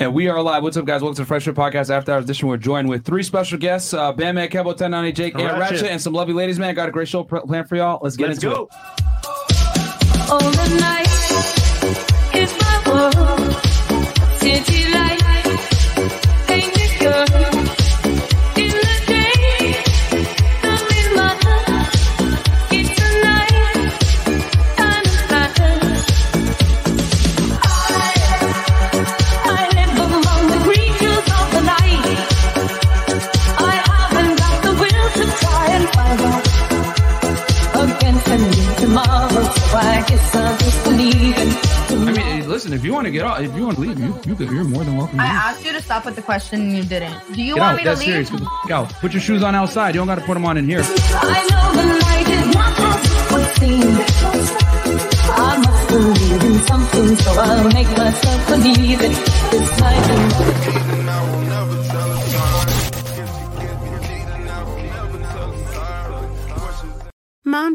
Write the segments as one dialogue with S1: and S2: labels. S1: And we are live. What's up, guys? Welcome to the Freshman Podcast After Hours Edition. We're joined with three special guests: uh, Bandman, Kebo, 1090, Jake, and
S2: Ratchet.
S1: Ratchet, and some lovely ladies. Man, got a great show pr- planned for y'all. Let's get
S2: Let's
S1: into
S2: go.
S1: it.
S3: Overnight is my world. City lights, painted girl. In the day, I'm in my heart. It's the night, kind of matters. I, I live among the creatures of the night. I haven't got the will to try and find out against the new tomorrow. So I guess I'll just believe in
S1: I mean, listen, if you want to get off, if you want to leave, you, you you're more than welcome. To
S4: I
S1: leave.
S4: asked you to stop with the question and you didn't. Do you
S1: Get
S4: want
S1: out.
S4: me to
S1: That's
S4: leave?
S1: serious. Get the f- out. Put your shoes on outside. You don't got to put them on in here.
S3: I know the night is not as it would seem. I must believe in something, so I'll make myself believe it. This night is
S5: Mom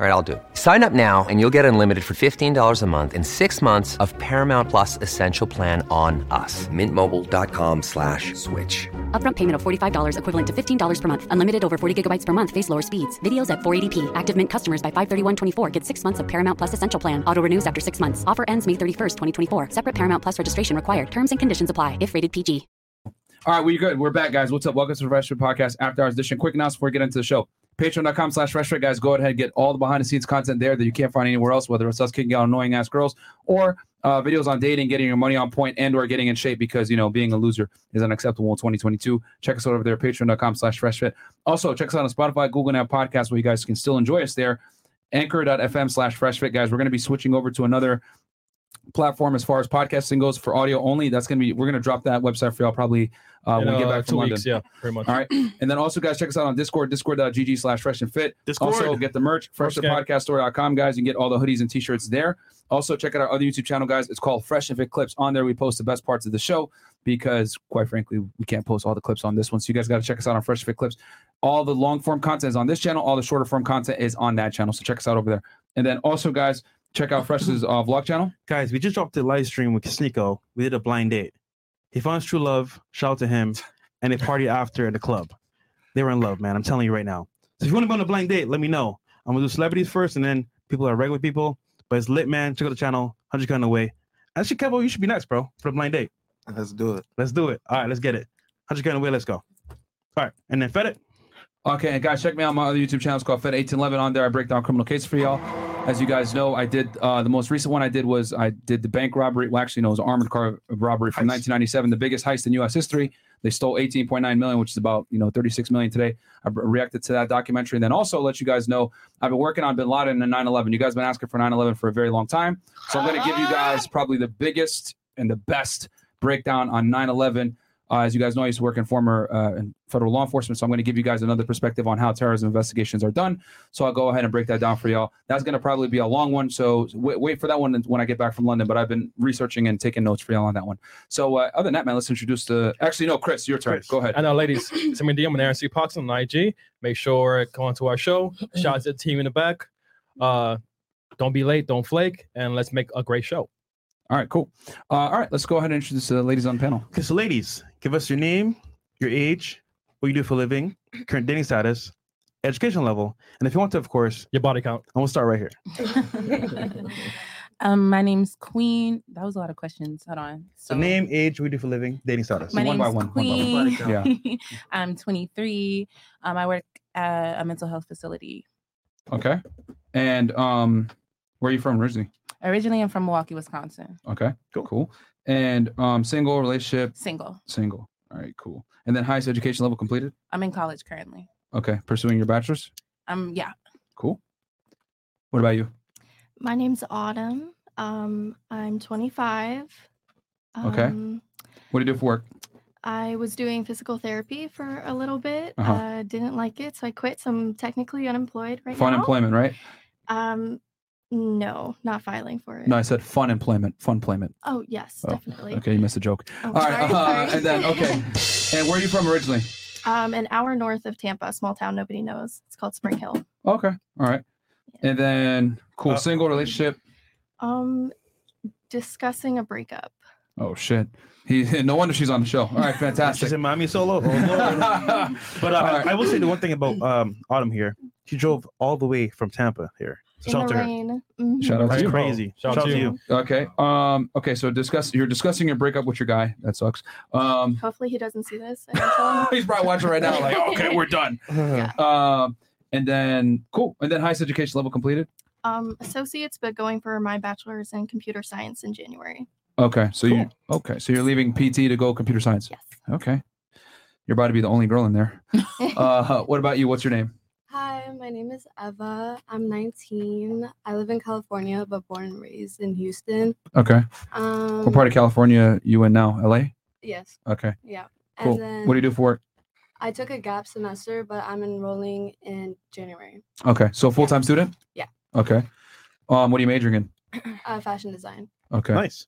S6: All right, I'll do. it. Sign up now and you'll get unlimited for $15 a month in six months of Paramount Plus Essential Plan on us. Mintmobile.com slash switch.
S7: Upfront payment of $45 equivalent to $15 per month. Unlimited over 40 gigabytes per month. Face lower speeds. Videos at 480p. Active Mint customers by 531.24 get six months of Paramount Plus Essential Plan. Auto renews after six months. Offer ends May 31st, 2024. Separate Paramount Plus registration required. Terms and conditions apply if rated PG.
S1: All right, we're good. We're back, guys. What's up? Welcome to the Restaurant Podcast After Hours Edition. Quick announcement before we get into the show. Patreon.com slash restaurant guys. Go ahead and get all the behind the scenes content there that you can't find anywhere else, whether it's us kicking out annoying ass girls or uh, videos on dating, getting your money on point, and or getting in shape because you know being a loser is unacceptable in 2022. Check us out over there, patreon.com slash restaurant. Also, check us out on Spotify, Google, and Apple Podcasts, where you guys can still enjoy us there. Anchor.fm slash fresh fit guys. We're gonna be switching over to another platform as far as podcasting goes for audio only. That's gonna be we're gonna drop that website for y'all probably uh, when we get back
S2: two
S1: from London.
S2: weeks, yeah, pretty much.
S1: All right. And then also, guys, check us out on Discord, discord.gg slash fresh and fit.
S2: Discord.
S1: Also, get the merch, freshthepodcaststore.com, guys. You can get all the hoodies and t shirts there. Also, check out our other YouTube channel, guys. It's called Fresh and Fit Clips. On there, we post the best parts of the show because, quite frankly, we can't post all the clips on this one. So, you guys got to check us out on Fresh and Fit Clips. All the long form content is on this channel, all the shorter form content is on that channel. So, check us out over there. And then also, guys, check out Fresh's uh, vlog channel.
S8: guys, we just dropped the live stream with Sneeko. We did a blind date. He found his true love, shout out to him, and they party after at the club. They were in love, man. I'm telling you right now. So if you want to go on a blind date, let me know. I'm gonna do celebrities first and then people that are regular people. But it's lit, man. Check out the channel, 100 gun away. Actually, Kevo, you should be next, bro, for the blind date.
S9: Let's do it.
S8: Let's do it. All right, let's get it. 100 gun away, let's go. All right, and then fed it.
S1: Okay, and guys, check me out on my other YouTube channel. It's called Fed eighteen eleven. On there, I break down criminal cases for y'all. As you guys know, I did uh, the most recent one I did was I did the bank robbery. Well, actually, no, it was an armored car robbery from nineteen ninety seven, the biggest heist in U.S. history. They stole eighteen point nine million, which is about you know thirty six million today. I re- reacted to that documentary, and then also let you guys know I've been working on Bin Laden and 9/11. You guys been asking for 9/11 for a very long time, so I'm going to give you guys probably the biggest and the best breakdown on 9/11. Uh, as you guys know, I used to work in former uh, in federal law enforcement, so I'm going to give you guys another perspective on how terrorism investigations are done. So I'll go ahead and break that down for y'all. That's going to probably be a long one, so wait, wait for that one when I get back from London. But I've been researching and taking notes for y'all on that one. So uh, other than that, man, let's introduce the. Actually, no, Chris, your turn. Go ahead.
S2: I know, uh, ladies, send me a DM on Aaron C. Pox on IG. Make sure to come on to our show. Shout out to the team in the back. Uh, don't be late, don't flake, and let's make a great show.
S1: All right, cool. Uh, all right, let's go ahead and introduce the ladies on the panel.
S8: Okay, so ladies, give us your name, your age, what you do for a living, current dating status, education level. And if you want to, of course,
S2: your body count.
S8: I'm gonna start right here.
S9: um, my name's Queen. That was a lot of questions. Hold on.
S8: So name, age, what you do for a living, dating status.
S9: My name's Queen.
S8: Yeah.
S9: I'm 23. Um, I work at a mental health facility.
S1: Okay. And um, where are you from originally?
S9: Originally, I'm from Milwaukee, Wisconsin.
S1: Okay. Cool. Cool. And um, single relationship.
S9: Single.
S1: Single. All right. Cool. And then highest education level completed.
S9: I'm in college currently.
S1: Okay. Pursuing your bachelor's.
S9: Um, yeah.
S1: Cool. What about you?
S10: My name's Autumn. Um, I'm 25.
S1: Okay.
S10: Um,
S1: What do you do for work?
S10: I was doing physical therapy for a little bit. uh
S1: Uh-huh.
S10: didn't like it, so I quit. So I'm technically unemployed right
S1: Fun
S10: now.
S1: employment, right?
S10: Um, no, not filing for it.
S1: No, I said fun employment. Fun employment.
S10: Oh yes,
S1: Oh,
S10: definitely.
S1: Okay, you missed a joke.
S10: Oh,
S1: All right.
S10: sorry,
S1: uh,
S10: sorry.
S1: and then okay. and where are you from originally?
S10: Um, an hour north of Tampa, a small town nobody knows. It's called Spring Hill.
S1: Okay. All right. And then
S8: Uh,
S1: cool single relationship.
S10: Um, discussing a breakup.
S1: Oh shit. He no wonder she's on the show. All right, fantastic.
S8: She's in Miami solo. But uh, I will say the one thing about um, Autumn here, she drove all the way from Tampa here. So
S10: In
S8: shout out
S10: the
S8: to her.
S10: rain. Mhm.
S1: Shout out
S8: That's
S1: to you.
S8: crazy. Shout out to you.
S1: Okay. Um. Okay. So discuss. You're discussing your breakup with your guy. That sucks. Um.
S10: Hopefully he doesn't see this. and I tell him-
S1: He's probably watching right now. Like, okay, we're done. Um. And then cool. And then highest education level completed.
S10: um, associates, but going for my bachelor's in computer science in January.
S1: Okay. So you. Okay. So you're leaving PT to go computer science. Yes. Okay. You're about to be the only girl in there. uh. What about you? What's your name?
S11: Hi, my name is Eva. I'm 19. I live in California, but born and raised in Houston.
S1: Okay.
S11: Um,
S1: what part of California you in now? LA.
S11: Yes.
S1: Okay.
S11: Yeah.
S1: Cool.
S11: And then
S1: what do you do for work?
S11: I took a gap semester, but I'm enrolling in January.
S1: Okay. So full time student.
S11: Yeah.
S1: Okay. Um. What are you majoring in?
S11: Uh, fashion design.
S1: Okay. Nice.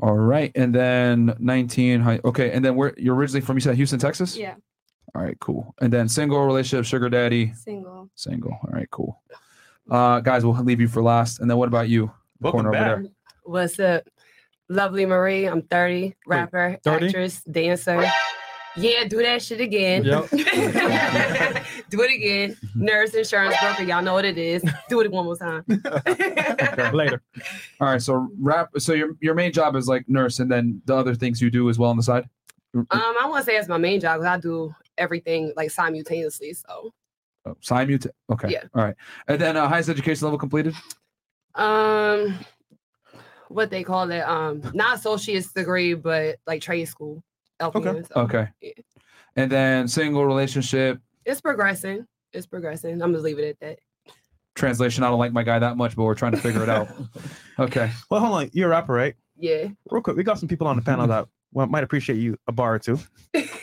S1: All right. And then 19 high. Okay. And then where you're originally from, you said Houston, Texas?
S11: Yeah.
S1: All right. Cool. And then single relationship, sugar daddy,
S11: Single.
S1: single. All right. Cool. Uh, guys, we'll leave you for last. And then what about you? The corner over there.
S12: What's up? Lovely Marie. I'm 30, rapper,
S1: 30?
S12: actress, dancer. Yeah, do that shit again.
S1: Yep. Mm-hmm.
S12: do it again. Nurse, insurance broker. Y'all know what it is. Do it one more time. Um,
S1: Later. All right. So rap. So your your main job is like nurse, and then the other things you do as well on the side.
S12: Um, I want to say it's my main job because I do everything like simultaneously. So,
S1: Oh, sign mute. Okay.
S12: Yeah.
S1: All right. And then uh, highest education level completed.
S12: um, what they call it? Um, not associate's degree, but like trade school. LPN, so,
S1: Okay.
S12: yeah.
S1: And then single relationship
S12: It's progressing. It's progressing. I'm gonna leave it at that.
S1: translation. I don't like my guy that much, but we're trying to figure it out. Okay.
S8: Well, hold on. You're a rapper, right?
S12: Yeah.
S8: Real quick, we got some people on the panel that well, might appreciate you a bar or two.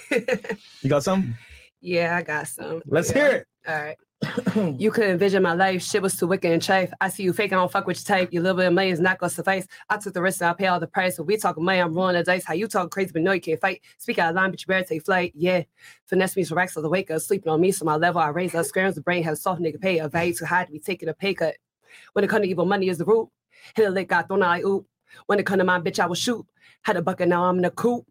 S8: you got some?
S12: Yeah, I got some.
S8: Let's
S12: Yeah.
S8: hear it.
S12: All right. you could envision my life. Shit was too wicked and chafe. I see you fake. I don't fuck with your type. Your little bit of money is not gonna suffice. I took the risk and I pay all the price. When we talking money, I'm rolling the dice. How you talk crazy, but no, you can't fight. Speak out of line, but you better take flight. Yeah. Finesse me some racks of the wake up. Sleeping on me, so my level I raise up. Scrams the brain, have a soft nigga pay. A value too high to be taking a pay cut. When it come to evil, money is the root. Hit a lick, got thrown out like oop. When it come to my bitch, I will shoot. Had a bucket, now I'm in a coop.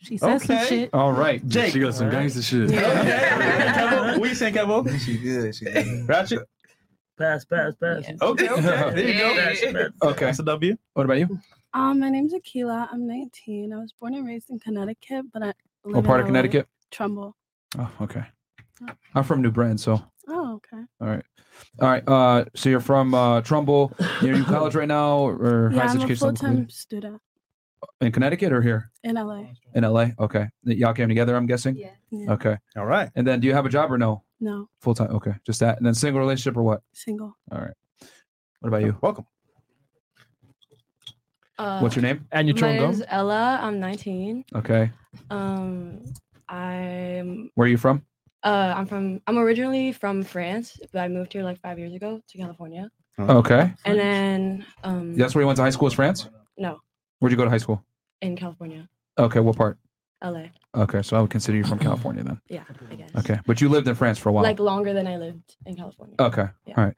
S12: She
S8: said some Okay. shit.
S1: All right.
S8: Jake.
S13: She got some gangster shit.
S8: Kevo, what you saying, Kevo?
S13: She good. She good.
S8: Ratchet.
S14: Pass, pass, pass.
S8: Okay, okay. There you go.
S14: Pass, pass.
S1: Okay.
S8: That's a W.
S1: What about you?
S15: Um, my name's Akila. I'm 19. I was born and raised in Connecticut, but I live
S1: What
S15: in
S1: Oh, part of
S15: LA.
S1: Connecticut?
S15: Trumbull.
S1: Oh, okay. I'm from New Britain, so all
S15: Oh, okay.
S1: right. All right. Uh, so you're from uh, Trumbull. You're in college right now, or
S15: yeah,
S1: highest
S15: I'm a
S1: education level
S15: full-time
S1: completed?
S15: student
S1: in Connecticut or here
S15: in LA.
S1: in LA? Okay. Y'all came together, I'm guessing.
S15: Yeah.
S1: Okay.
S8: All right.
S1: And then, do you have a job or no?
S15: No,
S1: Full time. Okay, just that. And then single relationship or what?
S15: single.
S1: All right. What about you?
S8: Welcome.
S11: Uh,
S1: What's your name? And your
S11: my
S1: chungo?
S11: name's Ella. I'm 19.
S1: Okay.
S11: Um, I'm
S1: Where are you from?
S11: uh, I'm from. I'm originally from France, but I moved here like five years ago to California.
S1: Oh. Okay.
S11: And then um,
S1: That's where you went to high school, is France?
S11: no,
S1: Where'd you go to high school?
S11: in California,
S1: Okay. What part?
S11: LA.
S1: Okay. So I would consider you from California then.
S11: Yeah, I guess.
S1: Okay. But you lived in France for a while.
S11: Like longer than I lived in California.
S1: okay. All right.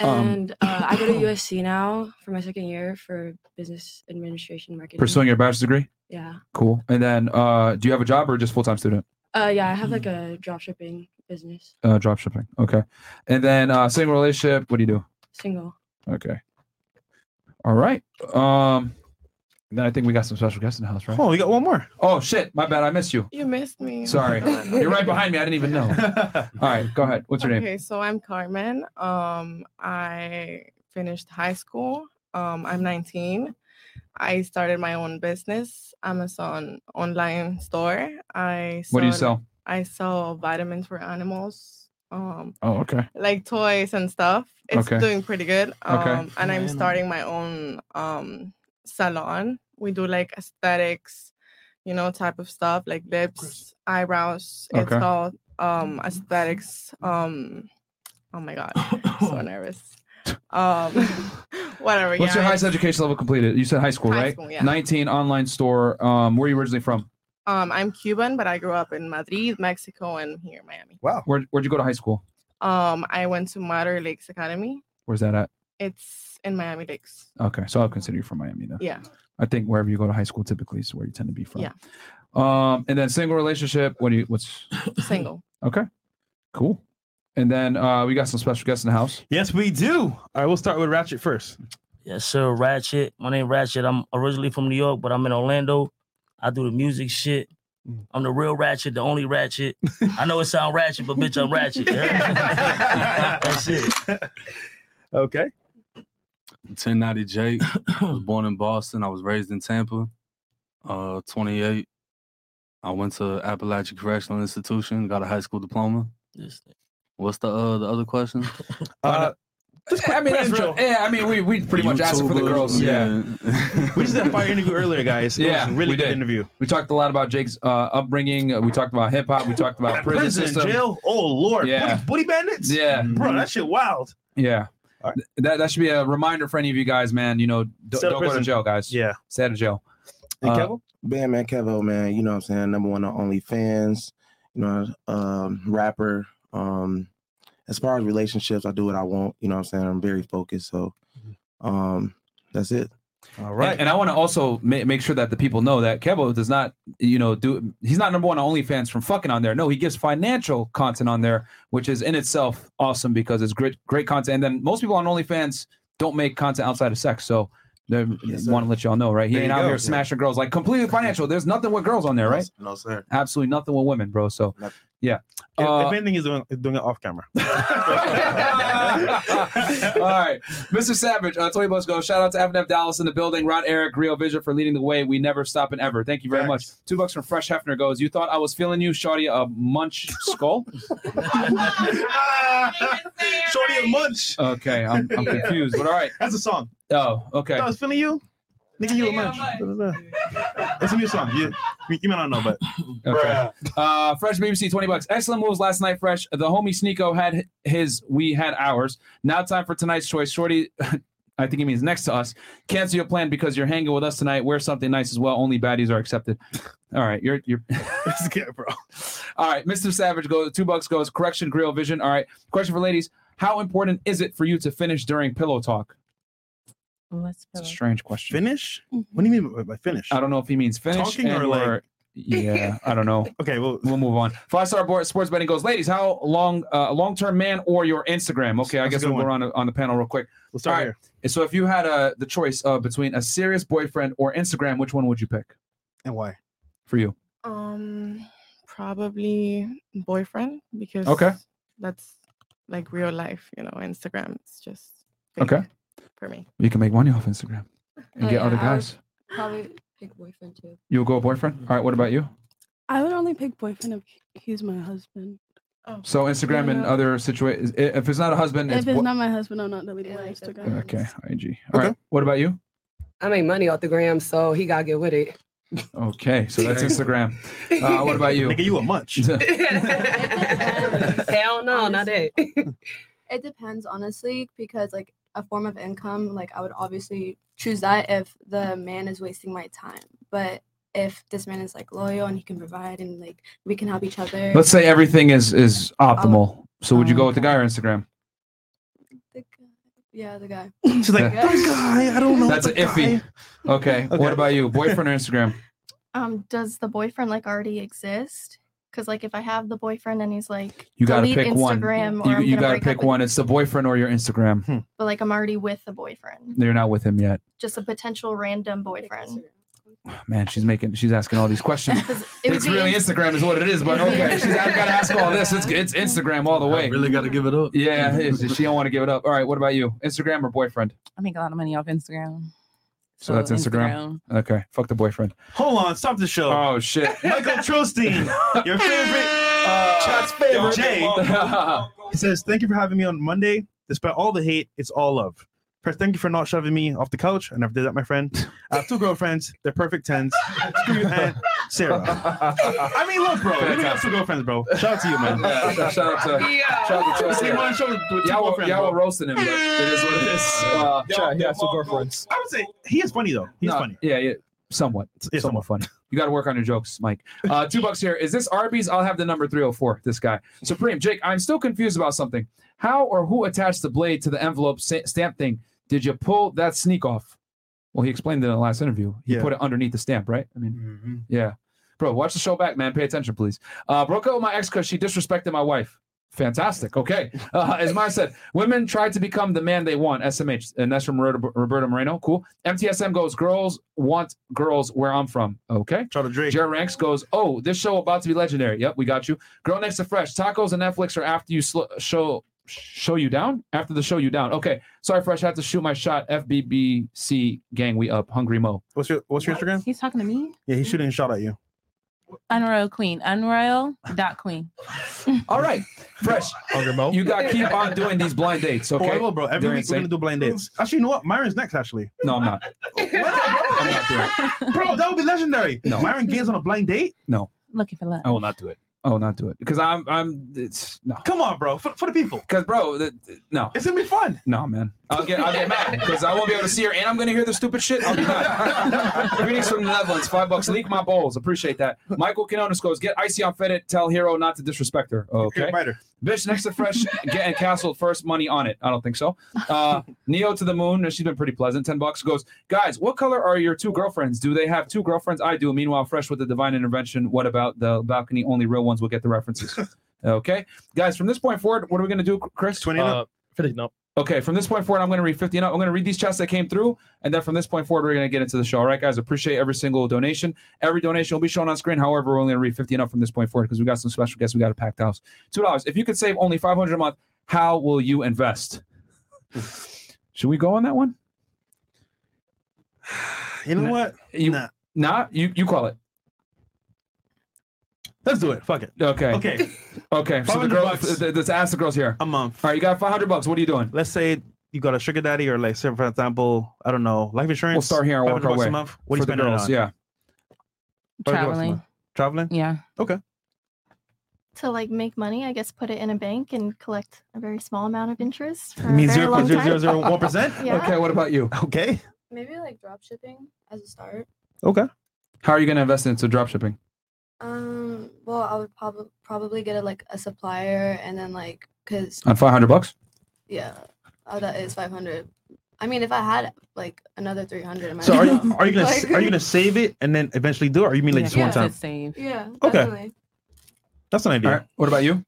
S1: Um,
S11: And uh, I go to USC now for my second year for business administration marketing.
S1: pursuing your bachelor's degree?
S11: Yeah.
S1: Cool. And then, uh, do you have a job or just full time student?
S11: Uh, yeah, I have like a drop shipping
S16: business.
S1: Uh, drop shipping. Okay. And then uh, single relationship. What do you do?
S16: Single.
S1: Okay. All right. Um. Then I think we got some special guests in the house, right?
S8: Oh, we got one more.
S1: Oh shit! My bad. I missed you.
S16: You missed me.
S1: Sorry. You're right behind me. I didn't even know. All right. Go ahead. What's your name?
S17: Okay, so I'm Carmen. Um, I finished high school. Um, I'm 19. I started my own business, Amazon online store. I
S1: What do you
S17: sell-
S1: sell?
S17: I sell vitamins for animals. Um,
S1: Oh, okay.
S17: like toys and stuff. It's
S1: Okay.
S17: doing pretty good. Um,
S1: Okay.
S17: And I'm
S1: Man,
S17: starting my own um, salon. We do like aesthetics, you know, type of stuff like lips, eyebrows.
S1: Okay.
S17: It's all um, aesthetics. Um, oh my God. so nervous. Um, whatever.
S1: What's your
S17: yeah,
S1: highest
S17: it's-
S1: education level completed? You said high school,
S17: High
S1: right?
S17: school, yeah.
S1: 19 online store. Um, where are you originally from?
S17: Um, I'm Cuban, but I grew up in Madrid, Mexico, and here in Miami.
S1: Wow. Where, where'd you go to high school?
S17: Um, I went to Mater Lakes Academy.
S1: Where's that at?
S17: It's in Miami Lakes.
S1: Okay. So I'll consider you from Miami then.
S17: Yeah.
S1: I think wherever you go to high school typically is where you tend to be from.
S17: Yeah.
S1: Um, and then single relationship. What do you, what's,
S17: Single.
S1: okay. Cool. And then uh, we got some special guests in the house.
S8: Yes, we do. All right, we'll start with Ratchet first.
S14: Yes, sir. Ratchet. My name Ratchet. I'm originally from New York, but I'm in Orlando. I do the music shit. I'm the real Ratchet, the only Ratchet. I know it sounds Ratchet, but bitch, I'm Ratchet. That's it.
S8: Okay.
S13: 1090 Jake. I was born in Boston. I was raised in Tampa. Uh, 28. I went to Appalachian Correctional Institution. Got a high school diploma. What's the uh, the other question?
S8: Uh,
S1: I mean, that's real. Yeah, I mean, we, we pretty much asked for the
S13: YouTuber,
S1: girls. Yeah.
S8: we just did a fire interview earlier, guys. It
S1: yeah,
S8: was a really
S1: we
S8: good
S1: did.
S8: interview.
S1: We talked a lot about Jake's uh, upbringing. Uh, We talked about hip hop. We talked about prison,
S8: Prison,
S1: system.
S8: jail. Oh lord.
S1: Yeah.
S8: Booty, booty bandits.
S1: Yeah. Mm-hmm.
S8: Bro, that shit wild.
S1: Yeah. Th- That that should be a reminder for any of you guys, man. You know, d-
S8: Stay
S1: don't
S8: out
S1: go
S8: of
S1: to
S8: prison.
S1: jail, guys.
S8: Yeah,
S1: stay out of jail.
S18: And
S1: Uh,
S18: Kevo? Man, man, Kevo, man, you know what I'm saying? Number one on OnlyFans, you know, um, rapper. Um, as far as relationships, I do what I want, you know what I'm saying? I'm very focused. So
S8: Mm-hmm.
S18: um that's it.
S8: All
S1: right. And, and I want to also ma- make sure that the people know that Kevo does not, you know, do he's not number one on OnlyFans from fucking on there. No, he gives financial content on there, which is in itself awesome because it's great great content. And then most people on OnlyFans don't make content outside of sex, so they want to let y'all know, right? He
S18: There
S1: ain't
S18: you
S1: out
S18: go.
S1: here smashing girls like completely financial. There's nothing with girls on there, right?
S18: No, sir.
S1: Absolutely nothing with women, bro. So yeah.
S8: If-
S1: Uh,
S8: if anything, he's doing, he's doing it off camera.
S1: All right, Mr. Savage, uh, 20 bucks go. Shout out to FNF Dallas in the building. Rod Eric, Rio Vision for leading the way. We never stop and ever. Thank you very much. Two bucks from Fresh Hefner goes. You thought I was feeling you, Shawty, a munch skull?
S8: Shorty and Munch.
S1: Okay, I'm, I'm confused, but all right.
S8: That's a song.
S1: Oh, okay.
S8: I was feeling you. Nigga, you a munch. It's a new song. You, you may not know, but
S1: Okay. Uh, Fresh BBC, 20 bucks. Excellent moves last night, Fresh. The homie Sneeko had his, we had ours. Now time for tonight's choice. Shorty, I think he means next to us. Cancel your plan because you're hanging with us tonight. Wear something nice as well. Only baddies are accepted. All right, you're you're
S8: good, bro.
S1: All right, Mr. Savage goes two bucks goes. Correction, Grill Vision. All right. Question for ladies. How important is it for you to finish during pillow talk?
S9: What's
S1: It's a strange question.
S8: Finish? What do you mean by, by finish?
S1: I don't know if he means finish
S8: Talking
S1: and
S8: or, like-
S1: yeah, I don't know.
S8: Okay, well,
S1: we'll move on. Five star board, sports betting goes. Ladies, how long a long term man or your Instagram? Okay, I
S8: That's a
S1: guess
S8: good
S1: we'll go around
S8: one.
S1: uh, on the panel real quick.
S8: We'll start
S1: All right.
S8: here.
S1: And So if you had uh, the choice uh, between a serious boyfriend or Instagram, which one would you pick
S8: And why?
S1: for you?
S17: Um, probably boyfriend because
S1: Okay.
S17: that's like real life, you know. Instagram, it's just
S1: Okay.
S17: for me.
S1: You can make money off Instagram and
S16: Oh,
S1: get
S16: yeah,
S1: other
S16: I would
S1: guys.
S16: Probably pick boyfriend too.
S1: You'll go
S8: Mm-hmm.
S1: boyfriend. All right. What about you?
S15: I would only pick boyfriend if he's my husband. Oh.
S1: So Instagram and other situations. If it's not a husband,
S15: If
S1: it's
S15: it's
S1: bo-
S15: not my husband, I'm not deleting my Instagram.
S1: okay. IG. All right. What about you?
S12: I make money off the gram, so he gotta get with it.
S1: Okay. So that's Instagram. Uh, what about you?
S8: Nigga, you a munch.
S12: Hell no, not that.
S11: It depends, honestly, because like a form of income, like I would obviously choose that if the man is wasting my time. But if this man is like loyal and he can provide and like we can help each other.
S1: Let's say everything is is
S10: Oh.
S1: optimal. So would you go with the guy or Instagram?
S11: Yeah, the guy.
S8: She's like,
S11: Yeah.
S8: "The guy, I don't know
S1: That's
S8: the
S1: iffy.
S8: guy."
S1: Okay. What about you? Boyfriend or Instagram?
S10: Um, does the boyfriend like already exist? Because like if I have the boyfriend and he's like,
S1: You got to
S10: "Delete
S1: pick one.
S10: Instagram," or
S1: You,
S10: I'm
S1: you
S10: gonna
S1: got to
S10: break up
S1: pick
S10: with
S1: one. It's the boyfriend or your Instagram.
S10: But like I'm already with the boyfriend,
S1: You're not with him yet.
S10: just a potential random boyfriend.
S1: Man, she's making, she's asking all these questions.
S10: 'Cause it would
S1: it's
S10: be
S1: really
S10: ins-
S1: Instagram is what it is, but
S10: It'd be
S1: okay. She's got
S10: Instagram.
S1: to ask all this. It's, it's Instagram all the way.
S13: really got to give it up.
S1: Yeah, it's just- she don't want to give it up. All right, what about you? Instagram or boyfriend?
S9: I make a lot of money off Instagram.
S1: So, that's Instagram. Okay, fuck the boyfriend.
S8: Hold on, stop the show.
S1: Oh shit.
S8: Michael Trostine, your favorite, uh, Chad's
S1: favorite.
S8: Jay. he says, "Thank you for having me on Monday. Despite all the hate, it's all love. First, thank you for not shoving me off the couch. I never did that, my friend. I have two girlfriends. They're perfect tens. Screw you, Aunt Sarah. I mean, look, bro. You don't have two girlfriends, bro. Shout out to you, man.
S1: Yeah, shout- shout out to- shout out to Chad.
S8: See, one show with two
S1: Y'all were-
S8: girlfriends,
S1: y'all
S8: bro.
S1: were roasting him, but it is what it is. Uh, Chad, yeah, two
S2: girlfriends.
S8: I would say he is funny though. He's
S1: No,
S8: funny.
S1: Yeah, yeah. Somewhat. It's somewhat funny. You got to work on your jokes, Mike. Uh, two bucks here. Is this Arby's? I'll have the number 304. This guy. Supreme. Jake, I'm still confused about something. How or who attached the blade to the envelope sa- stamp thing? Did you pull that sneak off? Well, he explained it in the last interview. He
S8: Yeah.
S1: put it underneath the stamp, right? I mean, yeah. Bro, watch the show back, man. Pay attention, please. Uh, broke up with my ex because she disrespected my wife. Fantastic. Okay. Uh, as Mara said, women try to become the man they want. SMH. And that's from Roberta, Roberta Moreno. Cool. MTSM goes, girls want girls where I'm from. Okay.
S8: Try to drink.
S1: Jared Ranks goes, oh, this show about to be legendary. Yep, we got you. Girl Next to Fresh. Tacos and Netflix are after you sl- show show you down after the show you down okay sorry fresh had to shoot my shot fbbc gang we up hungry mo
S8: what's your what's your instagram
S9: He's talking to me.
S8: Yeah, he's shooting a shot at you.
S9: Unroyal Queen. Unroyal dot queen.
S1: All right. Fresh. You got to keep on doing these blind dates,
S8: Oh,
S1: okay?
S8: I will, bro. Every
S1: They're
S8: week we're
S1: insane.
S8: gonna do blind dates. Actually, you know what? Myron's next. Actually,
S1: No, I'm not. I'm not doing it.
S8: bro, that would be legendary.
S1: No.
S8: Myron Gaines on a blind date.
S1: No,
S9: Looking for love.
S1: I will not do it. I will not do it because I'm I'm it's no.
S8: Come on, bro, for, for the people.
S1: Because bro, the, no,
S8: it's gonna be fun.
S1: No, man, I'll get I'll get mad because I won't be able to see her and I'm gonna hear the stupid shit. I'll be mad. Greetings from the Netherlands. Five bucks. Leak my bowls. Appreciate that. Michael Canonis goes get icy on Fedit. Tell Hero not to disrespect her. Okay. Bitch next to fresh getting castled first money on it. I don't think so. Uh, Neo to the moon. She's been pretty pleasant. Ten bucks goes. Guys, what color are your two girlfriends? Do they have two girlfriends? I do. Meanwhile, fresh with the divine intervention. What about the balcony? Only real ones will get the references. Okay, guys. From this point forward, what are we gonna do, Chris? Twenty
S2: and up. Fifty and up.
S1: Okay. From this point forward, I'm gonna read fifty and up. I'm gonna read these chats that came through, and then from this point forward, we're gonna get into the show. All right, guys. Appreciate every single donation. Every donation will be shown on screen. However, we're only gonna read fifty and up from this point forward because we got some special guests. We got a packed house. Two dollars. If you could save only five hundred a month, how will you invest? Should we go on that one?
S8: You know what?
S1: You, Nah, you you call it.
S8: Let's do it. Fuck it.
S1: Okay.
S8: Okay.
S1: Okay. So the
S8: 500
S1: girl,
S8: bucks.
S1: th- th- ask the girls here.
S8: A month.
S1: All right, you got five hundred bucks. What are you doing?
S8: Let's say you got a sugar daddy or like, say for example, I don't know, life insurance.
S1: We'll start here and work
S8: 500
S1: our
S8: bucks
S1: way.
S8: A month. What do you
S1: for the
S8: spend on? it
S1: girls,
S8: on?
S1: Yeah.
S8: 500 bucks a
S9: Traveling.
S8: month. Traveling.
S9: Yeah.
S8: Okay.
S10: to like make money, I guess put it in a bank and collect a very small amount of interest. For
S8: You mean
S10: a very
S8: zero
S10: long
S8: point zero
S10: time.
S8: zero zero one percent?
S10: Yeah. Okay,
S1: what about you?
S8: Okay.
S11: Maybe like drop shipping as a start.
S8: Okay.
S1: How are you going to invest into dropshipping?
S11: Um. Well, I would probably probably get a, like a supplier, and then like, cause
S1: On five hundred bucks.
S11: yeah, oh, that is five hundred. I mean, if I had like another three hundred, in my
S8: So are you
S11: account,
S8: are you gonna
S11: like-
S8: are you gonna save it and then eventually do it? Or you mean like just one time?
S11: Yeah.
S8: Okay.
S11: Definitely.
S8: That's an idea.
S1: What about you?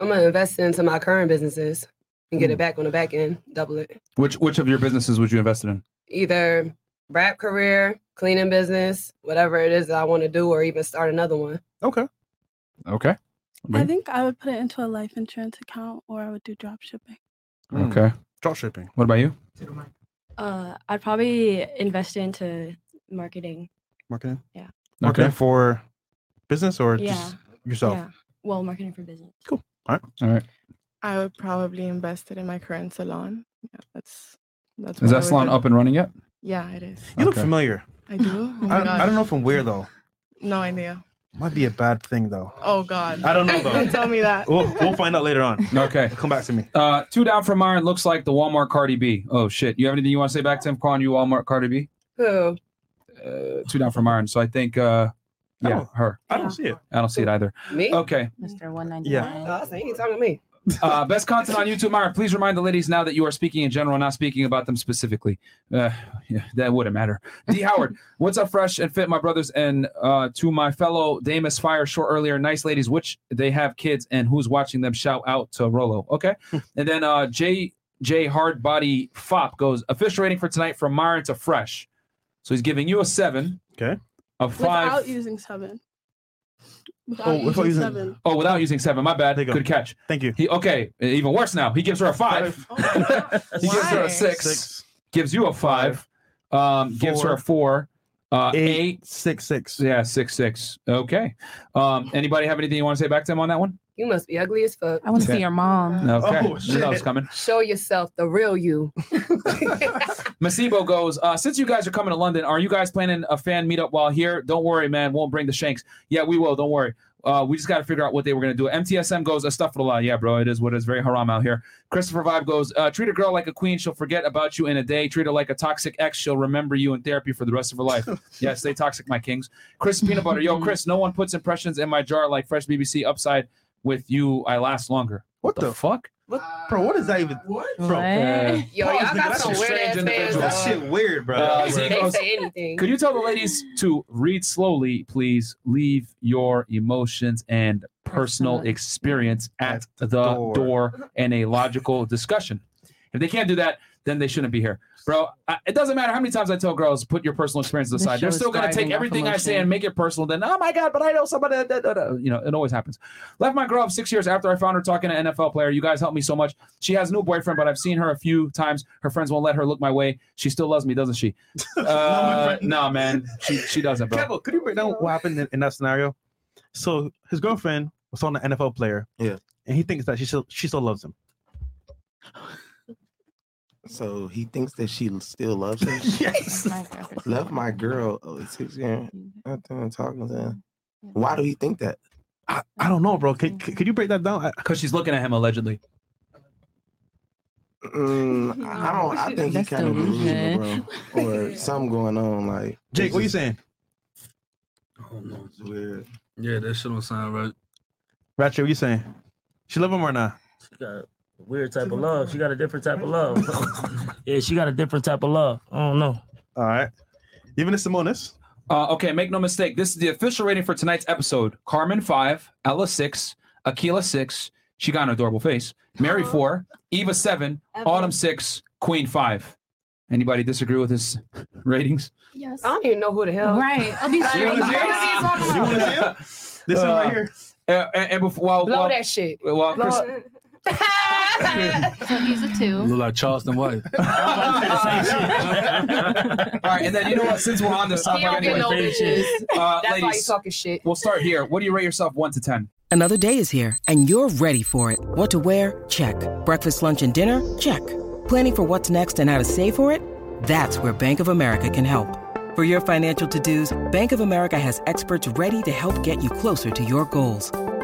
S12: I'm gonna invest into my current businesses and
S1: Mm.
S12: get it back on the back end, double it.
S1: Which which of your businesses would you invest in?
S12: Either rap career, cleaning business, whatever it is that I want to do, or even start another one.
S8: Okay.
S1: Okay.
S15: I think I would put it into a life insurance account or I would do drop shipping.
S1: Okay.
S8: Drop Mm. shipping.
S1: What about you?
S16: Uh, I'd probably invest into marketing.
S8: Marketing.
S16: Yeah.
S8: Marketing
S1: Okay.
S8: for business or
S16: yeah.
S8: just yourself?
S16: Yeah. Well, marketing for business.
S8: All right.
S1: All right.
S17: I would probably invest it in my current salon. Yeah, that's that's.
S1: Is
S17: what I
S1: that
S17: would
S1: salon
S17: do.
S1: up and running yet?
S17: Yeah, it is.
S8: You look familiar.
S17: I do. Oh my
S8: I,
S17: God.
S8: I don't know from where though.
S17: No idea.
S8: Might be a bad thing though.
S17: Oh God.
S8: I don't know, though.
S17: Don't tell me that.
S8: We'll, we'll find out later on.
S1: Okay.
S8: Come back to me.
S1: Uh, two down from Myron. Looks like the Walmart Cardi B. Oh shit. You have anything you want to say back to him? Calling you Walmart Cardi B.
S12: Who?
S1: Uh, two down from Myron. So I think. Uh, yeah, her.
S8: Oh, I don't see it.
S1: I don't see it either.
S12: Me?
S1: Okay.
S9: Mr. One ninety
S1: Yeah.
S9: nine.
S12: Oh, so you ain't talking to me.
S1: Uh, best content on YouTube, Myra. Please remind the ladies now that you are speaking in general, not speaking about them specifically. Uh, yeah, that wouldn't matter. D Howard, what's up, fresh and fit, my brothers, and uh, to my fellow Damus Fire short earlier. Nice ladies, which they have kids, and who's watching them? Shout out to Rolo. Okay, and then uh, J J Hardbody Fop goes official rating for tonight from Myra to Fresh. So he's giving you a seven.
S8: Okay.
S1: A five.
S15: Without using seven. Without
S1: Oh,
S15: using seven.
S1: oh, without using seven. My bad. Good catch.
S8: Thank you.
S1: He, okay, even worse now. He gives her a five.
S15: Oh,
S1: he gives her a six. Gives you a five. Um, gives her a four. Uh, eight,
S8: six, six.
S1: Yeah, six, six. Okay. Um, anybody have anything you want to say back to him on that one?
S12: You must be ugly as fuck. I
S1: wanna see Okay. your
S12: mom.
S1: Okay. Oh, Knew that was shit. coming.
S12: Show yourself the real you.
S1: Masibo goes, uh, since you guys are coming to London, are you guys planning a fan meetup while here? Don't worry, man. Won't bring the shanks. Yeah, we will. Don't worry. Uh, we just got to figure out what they were going to do. MTSM goes, a stuff for the law. Yeah, bro. It is what it is. Very haram out here. Christopher Vibe goes, uh, treat a girl like a queen. She'll forget about you in a day. Treat her like a toxic ex. She'll remember you in therapy for the rest of her life. yeah, stay toxic, my kings. Chris Peanut Butter. Yo, Chris, no one puts impressions in my jar like Fresh BBC Upside with you. I last longer. What, the, fuck?
S8: What, bro, what is that even? What? Bro,
S1: What?
S12: Yo,
S8: Pause,
S12: y'all
S8: nigga,
S12: got
S8: that's
S12: some
S8: just
S12: weird
S8: strange
S12: ass fans.
S8: individual. That shit weird, bro.
S1: Uh,
S8: That's
S1: Zeke
S8: weird.
S12: They
S1: goes,
S12: say anything.
S1: Could you tell the ladies to read slowly, please? Leave your emotions and
S2: Uh-huh.
S1: personal experience at the door. and a logical discussion. If they can't do that, then they shouldn't be here. Bro, I, it doesn't matter how many times I tell girls, put your personal experience to the
S2: This
S1: side. They're
S2: show
S1: still
S2: is
S1: going to take
S2: thriving off
S1: everything I say
S2: emotion.
S1: and make it personal. Then, oh my God, but I know somebody. that- that- that- that," You know, it always happens. Left my girl up six years after I found her talking to an NFL player. You guys helped me so much. She has a new boyfriend, but I've seen her a few times. Her friends won't let her look my way. She still loves me, doesn't she? Uh, nah, man. She, she doesn't, bro.
S8: Kevo, could you break down what happened in, in that scenario? So his girlfriend was on an NFL player.
S18: Yeah.
S8: And he thinks that she still she still loves him.
S18: So he thinks that she l- still loves him. yes. Love my girl. Oh, it's six years. I'm talking to him. Why do he think that?
S8: I, I don't know, bro. Could, could you break that down?
S1: Because she's looking at him allegedly.
S18: Mm, I I don't. I think he
S8: That's
S18: kind of delusional,
S8: delusion.
S18: bro, or something going on. Like
S8: Jake, what you saying?
S18: It's weird.
S13: Yeah, that shit don't sound right.
S8: Ratchet, what you saying? She love him or not?
S14: She got a weird type of love. She got a different type of love. yeah, she got a different type of love. I don't know.
S8: All right. Even the Simonis.
S1: Uh, okay, make no mistake. This is the official rating for tonight's episode. Carmen five, Ella six, Akila six. She got an adorable face. Mary
S12: Uh-huh.
S1: four, Eva seven, Autumn six, Queen five. Anybody disagree with his ratings?
S12: Yes. I don't even know who the hell.
S9: Right. I'll be
S12: I don't
S9: serious.
S12: even know what he's talking about.
S8: This
S1: one right here. Uh, And, and before, while,
S12: Blow
S1: while-
S12: that shit.
S1: Well,
S12: Blow
S1: Chris-
S12: it.
S4: So he's a
S13: You
S4: two.
S13: look like Charleston White.
S1: All right, and then you know what? Since we're on this topic,
S12: He don't get
S1: anyway,
S12: no bitches.
S1: uh,
S12: That's why you
S1: ladies,
S12: talking shit.
S1: we'll start here. What do you rate yourself one to ten?
S19: Another day is here, and you're ready for it. What to wear? Check. Breakfast, lunch, and dinner? Check. Planning for what's next and how to save for it? That's where Bank of America can help. For your financial to dos, Bank of America has experts ready to help get you closer to your goals.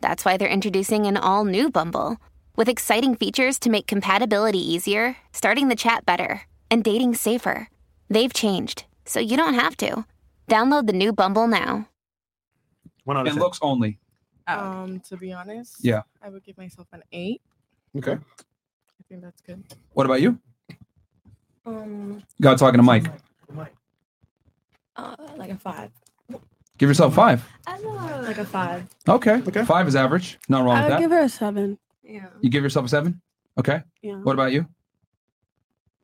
S20: that's why they're introducing an all new Bumble with exciting features to make compatibility easier, starting the chat better, and dating safer. They've changed, so you don't have to. Download the new Bumble now.
S1: And looks only.
S17: Um, to be honest,
S1: Yeah.
S17: I would give myself an eight.
S1: Okay.
S17: I think that's good.
S1: What about you?
S16: Um,
S1: Got talking to Mike.
S16: uh, like a five.
S1: Give yourself five.
S16: I know. Like a five.
S1: Okay. Okay. Five is average. Not wrong
S15: I
S1: with
S15: would
S1: that.
S15: give her a seven.
S1: you give yourself a seven. Okay.
S15: Yeah.
S1: What about you?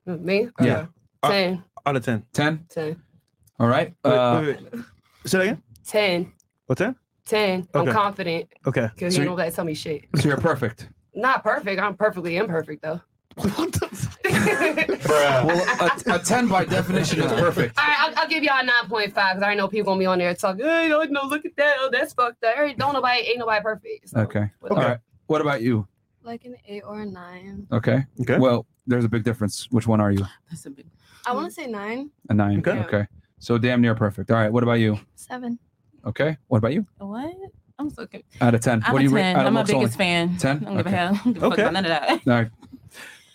S12: Me?
S1: Yeah.
S12: Ten.
S8: Out of ten.
S1: Ten.
S12: Ten.
S1: All right.
S8: Wait,
S1: uh,
S8: wait, wait. Say that again.
S12: Ten.
S8: What's that?
S12: Ten.
S8: Okay.
S12: I'm confident.
S8: Okay.
S12: Because he don't gotta tell me shit.
S1: So you're perfect.
S12: Not perfect. I'm perfectly imperfect though.
S1: well, a, a ten by definition is perfect.
S12: All right, I'll, I'll give y'all a nine point five because I already know people gonna be on there talking. Hey, oh, no, look at that. Oh, that's fucked up. Hey, Don't nobody, ain't nobody perfect.
S1: Okay. All right. What about you?
S11: like an eight or a nine.
S1: Okay. Okay. Well, there's a big difference. Which one are you?
S11: That's a big. I want to say nine,
S1: A nine.
S11: Okay.
S1: Okay. So damn near perfect. All right. What about you?
S11: seven.
S1: Okay. What about you?
S9: What? I'm so confused.
S1: Out of ten.
S9: I'm
S1: what
S9: a
S1: do you
S9: 10.
S1: out of
S9: I'm a
S1: looks
S9: biggest
S1: only?
S9: fan.
S1: Ten.
S9: I don't give a hell. I don't give a fuck about none of that.
S1: All right.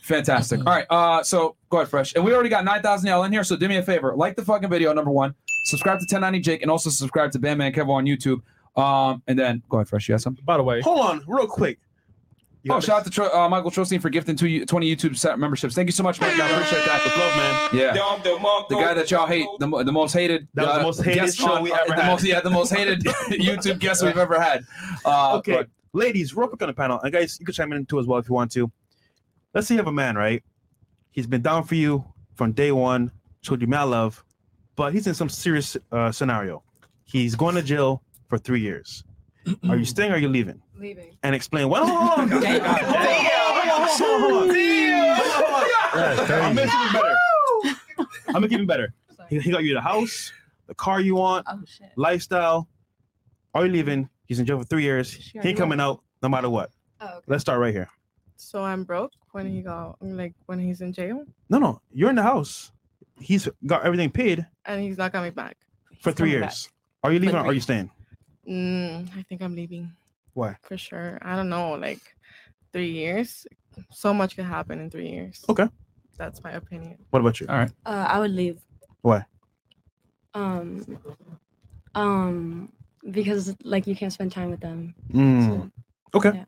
S1: Fantastic. All right. Uh, so go ahead, Fresh. And we already got 9,000 y'all in here. So do me a favor. Like the fucking video, number one. Subscribe to 1090 Jake and also subscribe to Bandman Kevo on YouTube. Um, and then go ahead, Fresh. You got something?
S2: By the way,
S1: hold on real quick. oh, shout out to Tro- uh, Michael Trostine for gifting two, 20 YouTube set memberships. Thank you so much, man. I appreciate that. Yeah. The guy that y'all hate, the, mo- the most hated.
S8: That was the
S1: uh,
S8: most hated
S1: guest
S8: show
S1: on-
S8: we
S1: uh,
S8: ever
S1: the
S8: had.
S1: Most, yeah, the most hated YouTube guest we've ever had. Uh,
S8: okay, ladies, real quick on the panel, and guys, you can chime in too as well if you want to. Let's say you have a man, right? He's been down for you from day one, showed you mad love, but he's in some serious uh, scenario. He's going to jail for three years. Are you staying or are you leaving?
S11: Leaving.
S8: And explain what. Hold on, hold on, hold on, hold on, hold on, hold on, hold on, hold on. I'm making it better. I'm gonna keep it better. He, he got you the house, the car you want,
S17: Oh,
S8: lifestyle. Are you leaving? He's in jail for three years. He
S17: already
S8: ain't coming out no matter what.
S17: Oh, okay.
S8: Let's start right here.
S17: So I'm broke when he got like when he's in jail,
S8: No, no, you're in the house. He's got everything paid
S17: and he's not coming back.
S8: for three
S17: coming back.
S8: years. Are you leaving or
S17: three
S8: are you staying?
S17: Mm, I think I'm leaving
S8: Why?
S17: for sure. I don't know, like three years. So much could happen in three years.
S8: Okay.
S17: That's my opinion.
S8: What about you? All right.
S16: Uh, I would leave.
S8: Why?
S16: Um, um, because like you can't spend time with them.
S8: Mm. Okay.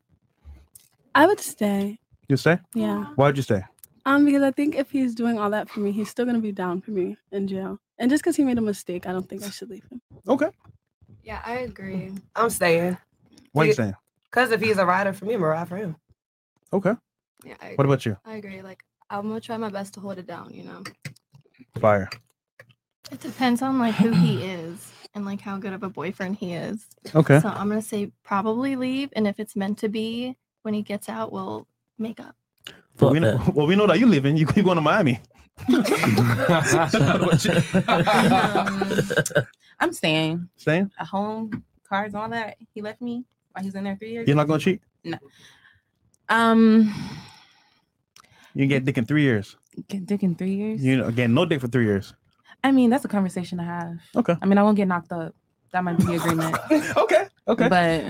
S15: I would stay.
S8: You stay?
S15: Yeah.
S8: Why'd you stay?
S15: Um, because I think if he's doing all that for me, he's still gonna be down for me in jail. And just because he made a mistake, I don't think I should leave him.
S8: Okay.
S16: Yeah, I agree.
S12: I'm staying.
S8: Why you staying?
S12: Because if he's a rider for me, I'm a rider for him.
S8: Okay.
S11: Yeah. I
S8: What about you?
S11: I agree. Like I'm gonna try my best to hold it down. You know.
S8: Fire.
S10: It depends on like who he is and like how good of a boyfriend he is.
S8: Okay.
S10: So I'm gonna say probably leave, and if it's meant to be, when he gets out, we'll make up.
S8: Well, we know, well, we know that you're leaving. You, you're going to Miami.
S9: I'm staying
S8: Staying?
S9: at home, cards, all that. He left me while he's in there three years.
S8: You're not going to cheat?
S9: No. Um,
S8: You get dick in three years.
S9: get dick in three years.
S8: You know, again, no dick for three years.
S9: I mean, that's a conversation to have.
S8: Okay.
S9: I mean, I won't get knocked up. That might be the agreement.
S8: okay. Okay.
S9: But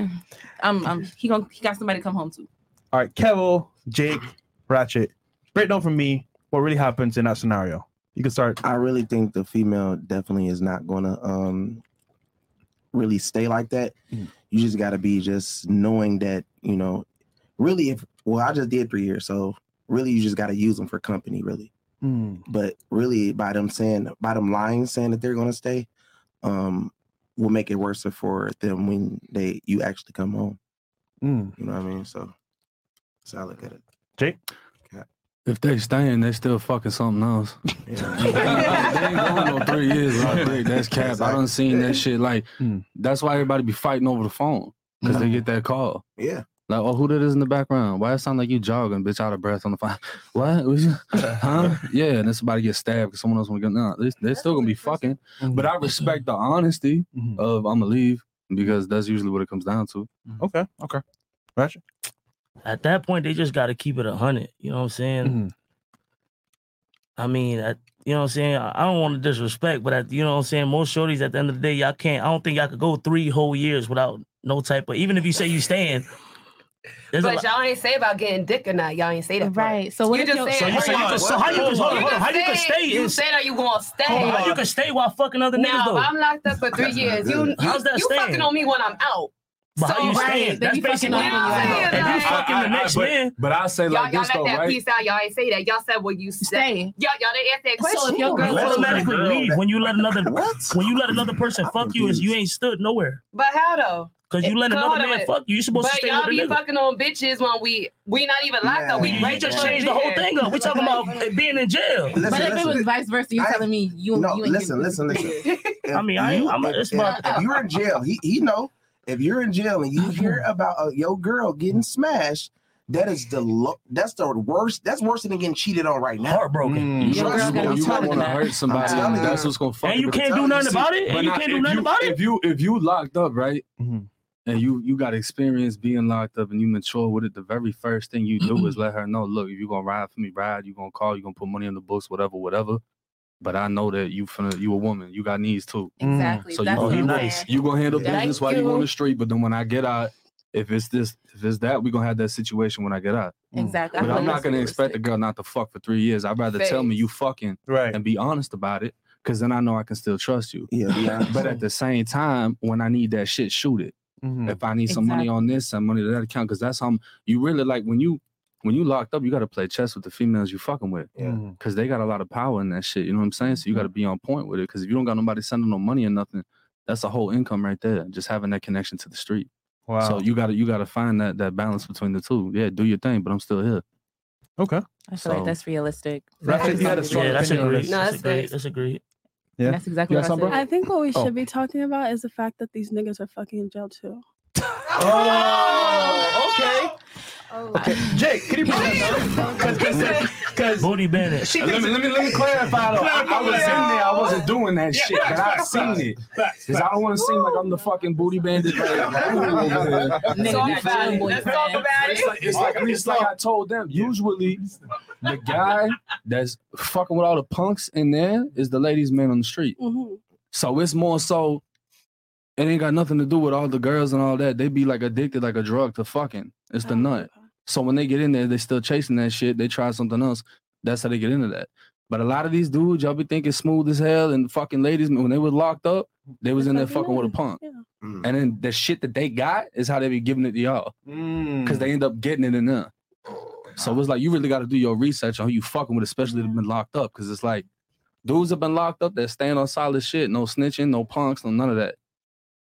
S9: um, um, he gon' he got somebody to come home to.
S8: All right, Kevo, Jake, Ratchet. Breakdown from me. What really happens in that scenario? You can start.
S18: I really think the female definitely is not gonna um really stay like that. You just gotta be just knowing that, you know, really if well, I just did three years, so really you just gotta use them for company, really.
S1: Mm.
S18: But really by them saying by them lying saying that they're gonna stay, um, will make it worse for them when they you actually come home.
S8: Mm.
S18: You know what I mean? So that's how I look at it.
S8: Jake?
S13: If they staying, they still fucking something else. they ain't going no three years. out there. That's cap. I done seen that shit. Like
S8: Hmm.
S13: that's why everybody be fighting over the phone because they get that call.
S18: Yeah.
S13: Like, oh, who that is in the background? Why it sound like you jogging, bitch, out of breath on the phone? What? Was you- Huh? Yeah, and then somebody get stabbed because someone else want to get. Nah, they, they're still gonna be fucking.
S8: Mm-hmm.
S13: But I respect the honesty of I'm gonna leave because that's usually what it comes down to.
S8: Okay. Okay. Ratchet.
S14: At that point, they just got to keep it a hundred. You know what I'm saying?
S13: Mm-hmm.
S14: I mean, I, you know what I'm saying. I I don't want to disrespect, but I, you know what I'm saying. Most shorties, at the end of the day, y'all can't. I don't think y'all could go three whole years without no type of. Even if you say you staying, there's a
S12: but
S14: lot-
S12: y'all ain't say about getting dick or not. Y'all ain't say that. Right.
S9: So
S14: what if your- So you say you can- so how you can- hold on, hold on, how you can stay
S12: You
S14: is-
S12: said are you gonna stay?
S14: How you can stay while fucking other niggas
S12: Now
S14: though.
S12: if I'm locked up for three
S14: That's not
S12: years.
S14: good.
S12: You, you,
S14: How's that
S12: you
S14: staying?
S12: fucking on me when I'm out.
S14: But how you staying? That's
S12: right, then you fucking
S14: basically-
S12: on me when you're
S14: Yeah,
S12: out.
S14: if you
S12: Like-
S14: fucking the next
S13: but,
S14: man.
S13: But I say
S12: Y'all,
S13: like
S12: y'all
S13: this
S12: got
S13: though,
S12: that
S13: right?
S12: piece out. Y'all ain't say that. Y'all said, "Well, you stay." Y'all, y'all didn't answer that question.
S14: So if your girl automatically leave when you let another when you let another person fuck you is you ain't stood nowhere.
S12: But how though?
S14: 'Cause you let
S12: Come
S14: another
S12: on a
S14: man
S12: minute.
S14: fuck you. You supposed to
S12: But
S14: stay
S12: y'all
S14: with a
S12: be
S14: nigga.
S12: fucking on bitches when we we not even locked up. We
S14: You
S12: raped
S14: just
S12: for
S14: changed the whole
S12: bitches.
S14: thing up. We talking about it being in jail.
S9: but if it was vice versa, you telling me you
S18: no,
S9: you ain't
S18: listen, listen,
S9: getting-
S18: listen.
S14: I mean, I,
S18: you-
S14: I'm.
S18: if,
S14: It's
S18: if-
S14: my.
S18: if you're in jail, he, he know. If you're in jail and you hear about uh, your girl getting smashed, that is the lo- that's the worst. That's worse than getting cheated on right now.
S14: Heartbroken.
S18: Mm.
S13: You don't
S18: Trust me,
S13: you
S18: I'm
S13: don't want to
S18: telling you.
S13: hurt somebody.
S18: I'm telling you.
S13: That's what's gonna fuck.
S14: And you
S13: it up.
S14: can't do nothing about it?
S13: But
S14: And you
S13: now,
S14: can't do
S13: if
S14: nothing about it?
S9: Mm-hmm.
S13: If you if you locked up, right? and you you got experience being locked up and you mature with it, the very first thing you do is let her know, look, if you're gonna ride for me, ride, you're gonna call, you're gonna put money in the books, whatever, whatever. But I know that you finna, you a woman, you got needs too.
S9: Exactly,
S13: So
S9: that's
S13: you
S9: what
S13: gonna
S9: I'm
S13: nice.
S9: saying.
S13: You gonna handle
S9: Thank
S13: business while you on
S9: you.
S13: the street, but then when I get out, if it's this, if it's that, we gonna have that situation when I get out.
S9: Exactly. I
S13: But
S9: feel
S13: I'm not
S9: that's
S13: gonna expect a girl not to fuck for three years. I'd rather tell me you fucking
S8: right
S13: and be honest about it, because then I know I can still trust you.
S18: Yeah. be honest.
S13: but at the same time, when I need that shit, shoot it.
S18: Hmm.
S13: If I need some money on this, some money to that account, because that's how I'm- you really like when you when you locked up, you got to play chess with the females you fucking with,
S18: Yeah.
S13: because they got a lot of power in that shit. You know what I'm saying? So you got to
S3: Mm-hmm.
S13: be on point with it, because if you don't got nobody sending no money or nothing, that's a whole income right there. Just having that connection to the street.
S8: Wow.
S13: So you gotta you gotta find that that balance between the two. Yeah, do your thing, but I'm still here.
S8: Okay.
S9: I feel like that's realistic.
S13: Rashid, you had a strong Yeah, that's opinion on agreed. this.
S9: No,
S13: That's
S9: that's
S13: agreed.
S9: good.
S14: That's agreed.
S13: Yeah.
S9: That's exactly what I said.
S15: I think what we
S9: Oh.
S15: should be talking about is the fact that these niggas are fucking in jail too.
S14: Oh!
S3: Okay. Okay. Jake, can you please? Because
S14: booty bandit.
S3: She
S13: let,
S3: thinks-
S13: me, let me let me clarify though. I, I was in there. I wasn't doing that
S3: Yeah,
S13: shit, but I've
S3: facts, facts,
S13: seen it. Cause I don't want to seem like I'm the fucking booty bandit. Like,
S3: Let's talk about it. Let's talk about
S13: It's like, it's
S3: it.
S13: like, it's like I told them. Usually, the guy that's fucking with all the punks in there is the ladies' man on the street. So it's more so. It ain't got nothing to do with all the girls and all that. They be like addicted, like a drug to fucking. It's the nut. So when they get in there, they still chasing that shit. They try something else. That's how they get into that. But a lot of these dudes, y'all be thinking smooth as hell, and fucking ladies, when they was locked up, they was in there fucking with a punk. And then the shit that they got is how they be giving it to y'all, because they end up getting it in there. So it's like you really got to do your research on who you fucking with, especially that been locked up, because it's like dudes have been locked up that stand on solid shit, no snitching, no punks, no none of that.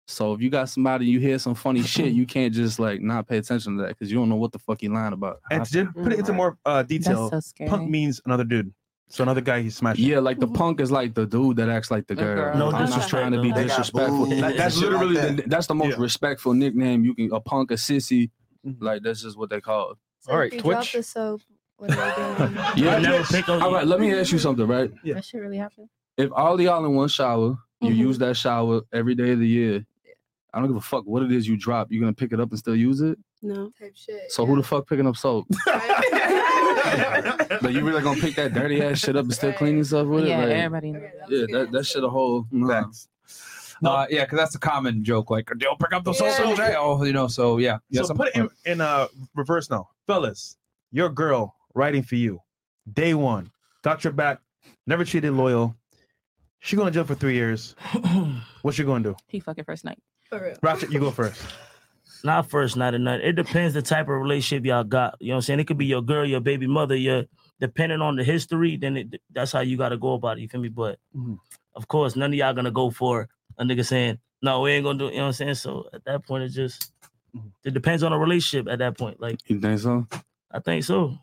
S13: So if you got somebody, you hear some funny shit, you can't just like not pay attention to that because you don't know what the fuck he lying about.
S8: And to just put it into more uh, detail,
S13: so scary.
S8: punk means another dude. So another guy he smashed.
S13: Yeah, like the punk is like the dude that acts like the
S8: The
S13: girl.
S8: girl. No
S13: I'm not
S8: disrespect,
S13: trying to be
S8: though. They got
S13: disrespectful.
S8: booed
S13: Like, that's
S8: and shit like
S13: literally
S8: that.
S13: the, that's the most respectful nickname you can a punk a sissy. Like that's just what they call it.
S11: So if you Drop the soap. What are we doing?
S13: Yeah,
S11: Drop
S13: now
S11: the
S13: pick up- All right, let me ask you something, right?
S11: That shit really happened.
S13: If all the y'all in one shower, you
S11: Mhm.
S3: Mm-hmm.
S13: use that shower every day of the year. I don't give a fuck what it is you drop. You're gonna pick it up and still use it.
S15: No.
S11: Type shit.
S13: So who the fuck picking up soap? but you really gonna pick that dirty ass shit up and still clean yourself with it?
S9: Yeah,
S13: Like,
S9: everybody
S13: Yeah, that, that shit a whole. Nah.
S1: Oh, Uh, yeah, because that's a common joke. Like, they'll pick up the soap in jail, you know. So yeah, yeah.
S8: So
S1: some-
S8: put it in, in uh, reverse now, fellas. Your girl writing for you, day one, got your back, never cheated, loyal. She going to jail for three years. what you going to do?
S9: He fucking first night.
S11: For real.
S8: Ratchet, you go first.
S14: Not first, not at night. It depends the type of relationship y'all got. You know what I'm saying? It could be your girl, your baby mother, your depending on the history, then it, that's how you gotta go about it. You feel me? But of course, none of y'all gonna go for a nigga saying, No, we ain't gonna do it," you know what I'm saying? So at that point it just it depends on the relationship at that point. Like
S13: You think so?
S14: I think so.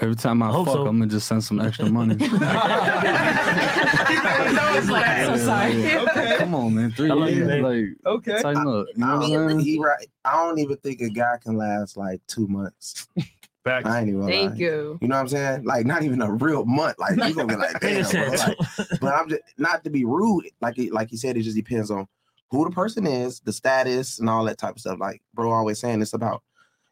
S13: Every time I
S14: Hope
S13: fuck,
S14: so.
S13: I'm gonna just send some extra money.
S3: I'm so sorry. Okay.
S13: Come on, man. Three
S3: I love you,
S13: years,
S3: babe.
S13: like
S3: Okay.
S13: tighten up. You know
S18: I
S13: what I'm
S18: mean,
S13: saying?
S18: he right. I don't even think a guy can last like two months. I ain't even. gonna
S3: Thank
S18: lie.
S3: you.
S18: You know what I'm saying? Like not even a real month. Like you gonna be like, damn. bro, like, but I'm just not to be rude. Like it- like you said, it just depends on who the person is, the status, and all that type of stuff. Like bro, always saying it's about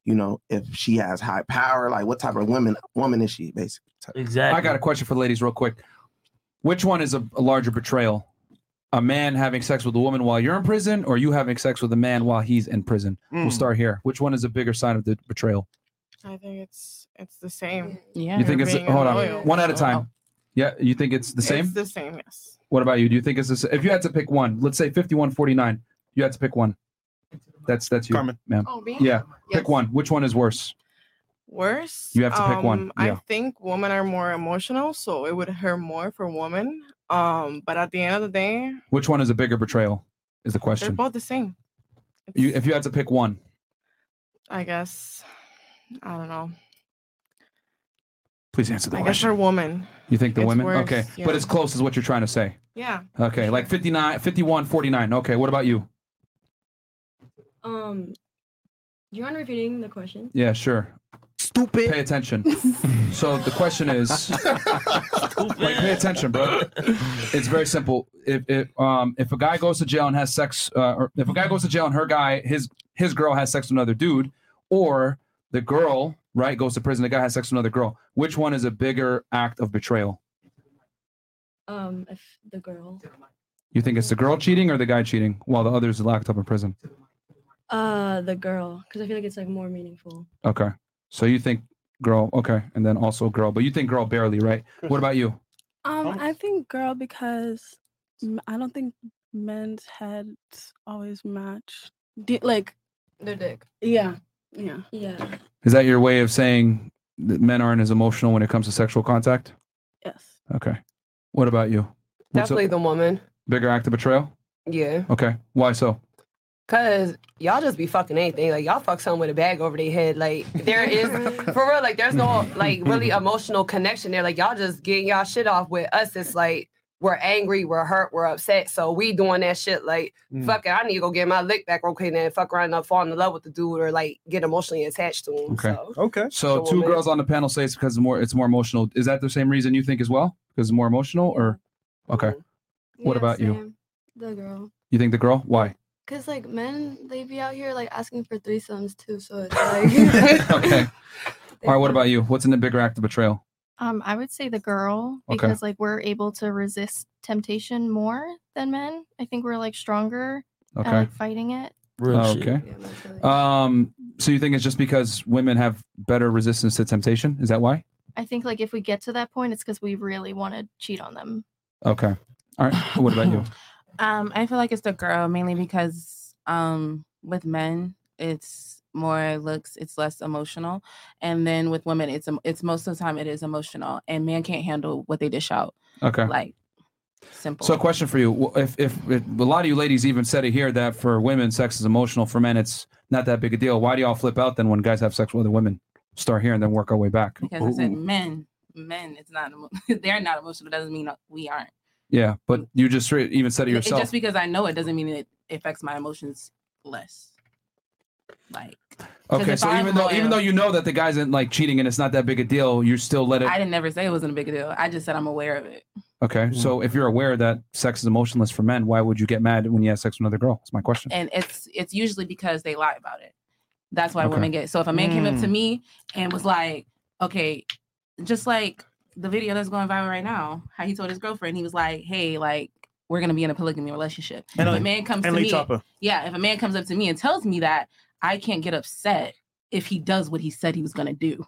S18: you know if she has high power, like what type of woman woman is she basically?
S14: Exactly.
S1: I got a question for the ladies, real quick. Which one is a, a larger betrayal? A man having sex with a woman while you're in prison, or you having sex with a man while he's in prison? We'll
S17: Mm.
S1: start here. Which one is a bigger sign of the betrayal?
S17: I think it's it's the same.
S1: you think it's hold on one at a time? Yeah, you think it's the same?
S17: It's the same. Yes.
S1: What about you? Do you think it's the sa- if you had to pick one? Let's say fifty-one forty-nine. You had to pick one. That's that's you, Carmen, ma'am.
S17: Oh, me?
S1: yeah,
S17: Yes.
S1: pick one. Which one is worse?
S17: Worse.
S1: You have to pick one,
S17: um, I
S1: yeah.
S17: think women are more emotional, so it would hurt more for women. Um, but at the end of the day,
S1: Which one is a bigger betrayal? Is the
S17: they're
S1: question.
S17: both the same.
S1: You, if you had to pick one,
S17: I guess. I don't know.
S1: please answer the
S17: I guess
S1: question.
S17: they're women.
S1: You think the
S17: It's
S1: women?
S17: worse,
S1: okay.
S17: yeah.
S1: But it's close is what you're trying to say.
S17: Yeah.
S1: Okay. Like 59, 51, 49. Okay. What about you?
S16: Um, you want repeating the question?
S1: Yeah, sure. Stupid. Pay attention. so the question is, wait, pay attention, bro. It's very simple. If if um if a guy goes to jail and has sex, uh, or if a guy goes to jail and her guy his his girl has sex with another dude, or the girl right goes to prison, the guy has sex with another girl. Which one is a bigger act of betrayal?
S16: Um, if the girl.
S1: You think it's the girl cheating or the guy cheating while the other's locked up in prison?
S16: Uh, the girl, because I feel like it's like more meaningful.
S1: Okay. So you think girl, okay, and then also girl, but you think girl barely, right? What about you?
S15: Um, I think girl because m- I don't think men's heads always match. D- like
S16: their dick.
S15: Yeah, yeah,
S16: yeah.
S1: Is that your way of saying that men aren't as emotional when it comes to sexual contact?
S15: Yes.
S1: Okay. What about you? What's a
S12: Definitely the woman.
S1: bigger act of betrayal?
S12: Yeah.
S1: Okay. Why so?
S12: Cause y'all just be fucking anything. Like y'all fuck someone with a bag over their head. Like there is for real, like there's no like really emotional connection there. Like y'all just getting y'all shit off with us. It's like we're angry, we're hurt, we're upset. So we doing that shit like
S3: Mm.
S12: fuck it, I need to go get my lick back okay then fuck around and fall in love with the dude or like get emotionally attached to him.
S1: Okay.
S12: So
S1: Okay. So
S12: Sure,
S1: two
S12: man.
S1: girls on the panel say it's because it's more it's more emotional. Is that the same reason you think as well? Because it's more emotional or
S12: Mm-hmm.
S1: okay. What
S11: Yeah,
S1: about you?
S11: same. The girl.
S1: You think the girl? Why?
S11: Cause like men, they be out here like asking for threesomes too. So it's like.
S1: Okay. All right, what about you? What's in the bigger act of betrayal?
S10: Um, I would say the girl
S1: Okay.
S10: because like we're able to resist temptation more than men. I think we're like stronger
S1: Okay.
S10: at like fighting it.
S1: Oh, okay. Um so you think it's just because women have better resistance to temptation? Is that why?
S10: I think like if we get to that point, it's because we really want to cheat on them.
S1: Okay. All right. What about you?
S9: Um, I feel like it's the girl mainly because um with men it's more looks, it's less emotional, and then with women it's em- it's most of the time it is emotional, and men can't handle what they dish out.
S1: Okay.
S9: like simple.
S1: So, a question for you: Wh- if, if if a lot of you ladies even said it here that for women sex is emotional, for men it's not that big a deal. Why do y'all flip out then when guys have sex with other women? Start here and then work our way back.
S9: because I said men, men, it's not emo- they're not emotional doesn't mean uh, we aren't.
S1: yeah, but you just straight even said it
S9: It- it
S1: yourself.
S9: just because I know it doesn't mean it affects my emotions less. Like 'cause
S1: okay,
S9: if
S1: so
S9: I'm
S1: even though even
S9: loyal-
S1: though you know that the guys in like cheating and it's not that big a deal, you still let it.
S9: I didn't never say it wasn't a big deal. I just said I'm aware of it.
S1: Okay, so if you're aware that sex is emotionless for men, why would you get mad when you have sex with another girl? That's my question.
S9: and it's it's usually because they lie about it. That's why
S1: Okay.
S9: women get. So if a man came up to
S1: Mm.
S9: me and was like, "Okay," just like the video that's going viral right now, how he told his girlfriend, he was like, "Hey, like we're gonna be in a polygamy relationship."
S3: And
S9: if
S3: like-
S9: a man comes
S3: and
S9: to
S3: like
S9: me,
S3: Chopper.
S9: yeah, if a man comes up to me and tells me that, I can't get upset if he does what he said he was gonna do.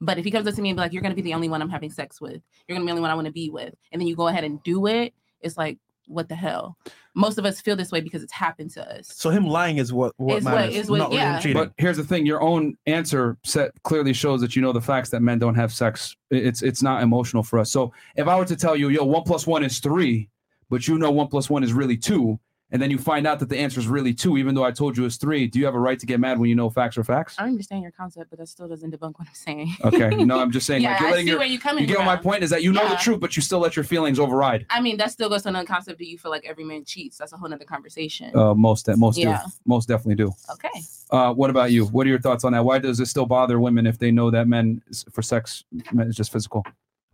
S9: But if he comes up to me and be like, "You're gonna be the only one I'm having sex with. You're gonna be the only one I want to be with," and then you go ahead and do it, it's like, what the hell? Most of us feel this way because it's happened to us.
S8: So him lying is what what
S9: Is what-
S8: matters.
S9: is what-
S8: not really him
S9: yeah.
S8: cheating.
S1: But here's the thing: your own answer set clearly shows that you know the facts that men don't have sex. I- It's it's not emotional for us. So if I were to tell you, yo, one plus one is three, but you know one plus one is really two, and then you find out that the answer is really two, even though I told you it's three, do you have a right to get mad when you know facts are facts?
S9: I don't understand your concept, but that still doesn't debunk what I'm saying.
S1: Okay, no, I'm just saying.
S9: yeah,
S1: like, you're
S9: I
S1: letting
S9: see
S1: your-
S9: where you're coming
S1: You get what my
S9: from.
S1: point is that you know the
S9: Yeah.
S1: truth, but you still let your feelings override.
S9: I mean, that still goes to another concept. Do you feel like every man cheats? That's a whole nother conversation.
S1: Uh, most that most
S9: Yeah.
S1: do, most definitely do.
S9: Okay.
S1: Uh, what about you? What are your thoughts on that? Why does it still bother women if they know that men s- for sex men is just physical?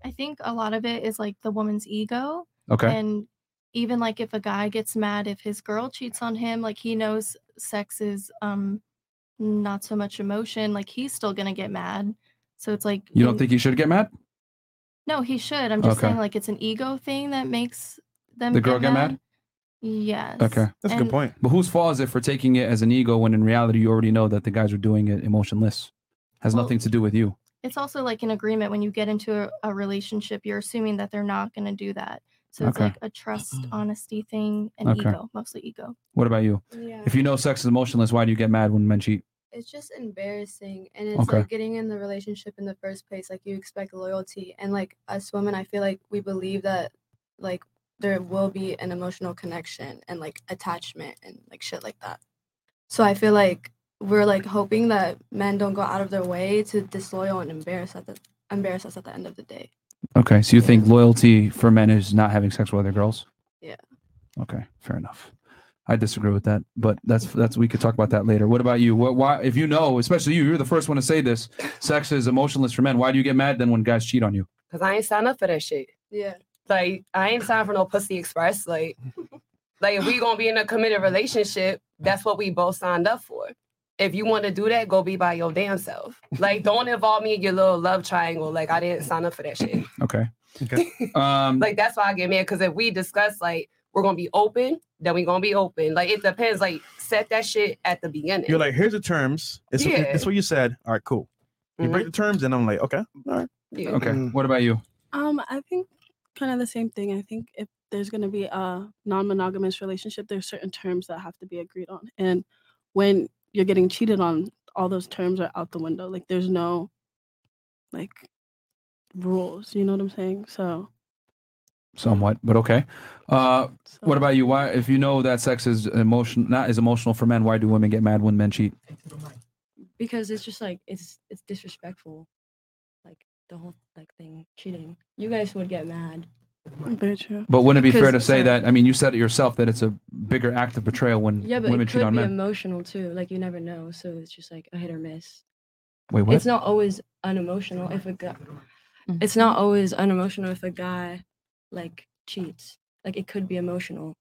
S10: I think a lot of it is like the woman's ego.
S1: Okay.
S10: And even like if a guy gets mad if his girl cheats on him, like he knows sex is um not so much emotion, like he's still gonna get mad. So it's like
S1: You don't
S10: in-
S1: think you should get mad?
S10: No, he should. I'm just
S1: Okay.
S10: saying like it's an ego thing that makes them
S1: The girl get mad?
S10: Yes.
S1: Okay.
S10: Um, uh-huh. And
S1: But whose fault is it for taking it as an ego when in reality you already know that the guys are doing it emotionless? Has nothing to do with you.
S10: It's also like an agreement when you get into a, a relationship, you're assuming that they're not gonna do that. So it's
S1: Okay.
S10: like a trust, honesty thing and
S1: Okay.
S10: ego, mostly ego.
S1: What about you?
S11: Yeah.
S1: If you know sex is emotionless, why do you get mad when men cheat?
S11: It's just embarrassing, and it's
S1: Okay.
S11: like getting in the relationship in the first place. Like you expect loyalty, and like us women, I feel like we believe that like there will be an emotional connection and like attachment and like shit like that. So I feel like we're like hoping that men don't go out of their way to disloyal and embarrass at the embarrass us at the end of the day.
S1: Okay, so you think loyalty for men is not having sex with other girls?
S11: Yeah.
S1: Okay, fair enough. I disagree with that, but that's that's we could talk about that later. What about you? What why if you know, especially you, you're the first one to say this. Sex is emotionless for men. Why do you get mad then when guys cheat on you?
S12: Cause I ain't signed up for that shit.
S11: Yeah.
S12: Like I ain't signed for no pussy express. Like, like if we gonna be in a committed relationship, that's what we both signed up for. If you want to do that, go be by your damn self. Like, don't involve me in your little love triangle. Like, I didn't sign up for that shit.
S1: Okay. Okay. Um
S12: like that's why I get mad. Cause if we discuss like we're gonna be open, then we gonna be open. Like it depends. Like set that shit at the beginning.
S8: You're like, here's the terms. It's,
S12: Yeah.
S8: it's what you said. All right, cool. You break the terms, and I'm like, okay, all right.
S12: Yeah.
S1: Okay. What about you?
S15: Um, I think kind of the same thing. I think if there's going to be a non-monogamous relationship, there's certain terms that have to be agreed on, and when you're getting cheated on, all those terms are out the window. Like there's no, like, rules. You know what I'm saying? So
S1: Somewhat, but okay. Uh what about you? Why if you know that sex is emotion not as emotional for men, why do women get mad when men cheat?
S16: because it's just like it's it's disrespectful, like the whole like thing cheating. You guys would get mad.
S15: very true.
S1: But wouldn't it be fair to
S16: Because- uh,
S1: say that? I mean, you said it yourself that it's a bigger act of betrayal when
S16: Yeah, but
S1: women
S16: it
S1: cheat
S16: could
S1: on
S16: be
S1: men.
S16: emotional too. Like you never know, so it's just like a hit or miss.
S1: Wait, what?
S16: It's not always unemotional if a guy. It's not always unemotional if a guy like cheats. Like it could be emotional.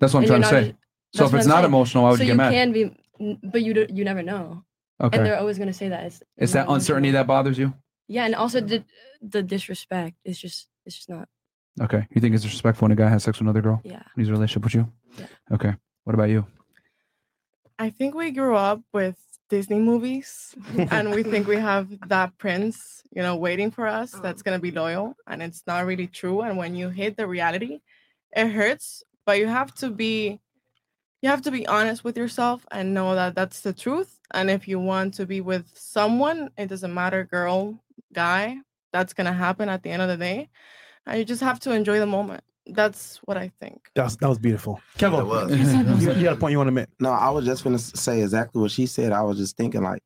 S1: That's what I'm
S16: And
S1: trying
S16: you're
S1: to say.
S16: not ju-
S1: So
S16: that's
S1: if
S16: what
S1: it's
S16: I'm
S1: not
S16: saying.
S1: emotional, why would
S16: so
S1: you get mad?
S16: can be, n- but you do, you never know.
S1: Okay.
S16: And they're always gonna say that it's
S1: It's that uncertainty that bothers you?
S16: yeah, and also the the disrespect is just it's just not
S1: Okay. You think it's disrespectful when a guy has sex with another girl?
S16: Yeah.
S1: When he's in a relationship with you? Okay. What about you?
S17: I think we grew up with Disney movies and we think we have that prince, you know, waiting for us that's going to be loyal and it's not really true and when you hit the reality, it hurts, but you have to be you have to be honest with yourself and know that that's the truth and if you want to be with someone, it doesn't matter girl, guy, that's going to happen at the end of the day. And you just have to enjoy the moment. That's what I think.
S8: That's that was beautiful. Kevo,
S18: It was.
S8: you, you got a point you want to make?
S18: No, I was just gonna s- say exactly what she said. I was just thinking like,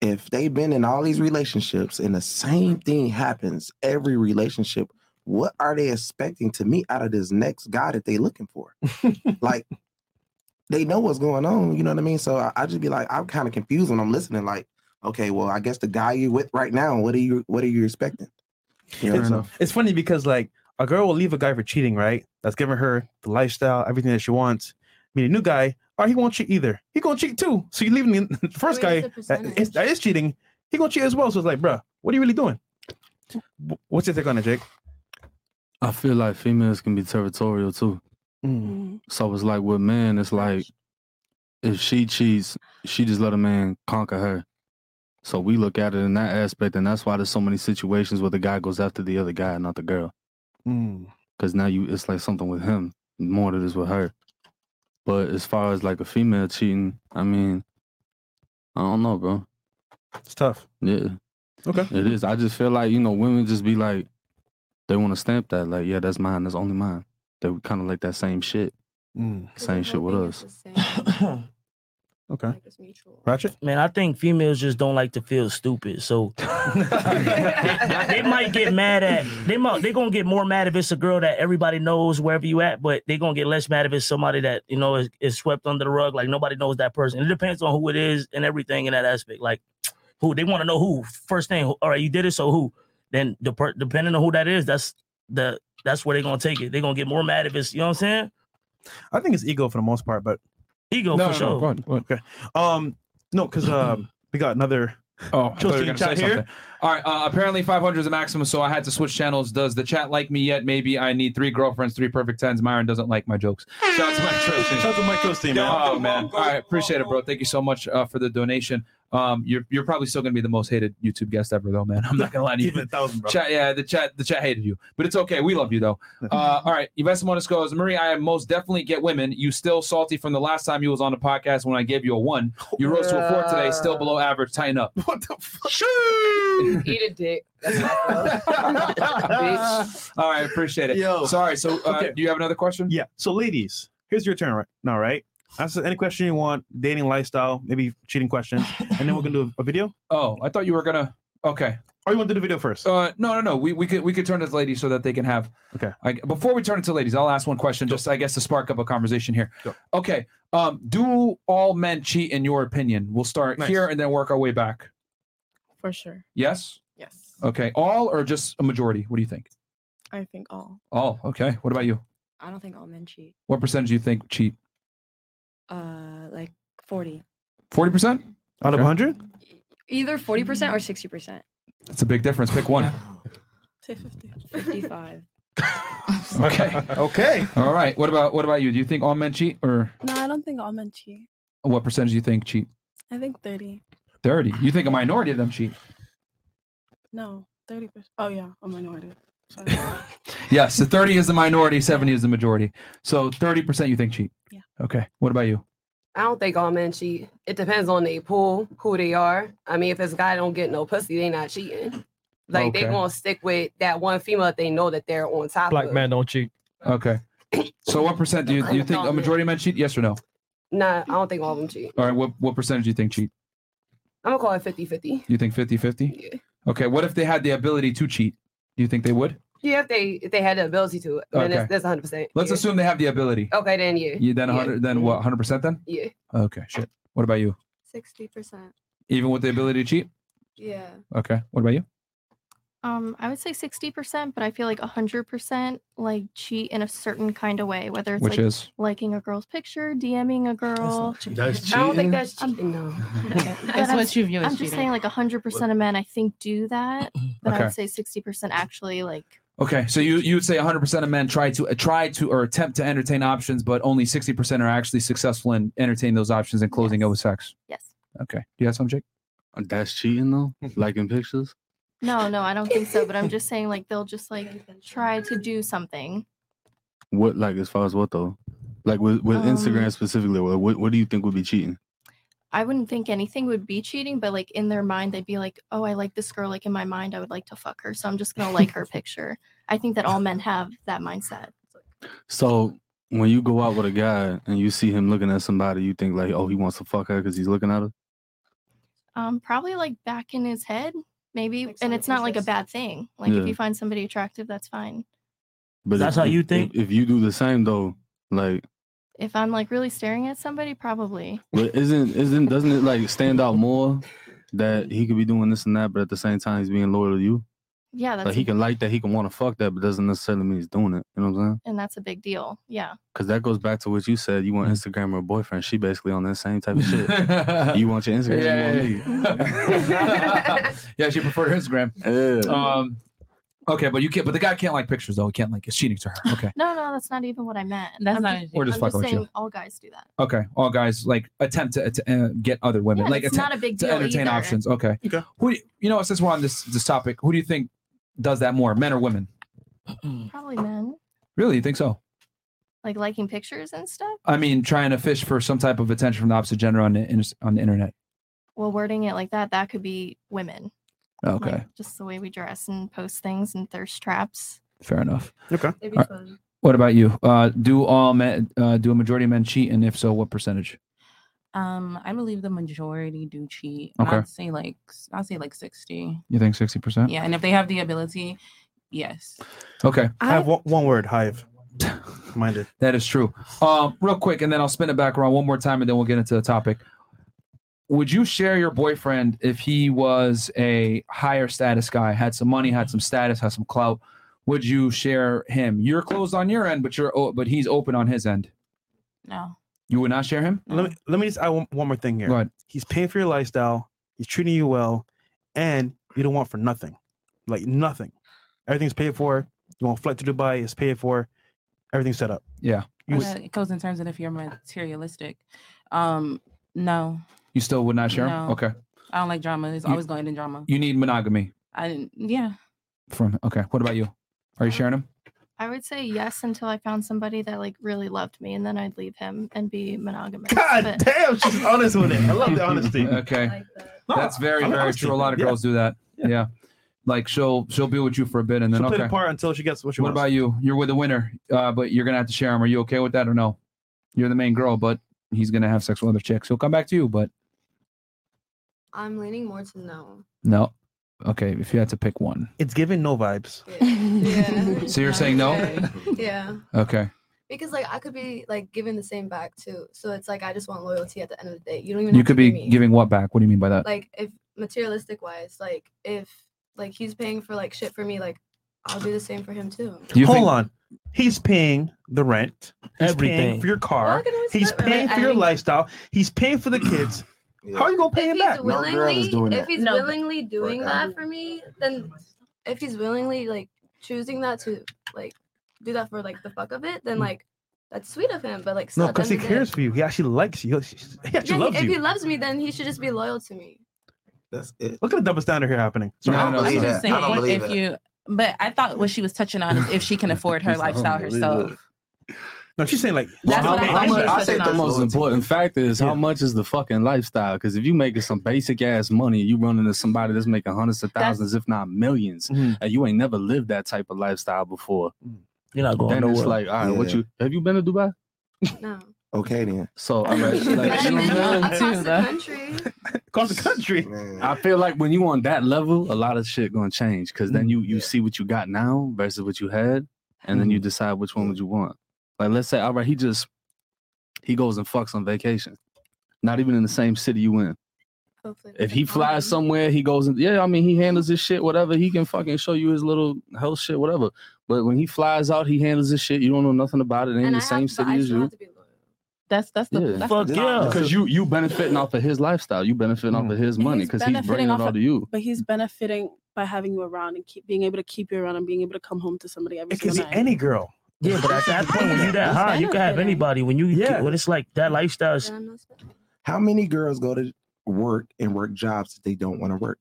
S18: if they've been in all these relationships and the same thing happens every relationship, what are they expecting to meet out of this next guy that they looking for? like, they know what's going on. You know what I mean? So I, I just be like, I'm kind of confused when I'm listening. Like, okay, well, I guess the guy you with right now, what are you, what are you expecting? Yeah,
S8: it's,
S18: fair enough.
S8: it's funny because like a girl will leave a guy for cheating, right? That's giving her the lifestyle, everything that she wants. I mean, a new guy, or he won't cheat either. He gonna cheat too. So you're leaving the the first
S18: Wait,
S8: guy
S18: it's a
S8: that is, that is cheating. He gonna cheat as well. So it's like, bruh, what are you really doing? Wh- What's your take on it, Jake?
S13: I feel like females can be territorial too. So it's like with men, it's like if she cheats, she just let a man conquer her. So we look at it in that aspect, and that's why there's so many situations where the guy goes after the other guy, and not the girl. Because now you, it's like something with him more than it is with her. But as far as like a female cheating, I mean, I don't know, bro.
S8: It's tough.
S13: Yeah.
S8: Okay.
S13: It is. I just feel like you know women just be like, they want to stamp that like, yeah, that's mine. That's only mine. They kind of like that same shit. Same shit with us.
S12: Mm.
S8: okay. Ratchet?
S14: Man, I think females just don't like to feel stupid. So they might get mad at they might they're gonna get more mad if it's a girl that everybody knows wherever you at, but they're gonna get less mad if it's somebody that you know is, is swept under the rug, like nobody knows that person. It depends on who it is and everything in that aspect. Like who they want to know who first thing. who- All right, you did it, so who? Then the per- depending on who that is, that's the that's where they're gonna take it. They're gonna get more mad if it's you know what I'm saying.
S8: I think it's ego for the most part, but
S14: ego
S8: No,
S14: for
S8: no, no,
S14: sure.
S8: go on, go on. Okay. Um, no, because um, we got another.
S1: Oh, I thought you were
S8: Chelsea
S1: gonna say
S8: chat here.
S1: something. All right. Uh, apparently, 500 is the maximum, so I had to switch channels. Does the chat like me yet? Maybe I need three girlfriends, three perfect tens. Myron doesn't like my jokes. Shout out to Mike Trojan.
S8: Shout out to Mike Trojan, man.
S1: Oh man. All right. Appreciate it, bro. Thank you so much uh, for the donation. Um, you're you're probably still gonna be the most hated YouTube guest ever, though, man. I'm not gonna lie to you.
S8: Keep it a thousand, bro.
S1: Chat, yeah, the chat, the chat hated you, but it's okay. We love you though. Uh, all right, Yvette Simonis goes, Marie, I most definitely get women. You still salty from the last time you was on the podcast when I gave you a one. You rose to a four today, still below average. Tighten up. What the fuck?
S12: Eat a dick. That's my fault. Bitch.
S1: All right, appreciate it.
S8: Yo.
S1: Sorry. So, uh,
S8: Okay.
S1: do you have another question?
S8: Yeah. So, ladies, here's your turn right now, right? Answer any question you want, dating lifestyle, maybe cheating question, and then we're gonna do a video.
S1: Oh, I thought you were gonna. Okay.
S8: Or you want to do the video first?
S1: Uh, no, no, no. We, we could we could turn it to ladies so that they can have.
S8: Okay.
S1: I, before we turn it to ladies, I'll ask one question just I guess to spark up a conversation here. Okay. Um, do all men cheat in your opinion? We'll start
S17: Nice.
S1: here and then work our way back.
S17: for sure.
S1: Yes.
S17: Yes,
S1: Okay. All or just a majority? What do you think?
S17: I think all.
S1: All. Okay. What about you?
S16: I don't think all men cheat.
S1: What percentage do you think cheat?
S16: Uh, like 40.
S1: Forty percent
S8: out of hundred.
S16: Either 40% or 60%.
S1: That's a big difference. Pick one.
S16: Say 50. 55.
S1: okay.
S8: okay.
S1: All right. What about what about you? Do you think all men cheat or
S15: No, I don't think all men cheat.
S1: what percentage do you think cheat?
S15: I think 30.
S1: Thirty. You think a minority of them cheat?
S15: No, 30%. Oh, yeah, a minority.
S1: Yes. The thirty is the minority. Seventy is the majority. So thirty percent you think cheat.
S15: Yeah.
S1: Okay. What about you?
S12: I don't think all men cheat. It depends on they pool, who they are. I mean, if it's a guy don't get no pussy, they not cheating. Like they
S2: Okay.
S12: gonna stick with that one female that they know that they're on top
S2: Black
S12: of.
S2: men don't cheat.
S1: Okay. So what percent do you do you think a majority of men cheat? Yes or no?
S12: Nah, I don't think all of them cheat.
S1: All right. What what percentage do you think cheat?
S12: I'm gonna call it 50-50.
S1: You think 50-50? Okay. What if they had the ability to cheat? Do you think they would?
S12: Yeah, if they if they had the ability to, then
S1: Okay.
S12: that's that's 100. percent
S1: Let's
S12: yeah.
S1: assume they have the ability.
S12: Okay, then yeah.
S1: You then 100 then what 100% then?
S12: Yeah.
S1: Okay, shit. What about you?
S11: Sixty percent.
S1: Even with the ability to cheat?
S11: Yeah.
S1: Okay. What about you?
S10: Um, I would say 60%, but I feel like 100% like cheat in a certain kind of way, whether it's
S1: Which
S10: like
S1: is?
S10: liking a girl's picture, DMing a girl.
S12: That's I don't think that's cheating. No.
S10: But I'm
S9: what
S10: s-
S9: you view as
S10: I'm just
S9: cheating.
S10: saying like 100% of men I think do that, but I would
S1: Okay.
S10: say 60% actually like
S1: Okay, so you you would say 100% of men try to uh, try to or attempt to entertain options, but only 60% are actually successful in entertaining those options and closing it with sex.
S10: Yes.
S1: Okay. Do you have something, Jake?
S13: That's cheating though. Liking pictures.
S10: no, no, I don't think so, but I'm just saying like they'll just like try to do something.
S13: What like as far as what though? Like with, with
S10: Um,
S13: Instagram specifically, what, what what do you think would be cheating?
S10: I wouldn't think anything would be cheating, but like in their mind, they'd be like, oh, I like this girl. Like in my mind, I would like to fuck her. So I'm just going to like her picture. I think that all men have that mindset.
S13: So when you go out with a guy and you see him looking at somebody, you think like, oh, he wants to fuck her because he's looking at her.
S10: Um, probably like back in his head, maybe. and it's not like a bad thing. Like
S13: Yeah.
S10: if you find somebody attractive, that's fine.
S13: But
S14: That's how you think?
S13: If, you do the same though, like,
S10: If I'm like really staring at somebody, probably.
S13: but isn't isn't doesn't it like stand out more that he could be doing this and that, but at the same time he's being loyal to you?
S10: Yeah, that's
S13: Like he
S10: a-
S13: can like that, he can want to fuck that, but doesn't necessarily mean he's doing it. You know what I'm saying?
S10: and that's a big deal. Yeah.
S13: Because that goes back to what you said. You want
S14: Mm.
S13: Instagram or a boyfriend. She basically on that same type of shit. you want your Instagram.
S1: Yeah,
S13: you want me.
S1: Yeah, she preferred Instagram. Um Okay, but you can't but the guy can't like pictures though. He can't like it's cheating to her. Okay.
S10: No, no, that's not even what I meant. That's
S1: not
S10: Just,
S1: anything. We're just
S10: I'm
S1: fucking
S10: just
S1: with you.
S10: saying all guys do that.
S1: Okay, all guys like attempt to, to uh, get other women.
S10: Yeah,
S1: like
S10: it's
S1: attempt
S10: not a big
S1: to
S10: deal
S1: entertain
S10: either.
S1: options. Okay. Okay. Who do you, you know since we're on this this topic, who do you think does that more, men or women?
S10: Probably men.
S1: Really, you think so?
S10: Like liking pictures and stuff.
S1: I mean, trying to fish for some type of attention from the opposite gender on the in- on the internet.
S10: well wording it like that that could be women
S1: Okay,
S10: just the way we dress and post things and thirst traps
S1: fair enough.
S8: Okay.
S10: It'd be
S1: All right.
S10: fun.
S1: What about you? Uh, do all men? Uh, do a majority of men cheat, and if so, what percentage?
S9: Um, I believe the majority do cheat. and
S1: Okay.
S9: I'd say like s- I'll say like sixty.
S1: You think sixty percent?
S9: Yeah, and if they have the ability, yes.
S1: Okay.
S8: I have one, one word. Hive. Minded.
S1: That is true. Um, real quick, and then I'll spin it back around one more time, and then we'll get into the topic. Would you share your boyfriend if he was a higher status guy, had some money, had some status, had some clout? Would you share him? You're closed on your end, but you're o- but he's open on his end.
S9: No.
S1: You would not share him?
S8: Let me let me just add one, one more thing here.
S1: Go ahead.
S8: He's paying for your lifestyle. He's treating you well, and you don't want for nothing, like nothing. Everything's paid for. You want a flight to Dubai? It's paid for. Everything's set up.
S1: Yeah.
S8: You
S9: Uh, it goes in terms of if you're materialistic. Um, no.
S1: You still would not share him?
S9: no.
S1: Okay.
S9: I don't like drama. It's
S1: You-
S9: always going in drama.
S1: You need monogamy
S9: I didn't yeah.
S1: from okay. What about you? Are you sharing him?
S10: i would say yes until i found somebody that like really loved me and then i'd leave him and be monogamous but
S8: damn, she's honest with it. I love the honesty.
S1: okay.
S8: No,
S1: That's very,
S8: I'm
S1: very
S8: honest
S1: true.
S8: with
S1: A lot of
S8: you. Yeah.
S1: girls do that. Yeah. Like she'll she'll be with you for a bit and then
S8: She'll play
S1: okay.
S8: the part until she gets what she
S1: What
S8: wants.
S1: about you? You're with a winner, uh, but you're gonna have to share him. Are you okay with that or no? You're the main girl, but he's gonna have sex with other chicks. He'll come back to you, but
S11: I'm leaning more to no.
S1: no. Okay, if you had to pick one,
S8: it's giving no vibes.
S11: yeah.
S1: So you're saying no?
S11: yeah.
S1: Okay.
S11: Because like I could be like giving the same back too. So it's like I just want loyalty at the end of the day. You don't even
S1: You
S11: have to
S1: could be
S11: give me.
S1: giving what back? What do you mean by that?
S11: like if materialistic wise, like if like he's paying for like shit for me, like I'll do the same for him too.
S8: Hold on. He's paying the rent. He's
S14: Everything.
S8: paying for your car. He's paying for your lifestyle. He's paying for the kids. How are you gonna pay him back?
S11: willingly, if he's willingly doing that for me, then if he's willingly like choosing that to like do that for like the fuck of
S1: Mm.
S11: it, then like that's sweet of him. But like, still,
S8: no,
S11: at the
S8: because he
S11: end of the day-
S8: cares for you. He actually likes you. He actually
S11: Yeah, he-
S8: loves
S11: if he
S8: you.
S11: loves me, then he should just be loyal to me.
S8: That's it. Look at the double standard here happening. Sorry.
S9: I'm just saying, if you, but I thought what she was touching on is if she can afford her lifestyle herself.
S8: No, she's saying like
S9: That's
S13: how,
S9: what I
S13: how
S9: think
S13: much,
S9: she's
S13: I think the
S9: touching on.
S13: most important factor is how much is the fucking lifestyle. Because if you making some basic ass money, you run into somebody that's making hundreds of
S14: That's-
S13: thousands, if not 1000000s and you ain't never lived that type of lifestyle before.
S14: You're not going
S13: Then it's
S14: nowhere.
S13: like, all right, what
S14: Yeah.
S13: you have you been to Dubai?
S11: No.
S13: Okay then. So all right,
S11: Across
S13: like, you know what I'm saying?
S11: the country.
S8: across the country.
S13: I feel like when you on that level, a lot of shit gonna change because then you you see what you got now versus what you had, and then you decide which one would you want. Like let's say, all right, he just he goes and fucks on vacation, not even in the same city you in. If he flies somewhere, he goes and yeah, I mean he handles his shit, whatever. He can fucking show you his little health shit, whatever. But when he flies out, he handles his shit. You don't know nothing about it. It ain't the same city as you.
S9: That's that's the
S13: Yeah.
S9: that's the problem.
S13: Because you you benefiting off of his lifestyle. You benefiting off of his
S12: Mm.
S13: money because he's bringing it
S15: off
S13: all
S15: of-
S13: to you.
S15: But he's benefiting by having you around and keep being able to keep you around and being able to come home to somebody every
S8: Because
S15: single night.
S8: any girl.
S14: Yeah, but at that point, when you that
S15: That's
S14: high, you can have
S15: benefiting.
S14: anybody. When you yeah. when it's like that lifestyle, is-
S18: How many girls go to work and work jobs that they don't want to work?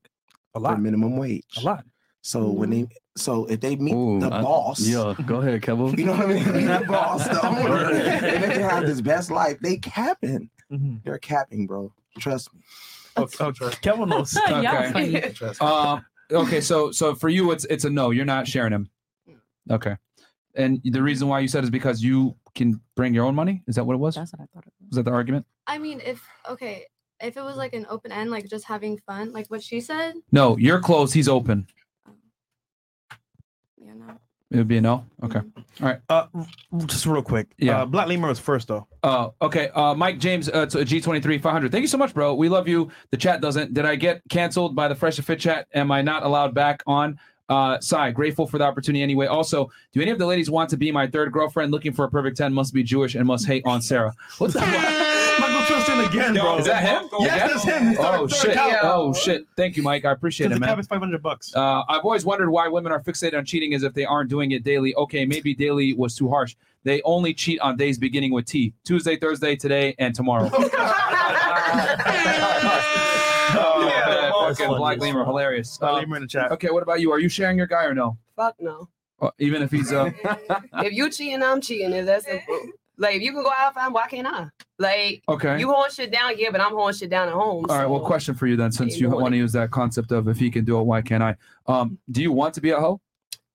S8: A
S18: lot. minimum wage. A
S8: lot.
S18: So when they so if they meet the
S13: Mm. I-
S18: boss,
S13: yeah, go ahead, Kevin.
S18: you know what I mean? the boss, the owner, and they can have this best life. They capping. They're capping, bro. Trust me.
S8: Okay.
S1: Kevin knows.
S18: Y'all
S1: okay. Um, okay. So so for you, it's it's a no. You're not sharing him. Okay. And the reason why you said is because you can bring your own money. Is that what it was? That's
S9: what I thought. It
S1: was. was that the argument?
S11: I mean, if okay, if it was like an open end, like just having fun, like what she said,
S1: No, you're closed. He's open. It would be a no. Okay. All right.
S8: Uh, just real quick.
S1: Yeah.
S8: Uh, Black Lemur was first though.
S1: Oh, okay. Uh, Mike James, uh, to G23 500. Thank you so much, bro. We love you. The chat doesn't. Did I get canceled by the Fresh and Fit chat? Am I not allowed back on? Uh, Sai, grateful for the opportunity anyway. Also, do any of the ladies want to be my third girlfriend? Looking for a perfect 10, must be Jewish and must hate on Sarah. What the
S8: Michael Tristan again, bro.
S1: Is that him?
S8: Yes, that's
S1: Yeah?
S8: him. He's
S1: Oh,
S8: our third
S1: shit.
S8: count.
S1: Oh, shit. Thank you, Mike. I appreciate
S8: Because
S1: it,
S8: the
S1: man.
S8: cap is 500 bucks.
S1: Uh, I've always wondered why women are fixated on cheating as if they aren't doing it daily. Okay, maybe daily was too harsh. They only cheat on days beginning with T Tuesday, Thursday, today, and tomorrow. Oh, man, fucking Black Lemur, hilarious. Black
S8: Lemur in the chat.
S1: Okay, what about you? Are you sharing your guy or no?
S12: Fuck no.
S1: Or even if he's uh,
S12: if you cheating, I'm cheating. If that's simple. like if you can go out fine, why can't I? Like
S1: Okay.
S12: you holding shit down here, but I'm holding shit down at home.
S1: all right. Well,
S12: so-
S1: question for you then, since you want to use that concept of if he can do it, why can't I? Um, do you want to be a hoe?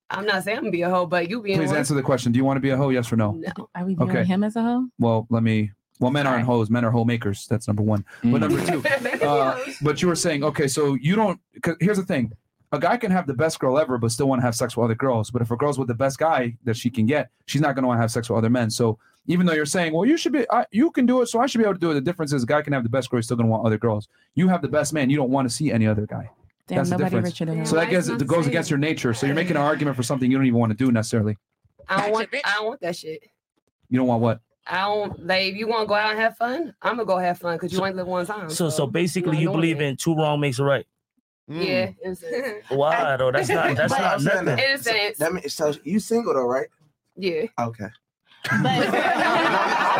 S12: I'm not saying I'm gonna be a hoe, but you being
S1: Please
S12: one-
S1: answer the question. Do you want to be a hoe? Yes or no?
S9: Are we
S1: Okay.
S9: viewing him as a hoe?
S1: Well, let me. Well, men aren't hoes. Men are hoe makers. That's number one. But number two, uh, but you were saying, okay, so you don't. Cause here's the thing: a guy can have the best girl ever, but still want to have sex with other girls. But if a girl's with the best guy that she can get, she's not going to want to have sex with other men. So even though you're saying, well, you should be, I, you can do it, so I should be able to do it. The difference is, a guy can have the best girl, he's still going to want other girls. You have the best man, you don't want to see any other guy.
S9: Damn,
S1: That's the
S9: nobody
S1: difference.
S9: richer than us.
S1: so that
S9: Why
S1: goes,
S9: it's not
S1: it goes
S9: safe?
S1: against your nature. So you're making an argument for something you don't even want to do necessarily.
S12: I don't want. I don't want that shit.
S1: You don't want what?
S12: I don't like. If you want to go out and have fun, I'm gonna go have fun because you ain't live one time.
S14: so so basically,
S12: not
S14: you
S12: doing
S14: believe in two wrong makes a right.
S12: Yeah. in a sense.
S14: Wow, though, that's not that's
S18: But
S14: not
S18: I'm saying
S14: nothing.
S18: that- so, that mean- so you single though, right?
S12: Yeah.
S18: Okay.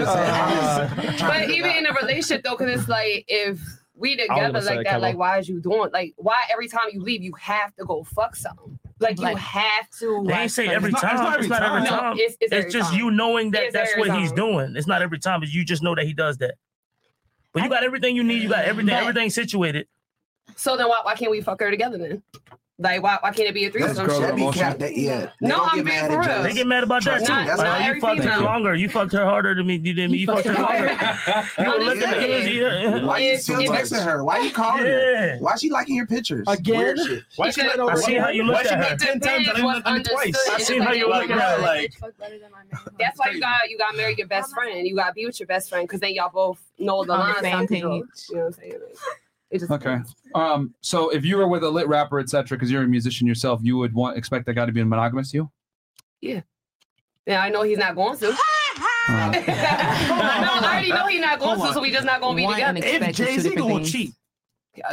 S13: Uh,
S12: but even in a relationship though, because it's like if we
S14: I was gonna
S12: together
S14: say
S12: like
S14: that,
S12: that,
S14: Kevo.
S12: like why is you doing like why every time you leave you have to go fuck something? Like, you have to.
S14: They ain't say every time. It's not every time.
S12: No, it's, it's every
S14: just
S12: time.
S14: you knowing that
S12: It's
S14: that's
S12: every
S14: what he's
S12: time.
S14: doing. It's not every time, but you just know that he does that. But you got everything you need. You got everything. Everything situated.
S12: So then why why can't we fuck her together then? Like, why, why can't it be a threesome?
S14: Those girls
S12: Shit.
S14: are emotional. Can't they- yeah. They
S12: no,
S14: don't
S12: I'm
S14: get
S12: being
S14: mad
S12: for
S14: at
S12: real.
S14: They get mad about that too.
S12: Not,
S14: Like,
S12: not
S14: you fucked
S12: every
S14: her
S12: female.
S14: longer. You fucked her harder than me. You did me. You fucked her harder. You were looking at her.
S18: Why you still texting her? Why you calling her? Why she liking your pictures?
S14: Again?
S18: Weird shit.
S14: Why she like- I see how you looked at her. I see how you looked at her. Like,
S12: That's why you got you got to marry your best friend. You got to be with your best friend because then y'all both know the
S9: On the
S12: lines.
S9: same
S12: sometimes, You know what I'm saying? It just
S1: Okay. Um. So if you were with a lit rapper, etc., because you're a musician yourself, you would want expect that guy to be monogamous to you.
S12: Yeah. Yeah, I know he's not going to. I, know, I already know he's not going
S15: Hold
S12: to, so
S15: on.
S12: we just not gonna be
S15: One
S12: together.
S15: unexpected, If two Jay-Z different gonna things. cheat,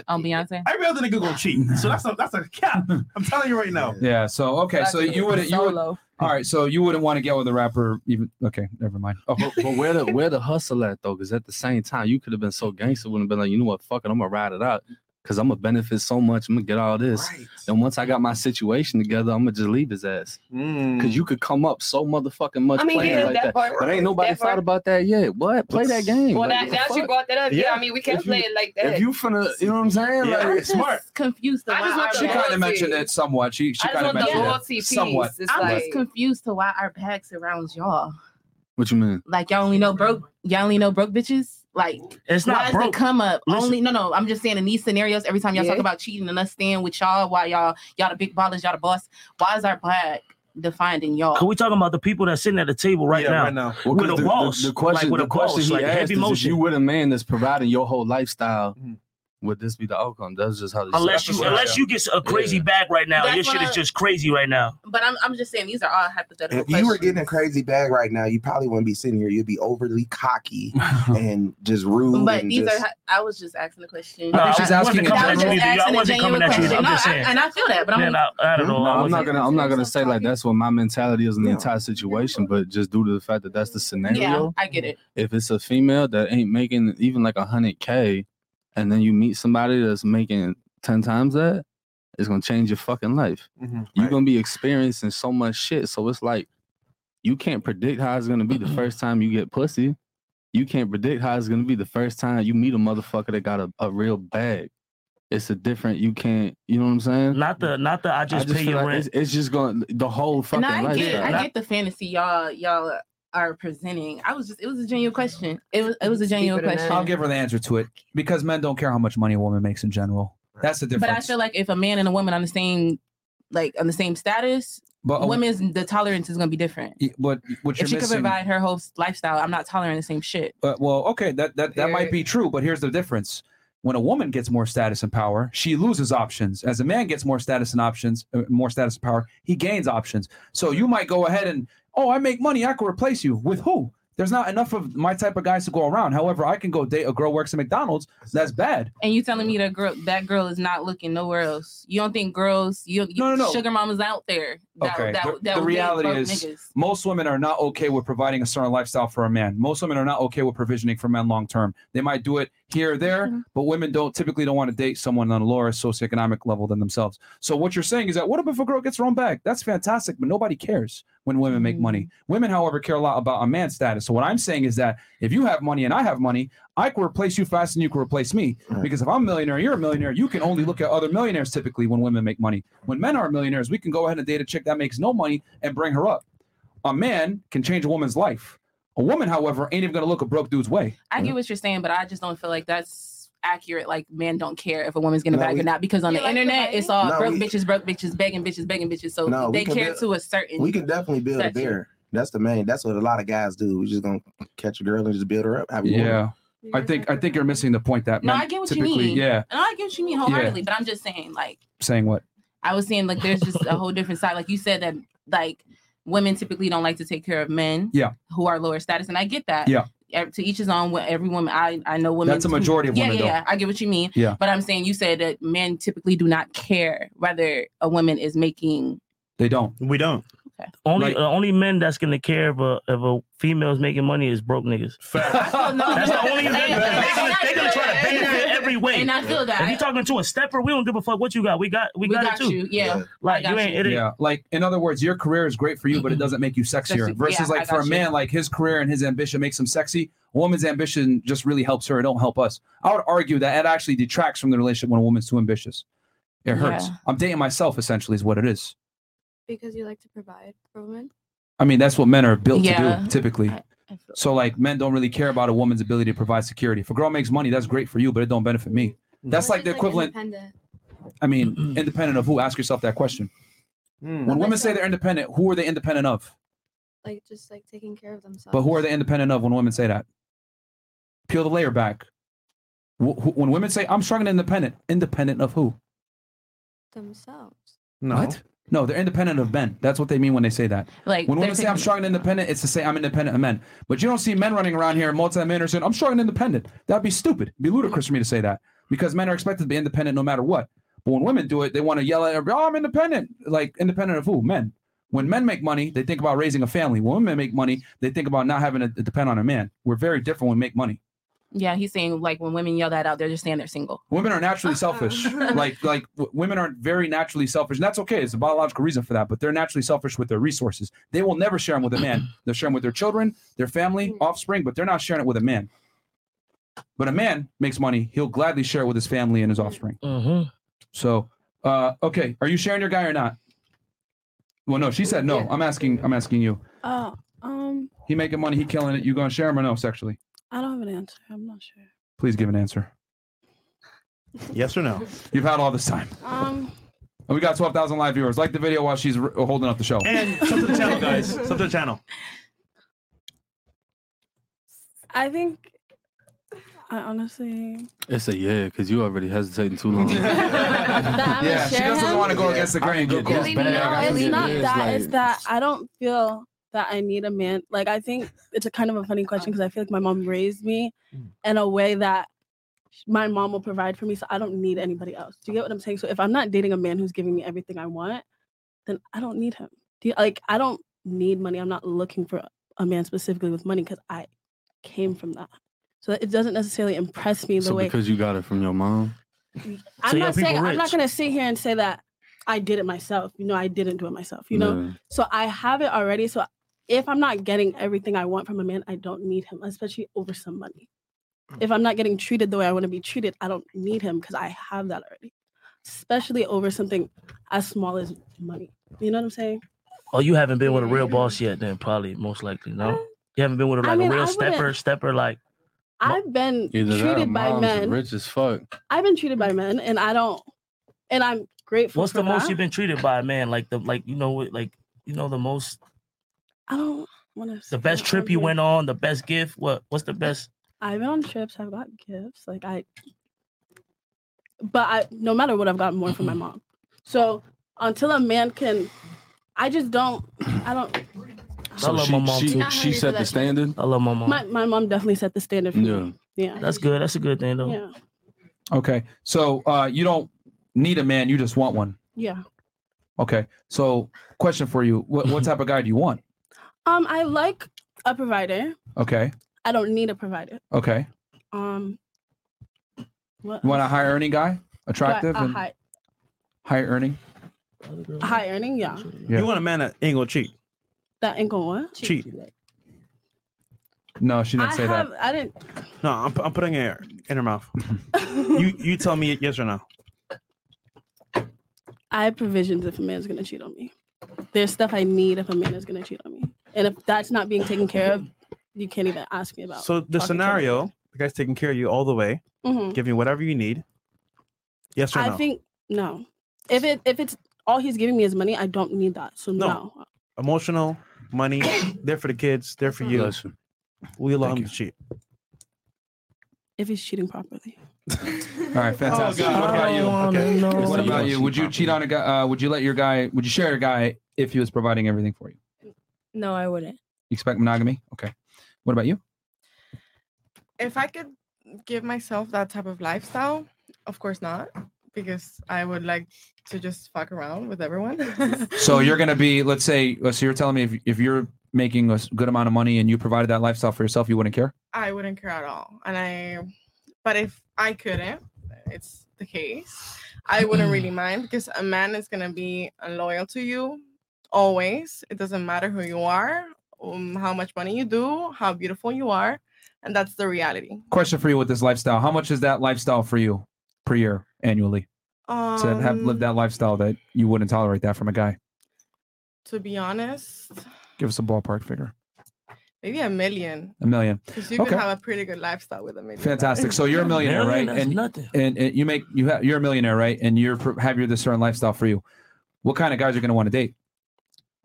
S9: on Beyonce.
S8: Every other nigga gonna cheat. So that's a that's a cap. I'm telling you right now.
S1: Yeah. So okay. So
S8: That's
S1: you would. You would.
S8: solo.
S1: All right. So you wouldn't want to get with a rapper. Even okay. Never mind. Oh,
S13: but, but where the where the hustle at though? Because at the same time, you could have been so gangster, wouldn't have been like, you know what, fuck it, I'm gonna ride it out. Cause I'm gonna benefit so much. I'm gonna get all this. And once I got my situation together, I'm gonna just leave his ass. Cause you could come up so motherfucking much
S12: I mean,
S13: playing
S12: yeah,
S13: like
S12: that
S13: that.
S12: part-
S13: but ain't nobody
S12: that part-
S13: thought about that yet. What? Play that game.
S12: Well,
S13: Like,
S12: that,
S13: the
S12: that's you
S13: fuck?
S12: brought that up. Yeah,
S13: Yeah.
S12: I mean, we can't
S13: If you-
S12: play it like that.
S13: If you finna, you know what I'm saying?
S1: Yeah.
S13: Like, smart.
S9: confused.
S12: I just
S9: why
S12: want
S9: our
S1: She kind
S9: backs-
S1: of mentioned it somewhat. She she
S9: I just
S1: kind of
S9: want the
S1: mentioned
S9: loyalty
S1: it somewhat.
S9: I'm just confused to why our back surrounds y'all.
S13: What you mean?
S9: Like y'all only know broke. Y'all only know broke bitches. Like
S14: It's not
S9: why is the
S14: broke.
S9: come up
S14: Listen.
S9: only. No, no. I'm just saying in these scenarios, every time y'all
S14: Yeah.
S9: talk about cheating and us staying with y'all, why y'all y'all the big ballers, y'all the boss. Why is our black defined in y'all?
S14: Cause we talking about the people that's sitting at the table right
S13: Yeah,
S14: now,
S13: right now. Well, 'cause
S14: with a
S13: the- the-
S14: boss,
S13: The, question,
S14: like with
S13: the
S14: a
S13: question
S14: boss,
S13: he
S14: like
S13: asked
S14: heavy
S13: is, if
S14: motion. Mm-hmm.
S13: you with a man that's providing your whole lifestyle, would this be the outcome? That's just how. they-
S14: unless you unless you get a crazy bag right now,
S9: That's
S14: your shit
S9: what
S14: is
S9: I-
S14: just crazy right now.
S9: But I'm I'm just saying these are all hypothetical.
S18: If you were
S9: questions.
S18: getting a crazy bag right now, you probably wouldn't be sitting here. You'd be overly cocky and just rude.
S9: But
S18: and
S9: these
S18: just,
S9: are. hy- I was just asking a question.
S18: I think she's
S9: I
S18: asking
S9: wasn't
S18: in
S9: coming
S18: general.
S9: at you.
S18: I
S9: I
S18: wasn't
S9: wasn't
S18: coming
S9: coming
S18: at you.
S9: at you.
S18: I'm
S9: No,
S18: just
S9: I,
S18: saying.
S9: and I feel that, but I'm
S14: Man, I, I don't know.
S13: No,
S14: I
S13: I'm
S14: wasn't-
S13: not gonna. I'm not gonna say like that's what my mentality is in the entire situation, but just due to the fact that that's the scenario.
S9: yeah, I get it.
S13: if it's a female that ain't making even like a hundred k, and then you meet somebody that's making ten times that, it's gonna change your fucking life.
S1: Mm-hmm.
S13: You're gonna be experiencing so much shit. So it's like you can't predict how it's gonna be
S14: Mm-hmm.
S13: the first time you get pussy. You can't predict how it's gonna be the first time you meet a motherfucker that got a, a real bag. It's a different. You can't. You know what I'm saying?
S14: Not the. Not the. I just pay
S13: feel
S14: your
S13: like
S14: rent.
S13: It's, it's just going to the whole fucking
S9: And I get,
S13: lifestyle.
S9: I get the fantasy y'all y'all are presenting. I was just, it was a genuine question. It was, it was a genuine question.
S1: I'll give her the answer to it because men don't care how much money a woman makes in general. That's the
S9: But I
S1: difference.
S9: feel like if a man and a woman on the same, like on the same status,
S1: But a-
S9: women's the tolerance is gonna be different.
S1: Y- What what
S9: if
S1: you're
S9: she could
S1: missing?
S9: provide her whole lifestyle, I'm not tolerating the same shit.
S1: Uh, well, okay, that that that might be true, but here's the difference. When a woman gets more status and power, she loses options. As a man gets more status and options, uh, more status and power, he gains options. So you might go ahead and, oh, I make money, I can replace you with who? There's not enough of my type of guys to go around. However, I can go date a girl works at McDonald's. That's bad.
S9: And you telling me that girl that girl is not looking nowhere else. You don't think girls, you, you
S1: no, no.
S9: sugar mamas out there. That,
S1: Okay.
S9: that,
S1: the,
S9: that, that
S1: the
S9: will date
S1: reality
S9: broke
S1: is,
S9: niggas.
S1: most women are not okay with providing a certain lifestyle for a man. Most women are not okay with provisioning for men long term. They might do it here or there, but women don't typically don't want to date someone on a lower socioeconomic level than themselves. So what you're saying is that what if a girl gets her own bag? That's fantastic, but nobody cares when women make money. Women, however, care a lot about a man's status. So what I'm saying is that if you have money and I have money, I can replace you faster than you can replace me. Because if I'm a millionaire, you're a millionaire, you can only look at other millionaires typically when women make money. When men are millionaires, we can go ahead and date a chick that makes no money and bring her up a man can change a woman's life. A woman, however, ain't even gonna look a broke dude's way.
S9: I
S18: Mm-hmm.
S9: get what you're saying, but I just don't feel like that's accurate. Like men don't care if a woman's gonna
S1: No,
S9: bag
S1: we-
S9: or not because on
S1: You
S9: the
S1: like
S9: internet
S1: providing?
S9: it's all
S18: No,
S9: broke
S18: we-
S9: bitches, broke bitches, begging bitches, begging bitches. So
S18: No, we
S9: they
S18: can
S9: care
S18: build-
S9: to a certain.
S18: we can definitely build a
S9: section.
S18: bear. That's the main. That's what a lot of guys do. We just gonna catch a girl and just build her up. how we want.
S1: Yeah. I think I think you're missing the point that
S9: No,
S1: men
S9: I get what you
S1: typically,
S9: mean. Uh,
S1: yeah,
S9: and I get what you mean wholeheartedly. But I'm just saying, like,
S1: saying what?
S9: I was saying, like, there's just a whole different side. Like you said that, like, women typically don't like to take care of men
S1: Yeah,
S9: who are lower status, and I get that.
S1: Yeah.
S9: Ev- To each his own. wh- Every woman, I I know women.
S1: That's a
S9: who-
S1: majority of
S9: yeah,
S1: women,
S9: Yeah,
S1: though.
S9: yeah, I get what you mean.
S1: Yeah.
S9: But I'm saying you said that men typically do not care whether a woman is making
S1: they don't.
S8: We don't.
S14: Only the only men that's gonna care if a if a female's making money is broke niggas.
S9: That's
S14: the only
S3: And-
S14: thing.
S3: and-
S14: They're gonna, they gonna try to
S3: and-
S14: benefit every way.
S3: and I feel that.
S14: If you talking to a stepper, we don't give a fuck what you got. We got we, got, it too. Like you ain't it ain't-
S1: yeah. Like in other words, your career is great for you, but it doesn't make you sexier.
S14: Sexy.
S1: Versus
S14: Yeah, I
S1: like for
S14: got
S1: a
S14: you.
S1: man, like his career and his ambition makes him sexy. A woman's ambition just really helps her. It don't help us. I would argue that it actually detracts from the relationship when a woman's too ambitious. It hurts.
S11: Yeah.
S1: I'm dating myself essentially is what it is.
S11: because you like to provide for women.
S1: I mean, that's what men are built to
S11: Yeah.
S1: do typically. so like men don't really care about a woman's ability to provide security. If a girl makes money, that's great for you, but it don't benefit me.
S11: Mm.
S1: That's like the equivalent.
S11: Independent. Mm.
S1: I mean, independent of who? Ask yourself that question. When women say they're independent, who are they independent of?
S11: Like just like taking care of themselves.
S1: But who are they independent of when women say that? Peel the layer back. Wh- wh- When women say, I'm strong and independent, independent of who?
S11: themselves?
S1: No. What? No, they're independent of men. That's what they mean when they say that.
S11: Like,
S1: when
S11: they're
S1: women say I'm
S11: taking-
S1: strong and independent, it's to say I'm independent of men. But you don't see men running around here multi-millionaires saying I'm strong and independent. That'd be stupid. It'd be ludicrous for me to say that because men are expected to be independent no matter what. But when women do it, they want to yell at everybody, "Oh, I'm independent!" Like independent of who? Men. When men make money, they think about raising a family. When women make money, they think about not having to to depend on a man. We're very different when we make money.
S9: Yeah, he's saying like when women yell that out, they're just saying they're single.
S1: Women are naturally selfish. like like w- women are very naturally selfish, and that's okay. It's a biological reason for that. But they're naturally selfish with their resources. They will never share them with a man. They'll share them with their children, their family, offspring, but they're not sharing it with a man. But a man makes money; he'll gladly share it with his family and his offspring.
S17: Mm-hmm.
S1: So, uh, okay, are you sharing your guy or not? Well, no, she said no. I'm asking. I'm asking you.
S15: Oh, um,
S1: He making money, he killing it. You gonna share him or no? Sexually,
S15: I don't have an answer. I'm not sure.
S1: please give an answer. Yes or no? You've had all this time.
S15: Um,
S1: And we got 12,000 live viewers. Like the video while she's r- holding up the show.
S8: And sub to the channel, guys. Sub to the channel.
S15: I think I honestly.
S13: It's a yeah, because you already hesitating too long.
S1: yeah, she doesn't want to go against the grain. Go
S13: Yeah,
S1: cool.
S13: leave me alone.
S15: No, it's
S13: Yeah,
S15: not
S13: it's
S15: that.
S13: like-
S15: It's that I don't feel that I need a man. Like I think it's a kind of a funny question because I feel like my mom raised me
S13: Mm.
S15: in a way that my mom will provide for me, so I don't need anybody else. Do you get what I'm saying? So if I'm not dating a man who's giving me everything I want, then I don't need him. Do you, like I don't need money. I'm not looking for a man specifically with money because I came from that. So it doesn't necessarily impress me the
S13: So
S15: way.
S13: because you got it from your mom.
S15: I'm
S13: So y'all
S15: not
S13: people
S15: saying I'm not
S13: rich.
S15: gonna sit here and say that I did it myself. You know, I didn't do it myself. You know,
S13: Yeah.
S15: so I have it already. So if I'm not getting everything I want from a man, I don't need him, especially over some money. If I'm not getting treated the way I want to be treated, I don't need him because I have that already. Especially over something as small as money. You know what I'm saying?
S14: Oh, you haven't been with a real boss yet, then probably most likely no. You haven't been with a,
S15: I
S14: like
S15: mean,
S14: a
S15: I
S14: real
S15: wouldn't-
S14: stepper, stepper like
S15: I've been
S13: Either that or
S15: treated by
S13: mom's
S15: men.
S13: rich as fuck.
S15: I've been treated by men, and I don't. And I'm grateful.
S14: What's
S15: for
S14: the most
S15: that.
S14: you've been treated by a man? Like the like you know what like you know the most
S15: I don't want to.
S14: the best trip you went on, the best gift. What what's the best?
S15: I've been on trips. I've got gifts. Like I, but I no matter what, I've gotten more from my mom. So until a man can, I just don't. I don't.
S13: So
S14: love
S13: she,
S14: my mom
S13: she,
S14: too.
S13: she set the standard.
S14: I love my mom.
S15: My my mom definitely set the standard for me. Yeah.
S14: That's good. That's a good thing though.
S15: Yeah.
S1: Okay. So uh, you don't need a man, you just want one.
S15: Yeah.
S1: Okay. So, question for you What, what type of guy do you want?
S15: Um, I like a provider.
S1: Okay.
S15: I don't need a provider.
S1: Okay.
S15: Um. What?
S1: You want a high earning guy? Attractive
S15: a
S1: and
S15: high,
S1: high earning?
S15: high earning, yeah.
S8: You want a man that ain't gonna cheat.
S15: That ain't gonna work.
S8: Cheat.
S1: No, she
S8: didn't
S15: I have. I didn't.
S8: No, I'm, I'm putting it in her- in her mouth. you you tell me yes or no.
S15: I have provisions if a man's gonna cheat on me. There's stuff I need if a man is gonna cheat on me, and if that's not being taken care of, you can't even ask me about.
S8: So the scenario, the guy's taking care of you all the way,
S15: Mhm.
S8: giving you whatever you need. Yes or
S15: I
S8: no?
S15: think no. If it if it's all he's giving me is money, I don't need that. So no.
S8: Emotional, money, there for the kids, there for you. We allow him to cheat.
S15: If he's cheating properly,
S1: All right. Fantastic.
S15: Oh, God.
S1: what about you?
S15: I wanna
S1: Okay.
S15: know.
S1: What
S15: You
S1: about
S15: don't
S1: you?
S15: cheat
S1: Would you cheat on a guy? Uh, would you let your guy, would you share your guy if he was providing everything for you?
S16: No, I wouldn't.
S1: You expect monogamy? Okay. What about you?
S17: if I could give myself that type of lifestyle, of course not, because I would like to just fuck around with everyone.
S1: So you're going to be, let's say, uh, so you're telling me if, if you're making a s- good amount of money and you provided that lifestyle for yourself, you wouldn't care?
S17: I wouldn't care at all. And I, but if I couldn't, it's the case. I wouldn't really
S1: Mm.
S17: mind because a man is gonna be loyal to you always. It doesn't matter who you are, um, how much money you do, how beautiful you are, and that's the reality.
S1: Question for you with this lifestyle. How much is that lifestyle for you per year annually? to have
S17: Um,
S1: lived that lifestyle that you wouldn't tolerate that from a guy?
S17: to be honest,
S1: Give us a ballpark figure.
S17: maybe a million.
S1: A million.
S17: Because you
S1: Okay.
S17: can have a pretty good lifestyle with a million.
S1: Fantastic. So you're a millionaire, right?
S17: That's
S1: And,
S17: nothing.
S1: and and you make you have you're a millionaire, right? And you're pr- have your this certain lifestyle for you. What kind of guys are going to want to date?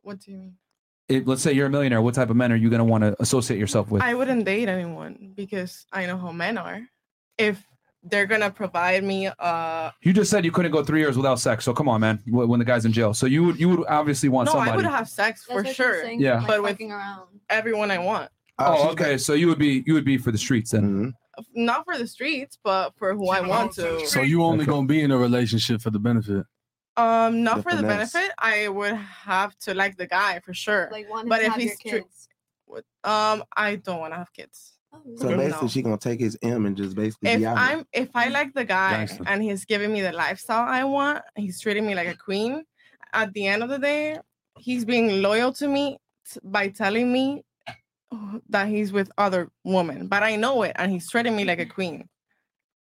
S17: What do you mean?
S1: If, let's say you're a millionaire. What type of men are you going to want to associate yourself with?
S17: I wouldn't date anyone because I know how men are. If they're gonna provide me uh
S1: you just said you couldn't go three years without sex. So come on, man. wh- When the guy's in jail, so you would you would obviously want
S17: no,
S1: somebody.
S17: I would have sex for sure.
S1: saying, Yeah. like
S17: but with everyone I want.
S1: oh, okay. So you would be you would be for the streets then.
S17: Not for the streets, but for who I want to.
S13: So you only gonna be in a relationship for the benefit.
S17: Um, not
S13: The
S17: for the
S13: finesse.
S17: benefit. I would have to like the guy for sure. Like
S11: want him
S17: but
S11: to
S17: if
S11: have
S17: he's
S11: your
S17: stri- what- um, I don't want to have kids.
S18: So
S17: Oh, No.
S18: basically, she gonna take his M and just basically
S17: if
S18: be out here.
S17: I'm if I like the guy
S18: Gangster.
S17: and he's giving me the lifestyle I want, he's treating me like a queen. At the end of the day, he's being loyal to me t- by telling me that he's with other women, but I know it, and he's treating me like a queen.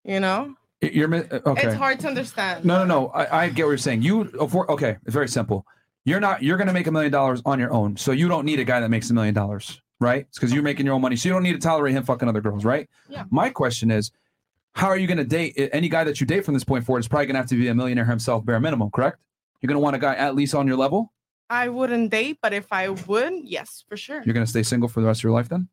S17: You know,
S1: Y- You're mi- uh, okay.
S17: it's hard to understand.
S1: No, no, no. I, I get what you're saying. You of cour- okay? It's very simple. You're not. You're gonna make a million dollars on your own, so you don't need a guy that makes a million dollars, right? Because you're making your own money, so you don't need to tolerate him fucking other girls, right?
S17: Yeah.
S1: My question is, how are you gonna date i- any guy that you date from this point forward? Is probably gonna have to be a millionaire himself, bare minimum, correct? You're gonna want a guy at least on your level.
S17: I wouldn't date, but if I would, yes, for sure.
S1: You're gonna stay single for the rest of your life, then?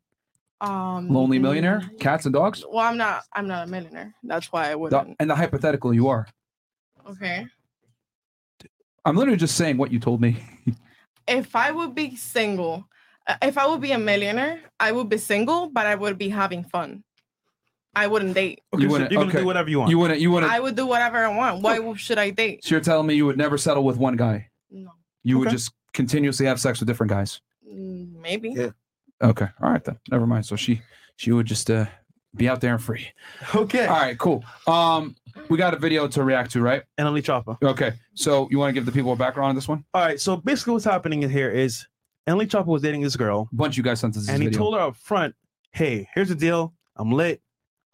S17: Um,
S1: Lonely millionaire, cats and dogs.
S17: Well, I'm not. I'm not a millionaire. That's why I wouldn't.
S1: The- and the hypothetical you are.
S17: Okay.
S1: I'm literally just saying what you told me.
S17: if I would be single, uh, if I would be a millionaire, I would be single, but I would be having fun. I wouldn't date.
S1: you wouldn't.
S8: you're gonna do
S1: okay.
S8: whatever you want.
S1: You wouldn't. You wouldn't.
S17: I would do whatever I want. Why w- should I date?
S1: So you're telling me you would never settle with one guy?
S17: No.
S1: You would
S17: Okay.
S1: just continuously have sex with different guys.
S17: Mm, Maybe.
S1: Okay. All right then. Never mind. So she she would just uh be out there and free. Okay. All right, cool. Um we got a video to react to, right?
S8: And Emily Choppa.
S1: Okay. So you want to give the people a background on this one?
S8: All right. So basically, what's happening in here is Emily Choppa was dating this girl.
S1: Bunch you guys sent this
S8: And he
S1: video.
S8: told her up front, "Hey, here's the deal. I'm lit.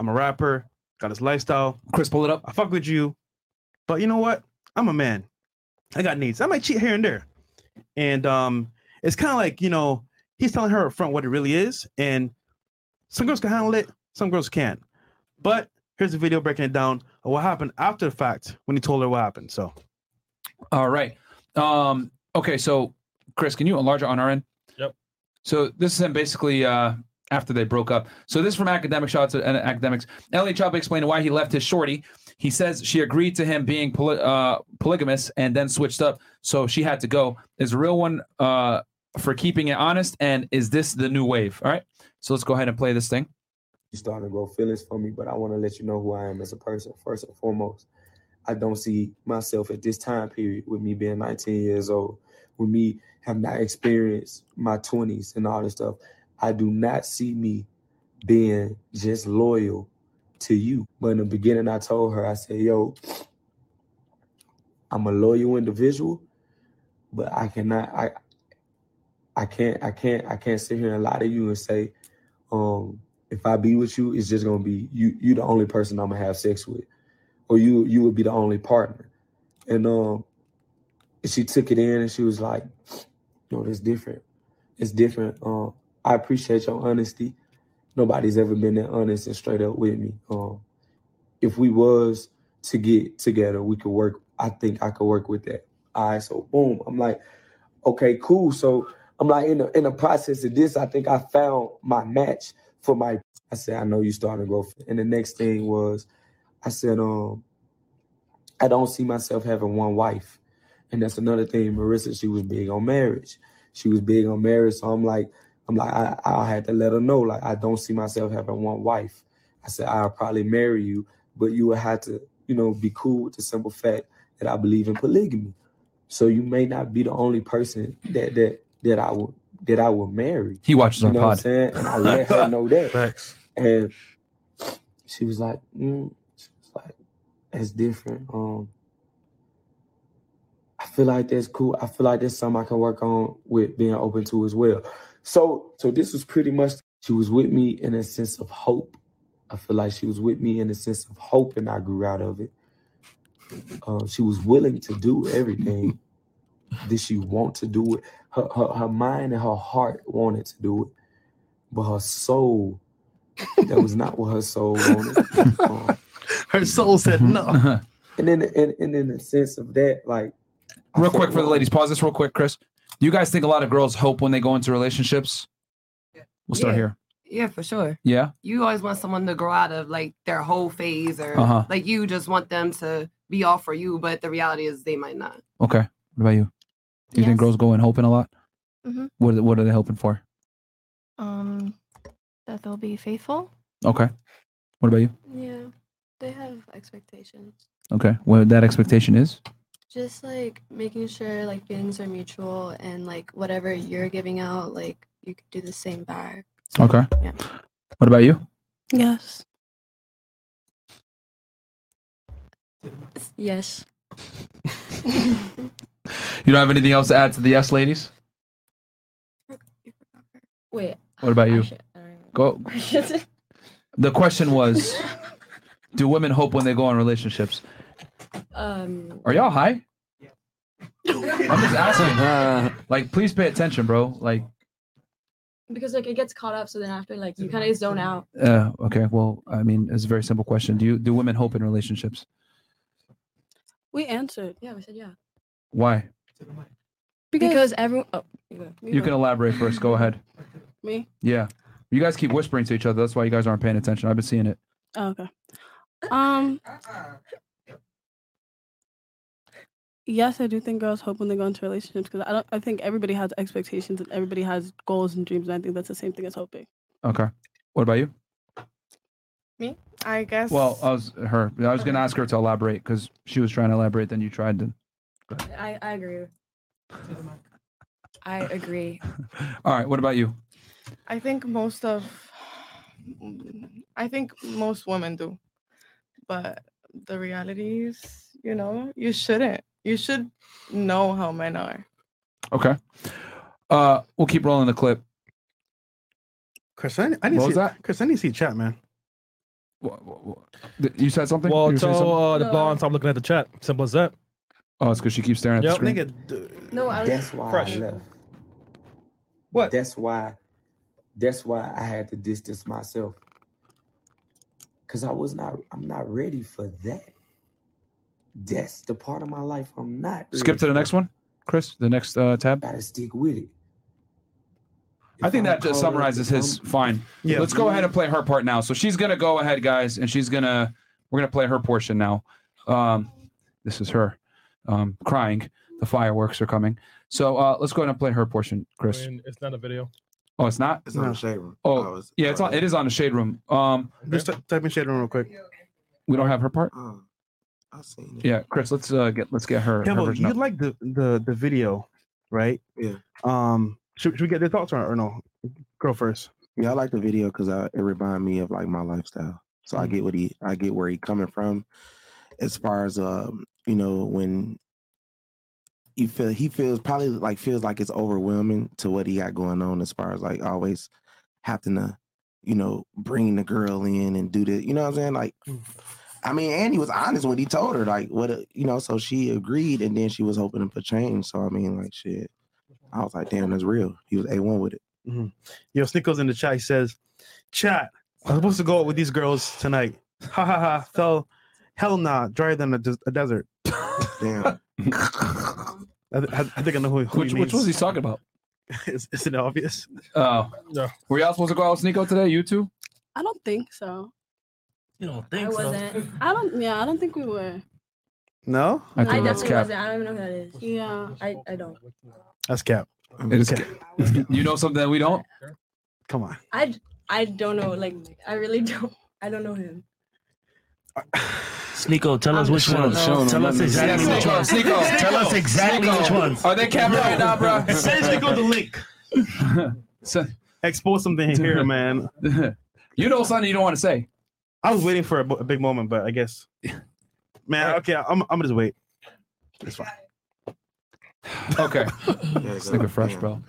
S8: I'm a rapper. Got this lifestyle.
S1: Chris, pull it up.
S8: I fuck with you, but you know what? I'm a man. I got needs. I might cheat here and there. And um, it's kind of like you know, he's telling her up front what it really is, and some girls can handle it, some girls can't. But here's the video breaking it down of what happened after the fact when he told her what happened. So
S1: All right. Um okay, so Chris, can you enlarge it on our end?
S2: Yep.
S1: So this is him basically uh, after they broke up. So this is from academic shots and uh, academics. Elliot Choppa explained why he left his shorty. He says she agreed to him being poly- uh, polygamous and then switched up, so she had to go. Is a real one uh, for keeping it honest, and is this the new wave? All right, so let's go ahead and play this thing.
S5: You're starting to grow feelings for me, but I want to let you know who I am as a person, first and foremost. I don't see myself at this time period with me being 19 years old, with me having not experienced my 20s and all this stuff. I do not see me being just loyal to you. But in the beginning, I told her, I said, yo, I'm a loyal individual, but I cannot, I, I can't, I can't, I can't sit here and lie to you and say, um, if I be with you, it's just gonna be you. You the only person I'm gonna have sex with, or you you would be the only partner. And um, she took it in and she was like, "No, that's different. It's different. Um, I appreciate your honesty. Nobody's ever been that honest and straight up with me. Um, if we was to get together, we could work. I think I could work with that. All right, so boom. I'm like, okay, cool. So I'm like, in the in the process of this, I think I found my match for my. I said, I know you starting to go. And the next thing was, I said, um, I don't see myself having one wife, and that's another thing. Marissa, she was big on marriage. She was big on marriage. So I'm like, I'm like, I, I had to let her know, like, I don't see myself having one wife. I said, I'll probably marry you, but you would have to, you know, be cool with the simple fact that I believe in polygamy. So you may not be the only person that that that I will that I will marry.
S1: He watches
S5: you
S1: our
S5: know What I'm
S1: pod.
S5: saying? And I let her know that. And she was like, mm, she was like, that's different. Um, I feel like that's cool. I feel like that's something I can work on with being open to as well. So, so this was pretty much she was with me in a sense of hope. I feel like she was with me in a sense of hope, and I grew out of it. Uh, she was willing to do everything. Did she want to do it? Her, her her mind and her heart wanted to do it, but her soul that was not what her soul wanted. Um,
S21: her soul said no.
S5: and then and, and in the sense of that, like I
S1: Real
S5: feel
S1: quick for the
S5: like-
S1: ladies, pause this real quick, Chris. Do you guys think a lot of girls hope when they go into relationships? We'll start
S22: Yeah.
S1: here.
S22: Yeah, for sure.
S1: Yeah.
S22: You always want someone to grow out of like their whole phase, or
S1: Uh-huh.
S22: like you just want them to be all for you, but the reality is they might not.
S1: Okay. What about you? Do you think girls go in hoping a lot?
S10: Mhm.
S1: What are- What are they hoping for?
S10: Um, that they'll be faithful.
S1: Okay. What about you?
S11: Yeah, they have expectations.
S1: Okay. What that expectation is?
S11: Just like making sure like feelings are mutual and like whatever you're giving out, like you could do the same back.
S1: Okay. What about you?
S11: Yes.
S16: Yes.
S1: You don't have anything else to add to the yes, ladies?
S16: Wait.
S1: What about you? Go. The question was, do women hope when they go in relationships?
S16: um.
S1: Are y'all high? I'm just asking. like, please pay attention, bro. Like,
S16: Because like it gets caught up, so then after like you kind of zone out.
S1: uh, okay. Well, I mean, it's a very simple question. Do you do women hope in relationships?
S15: We answered.
S16: Yeah, we said yeah.
S1: Why?
S16: Because, everyone. Oh,
S1: You can elaborate first. Go ahead.
S15: Me?
S1: Yeah. You guys keep whispering to each other. That's why you guys aren't paying attention. I've been seeing it.
S15: Oh, okay. Um. Yes, I do think girls hope when they go into relationships because I don't. I think everybody has expectations and everybody has goals and dreams, and I think that's the same thing as hoping.
S1: Okay. What about you?
S17: Me? I guess.
S1: Well, uh I was her. I was gonna ask her to elaborate because she was trying to elaborate. Then you tried to.
S16: I I agree. I agree.
S1: All right. What about you?
S17: I think most of mm, I think most women do. But the reality is, you know, you shouldn't. You should know how men are.
S1: Okay. Uh, we'll keep rolling the clip.
S8: Chris, I, I didn't
S1: What
S8: see
S1: was that?
S8: Chris, I didn't see chat, man.
S1: Th- You said something.
S2: Well,
S1: You were
S2: so
S1: saying something?
S2: uh, the blonde, so I'm looking at the chat. Simple as that.
S1: Oh, it's because she keeps staring at
S2: Yep.
S1: the screen.
S16: No, I was.
S5: That's why I left.
S2: What?
S5: That's why. That's why I had to distance myself. Cause I was not. I'm not ready for that. That's the part of my life I'm not.
S1: Skip to the next one, Chris. The next uh, tab.
S5: Gotta stick with it.
S1: I think
S5: I'm
S1: that just
S5: called up
S1: summarizes
S5: to
S1: his
S5: come-
S1: fine.
S5: Yeah.
S1: Let's go ahead and play her part now. So she's gonna go ahead, guys, and she's gonna we're gonna play her portion now. Um, this is her um, crying. The fireworks are coming. So uh, let's go ahead and play her portion, Chris.
S2: And it's not a video.
S1: Oh, it's not.
S2: It's on
S1: No.
S2: the Shade Room.
S1: Oh,
S2: Oh, it's-
S1: yeah, it's on. It is on the shade room. Um,
S8: Just t- type in shade room real quick. Oh,
S1: we don't have her part.
S18: I seen
S1: Yeah, Chris. Let's uh, get let's get her. her
S8: Kevo,
S1: version
S8: you
S1: up.
S8: like the, the the video, right?
S18: Yeah.
S8: Um, should, should we get their thoughts on it or no? Girl first.
S18: Yeah, I like the video because it remind me of like my lifestyle. So I get what he, I get where he coming from, as far as um, you know, when you feel he feels probably like feels like it's overwhelming to what he got going on, as far as like always having to, you know, bring the girl in and do the, you know what I'm saying? Like, I mean, Andy was honest when he told her like what, a- you know, so she agreed, and then she was hoping for change. So I mean, like shit, I was like, damn, that's real. He was a one with it.
S8: Mhm. Yo, Snickles in the chat he says, "Chat, I'm supposed to go out with these girls tonight. Ha ha ha. Fell, hell nah, drier than a, des- a desert."
S18: Damn.
S8: I, th- I think I know who, who
S1: Which-
S8: he
S1: which
S8: means.
S1: was he talking about?
S8: is, is it obvious?
S1: Oh,
S2: yeah.
S1: Were y'all supposed to go out with Sneeko today? You two?
S15: I don't think so.
S14: You don't
S15: I wasn't. I don't. Yeah, I don't think we were.
S8: No,
S1: I think that's cap.
S15: I don't even know who that is. Yeah,
S16: I I don't.
S8: That's cap.
S1: It is cap. you know something that we don't.
S8: Come on.
S16: I d- I don't know. Like I really don't. I don't know him.
S14: Sneeko, tell us
S16: I'm
S14: which
S16: showing
S14: ones.
S16: them, showing
S14: Tell
S16: them,
S14: us
S16: let me see.
S14: exactly
S16: Yeah,
S14: which
S16: Sneeko,
S14: ones.
S16: Sneeko,
S14: Tell us
S16: Sneeko.
S14: exactly which ones.
S1: Are they camera right now, bro?
S8: Send Sneeko the link. Expose something here, man.
S1: you know something you don't want to say.
S8: I was waiting for a, bo- a big moment, but I guess, man. Okay, I'm I'm gonna just wait. It's fine.
S1: Okay. Snicker fresh, bro.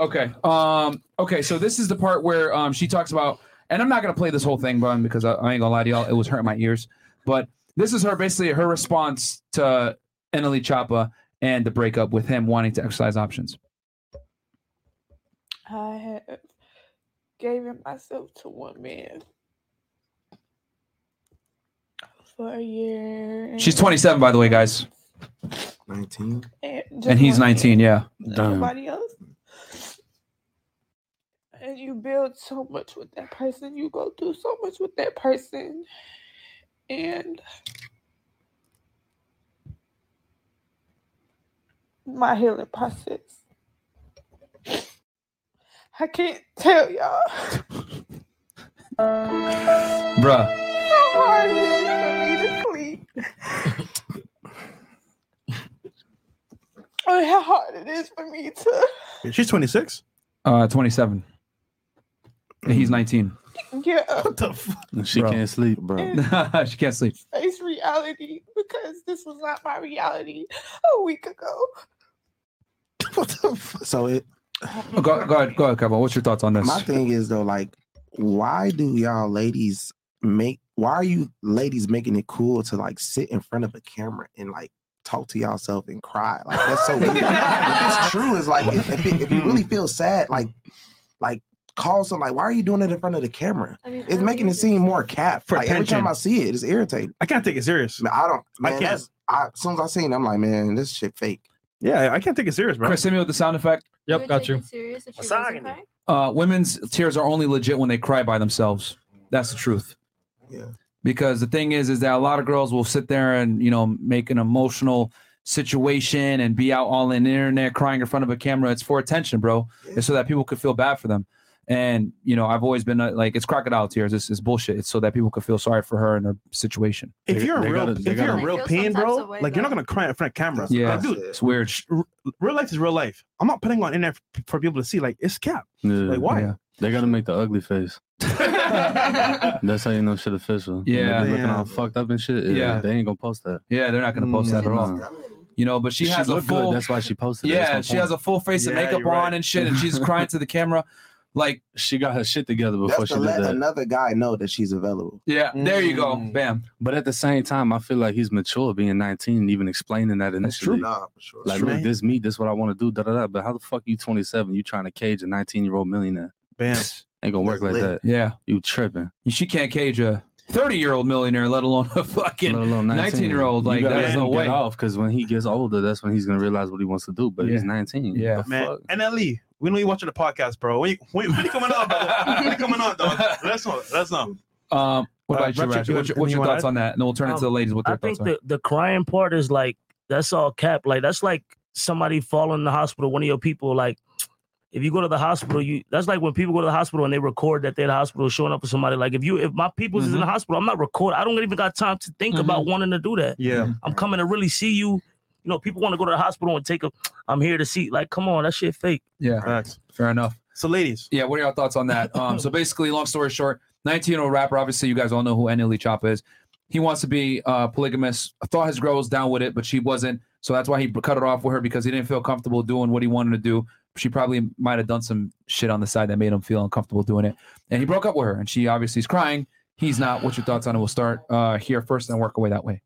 S1: Okay. Um. Okay. So this is the part where um she talks about, and I'm not gonna play this whole thing, Brian, because I, I ain't gonna lie to y'all, it was hurting my ears. But This is her basically her response to Annalie Chapa and the breakup with him wanting to exercise options.
S17: I have given myself to one man for a year.
S1: She's 27, by the way, guys.
S18: 19.
S17: And, just
S1: And he's
S17: one man.
S1: 19, yeah.
S17: Nobody else. And you build so much with that person. You go through so much with that person. And my healing process. I can't tell y'all
S1: Bruh.
S17: how hard it is for me to sleep. or how hard it is for me to
S1: She's 26? Uh, 27. And
S8: Mm-hmm.
S1: he's 19.
S17: get up the
S1: She can't
S13: sleep,
S1: bro. she can't sleep.
S17: face reality because this was not my reality a week ago.
S18: What the fuck? So it.
S1: Go, Oh, go ahead, go ahead, Kevin. What's your thoughts on this?
S18: My thing is though, like, why do y'all ladies make? Why are you ladies making it cool to like sit in front of a camera and like talk to yourself and cry? Like that's so weird. it's true. It's like if, if, it- if you really feel sad, like, like call some. Like, why are you doing it in front of the camera?
S17: I mean,
S18: it's making it seem more cap.
S8: For
S18: like every time
S8: attention.
S18: I see it, it's irritating.
S8: I can't take it serious.
S18: I don't.
S8: I
S18: Man,
S8: can't.
S18: that's- I, as soon as I seen, it, I'm like, man, this shit fake.
S8: Yeah, I can't take it serious, bro.
S1: Chris, hit me with the sound effect.
S17: You would take it serious if she wasn't crying?
S1: Uh, women's tears are only legit when they cry by themselves. That's the truth.
S18: Yeah.
S1: Because the thing is, is that a lot of girls will sit there and you know make an emotional situation and be out all in the internet crying in front of a camera. It's for attention, bro. It's so that people could feel bad for them. And you know, I've always been uh, like, it's crocodile tears. It's, it's bullshit. It's so that people could feel sorry for her and her situation.
S8: If you're a real, if you're a
S1: real
S8: real pain, bro, like you're not gonna cry in front of camera.
S1: Yeah,
S8: Like, dude,
S1: it's weird.
S8: r- Real life is real life. I'm not putting on internet f- for people to see. Like it's cap.
S13: Yeah.
S8: Like why?
S13: They gotta make the ugly face. That's how you know shit official.
S1: Yeah.
S13: When they looking
S1: Yeah.
S13: all fucked up and shit.
S1: Yeah.
S13: Yeah, they ain't gonna post that.
S1: Yeah, they're not gonna post that at all. You know, but she,
S13: She
S1: has a
S13: looked good,
S1: full.
S13: that's why she posted it, that's
S1: Yeah,
S13: my
S1: she
S13: point.
S1: has a full face of
S13: Yeah,
S1: makeup
S13: you're right.
S1: on and shit, and she's crying to the camera. Like
S13: she got her shit together before
S18: That's
S13: she
S18: to
S13: did
S18: let
S13: that.
S18: another guy know that she's available.
S1: Yeah, there you go. Bam.
S13: Mm. But at the same time, I feel like he's mature being 19 and even explaining that initially.
S18: Nah, for sure.
S13: Like,
S18: True.
S13: look, this me, this what I want to do, da da da. But how the fuck you 27? You trying to cage a 19 year old millionaire?
S8: Bam.
S13: ain't gonna work like that.
S1: Yeah.
S13: You tripping.
S1: She can't cage a 30 year old millionaire, let alone a fucking 19 year old. Like,
S13: that
S1: there's
S13: is
S1: no way.
S13: off because when he gets older, that's when he's gonna realize what he wants to do. But he's 19.
S1: Yeah.
S13: The
S8: man.
S13: fuck?
S8: NLE, we know you watching the podcast, bro. When you, when, when you coming on, brother? When you coming on, dog? Let's know. Let's know.
S1: Um, what
S8: Uh,
S1: about you, Ratchet?
S8: Ratchet, you
S1: What's your,
S8: have
S1: what's your
S8: anything you wanna
S1: thoughts
S8: add?
S1: on that? And then we'll turn it to the ladies. What
S14: Um, I
S1: their
S14: think
S1: thoughts
S14: the,
S1: are.
S14: the crying part is like that's all cap. Like that's like somebody falling in the hospital. One of your people, like if you go to the hospital, you that's like when people go to the hospital and they record that they're in the hospital showing up for somebody. Like if you if my people's is in the
S1: Mm-hmm.
S14: hospital, I'm not recording. I don't even got time to think about wanting to do that.
S8: Yeah.
S14: I'm coming to really see you. You know, people want to go to the hospital and take a. I'm here to see. Like, come on, that shit fake.
S1: Yeah, fair enough.
S8: So, ladies,
S1: yeah, what are your thoughts on that? Um, so basically, long story short, 19 year old rapper. Obviously, you guys all know who Annalie Choppa is. He wants to be uh, polygamous. I thought his girl was down with it, but she wasn't. So that's why he cut it off with her because he didn't feel comfortable doing what he wanted to do. She probably might have done some shit on the side that made him feel uncomfortable doing it. And he broke up with her, and she obviously is crying. He's not. What's your thoughts on it? We'll start uh, here first and work our way that way.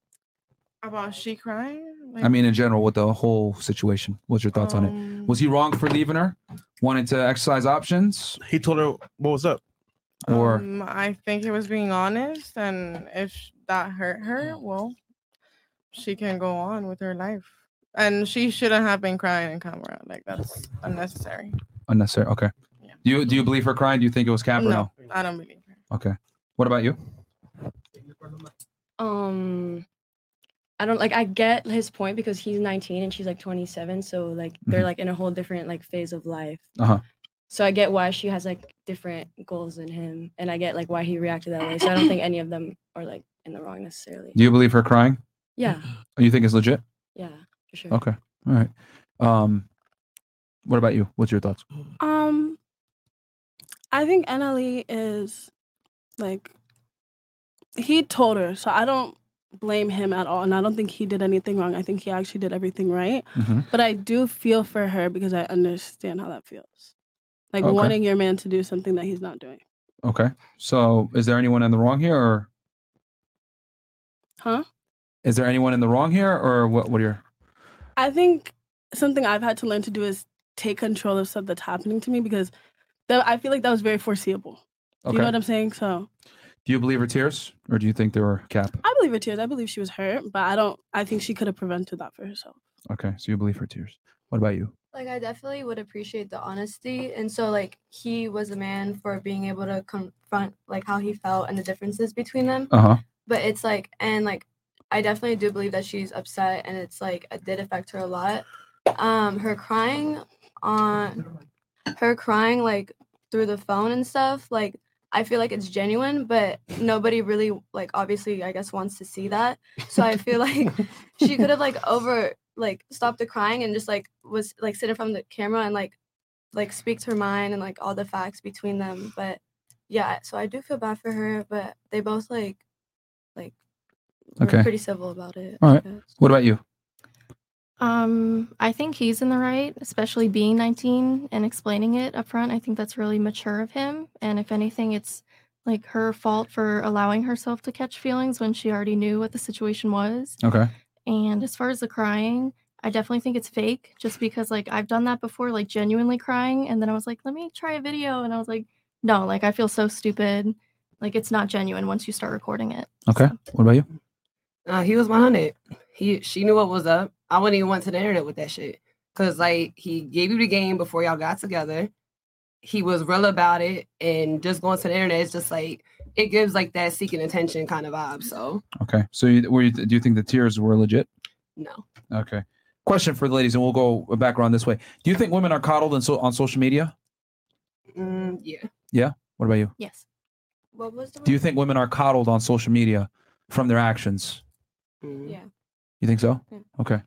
S17: About she crying?
S1: I mean, in general, with the whole situation. What's your thoughts on it? Was he wrong for leaving her? Wanting to exercise options?
S8: He told her what was up.
S1: Or
S17: Um, I think he was being honest, and if sh- that hurt her, well, she can go on with her life, and she shouldn't have been crying in camera. Like that's unnecessary.
S1: unnecessary? Okay. Do you do you believe her crying? Do you think it was Cap or no?
S17: I don't believe.
S1: Okay. What about you?
S16: um i don't like i get his point because he's 19 and she's like 27 so like they're
S1: Mhm.
S16: like in a whole different like phase of life
S1: Uh huh.
S16: so i get why she has like different goals than him and i get like why he reacted that way so i don't think any of them are like in the wrong necessarily
S1: Do you believe her crying?
S16: yeah
S1: You think it's legit?
S16: yeah for sure
S1: Okay. All right. Um, what about you? What's your thoughts?
S15: Um, I think NLE is like he told her, so I don't blame him at all, and I don't think he did anything wrong. I think he actually did everything right,
S1: Mhm.
S15: but I do feel for her because I understand how that feels, like
S1: Okay.
S15: wanting your man to do something that he's not doing,
S1: Okay. So is there anyone in the wrong here or
S15: huh?
S1: Is there anyone in the wrong here, or what? What are your?
S15: I think something I've had to learn to do is take control of stuff that's happening to me because that, I feel like that was very foreseeable. Do You
S1: Okay.
S15: know what I'm saying? So
S1: Do you believe her tears, or do you think they were cap?
S15: I believe her tears. I believe she was hurt, but I don't. I think she could have prevented that for herself.
S1: Okay, so you believe her tears. What about you?
S11: Like I definitely would appreciate the honesty, and so like he was a man for being able to confront like how he felt and the differences between them.
S4: Uh-huh.
S11: But it's like, and like, I definitely do believe that she's upset, and it's like it did affect her a lot. Um, her crying on, her crying like through the phone and stuff. Like I feel like it's genuine, but nobody really like obviously I guess wants to see that. So I feel like she could have like over like stopped the crying and just like was like sitting from the camera and like like speaks her mind and like all the facts between them but yeah so i do feel bad for her but they both like like were
S1: Okay.
S11: pretty civil about it
S1: All right. What about you?
S10: Um, I think he's in the right, especially being 19 and explaining it up front. I think that's really mature of him. And if anything, it's like her fault for allowing herself to catch feelings when she already knew what the situation was.
S1: Okay.
S10: And as far as the crying, I definitely think it's fake just because like I've done that before, like genuinely crying. And then I was like, let me try a video. And I was like, no, like I feel so stupid. Like it's not genuine once you start recording it.
S1: Okay. What about you?
S12: Uh, he was 100. He she knew what was up. I wouldn't even went to the internet with that shit. Cause like he gave you the game before y'all got together. He was real about it, and just going to the internet is just like it gives like that seeking attention kind of vibe. So
S1: Okay. So you, were you, do you think the tears were legit?
S12: no,
S1: Okay. Question for the ladies, and we'll go back around this way. Do you think women are coddled and so on social media?
S12: mm, yeah,
S1: Yeah. What about you?
S10: yes.
S11: What was the
S1: Do you think women are coddled on social media from their actions?
S17: Mm.
S11: yeah
S1: You think so?
S11: Yeah.
S1: Okay.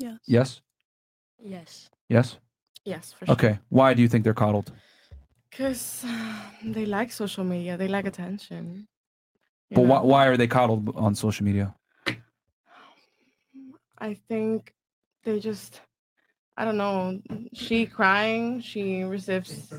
S15: Yes.
S1: Yes.
S11: yes
S1: Yes.
S17: Yes, for sure.
S1: Okay. Why do you think they're coddled?
S17: Because they like social media, they like attention. you
S1: But
S17: know?
S1: why, why are they coddled on social media?
S17: I think they just, I don't know. She crying, she receives,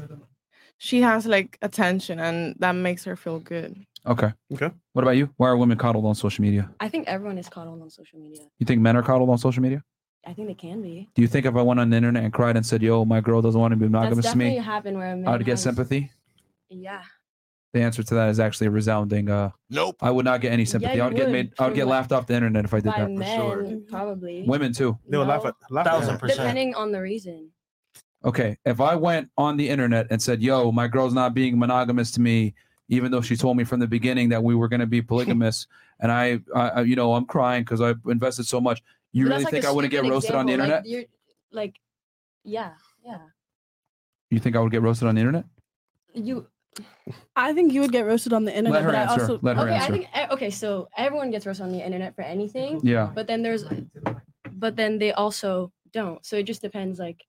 S17: she has like attention, and that makes her feel good.
S1: Okay. Okay. What about you? Why are women coddled on social media?
S16: I think everyone is caught on on social media.
S1: You think men are coddled on social media?
S16: I think they can be.
S1: Do you think if I went on the internet and cried and said, "Yo, my girl doesn't want to be monogamous
S16: That's
S1: to me,"
S16: definitely happened where a man
S1: I'd get
S16: has-
S1: sympathy?
S16: Yeah.
S1: The answer to that is actually a resounding. Uh, nope. I would not get any sympathy.
S16: you
S1: I would get
S16: would,
S1: made. I would
S16: for
S1: get
S16: what-
S1: laughed off the internet if I did
S16: By
S1: that.
S16: men,
S15: Mm-hmm.
S16: probably.
S1: Women too.
S16: They would laugh No. at-
S1: laugh
S16: Thousand percent. Depending on the reason.
S1: Okay, if I went on the internet and said, "Yo, my girl's not being monogamous to me," even though she told me from the beginning that we were going to be polygamous, and I, I, I- you know, I'm crying because I've invested so much. You
S16: But that's
S1: really
S16: like
S1: think
S16: a
S1: I wouldn't get
S16: stupid
S1: roasted on the
S16: example,
S1: internet?
S16: Like, you're, like, yeah, yeah.
S1: you think I would get roasted on the internet?
S16: You
S15: I think you would get roasted on the internet.
S1: her
S15: but I
S1: answer.
S15: also
S1: Let her
S16: okay,
S1: answer.
S16: I think e- okay, so everyone gets roasted on the internet for anything.
S1: Yeah.
S16: But then there's but then they also don't. So it just depends like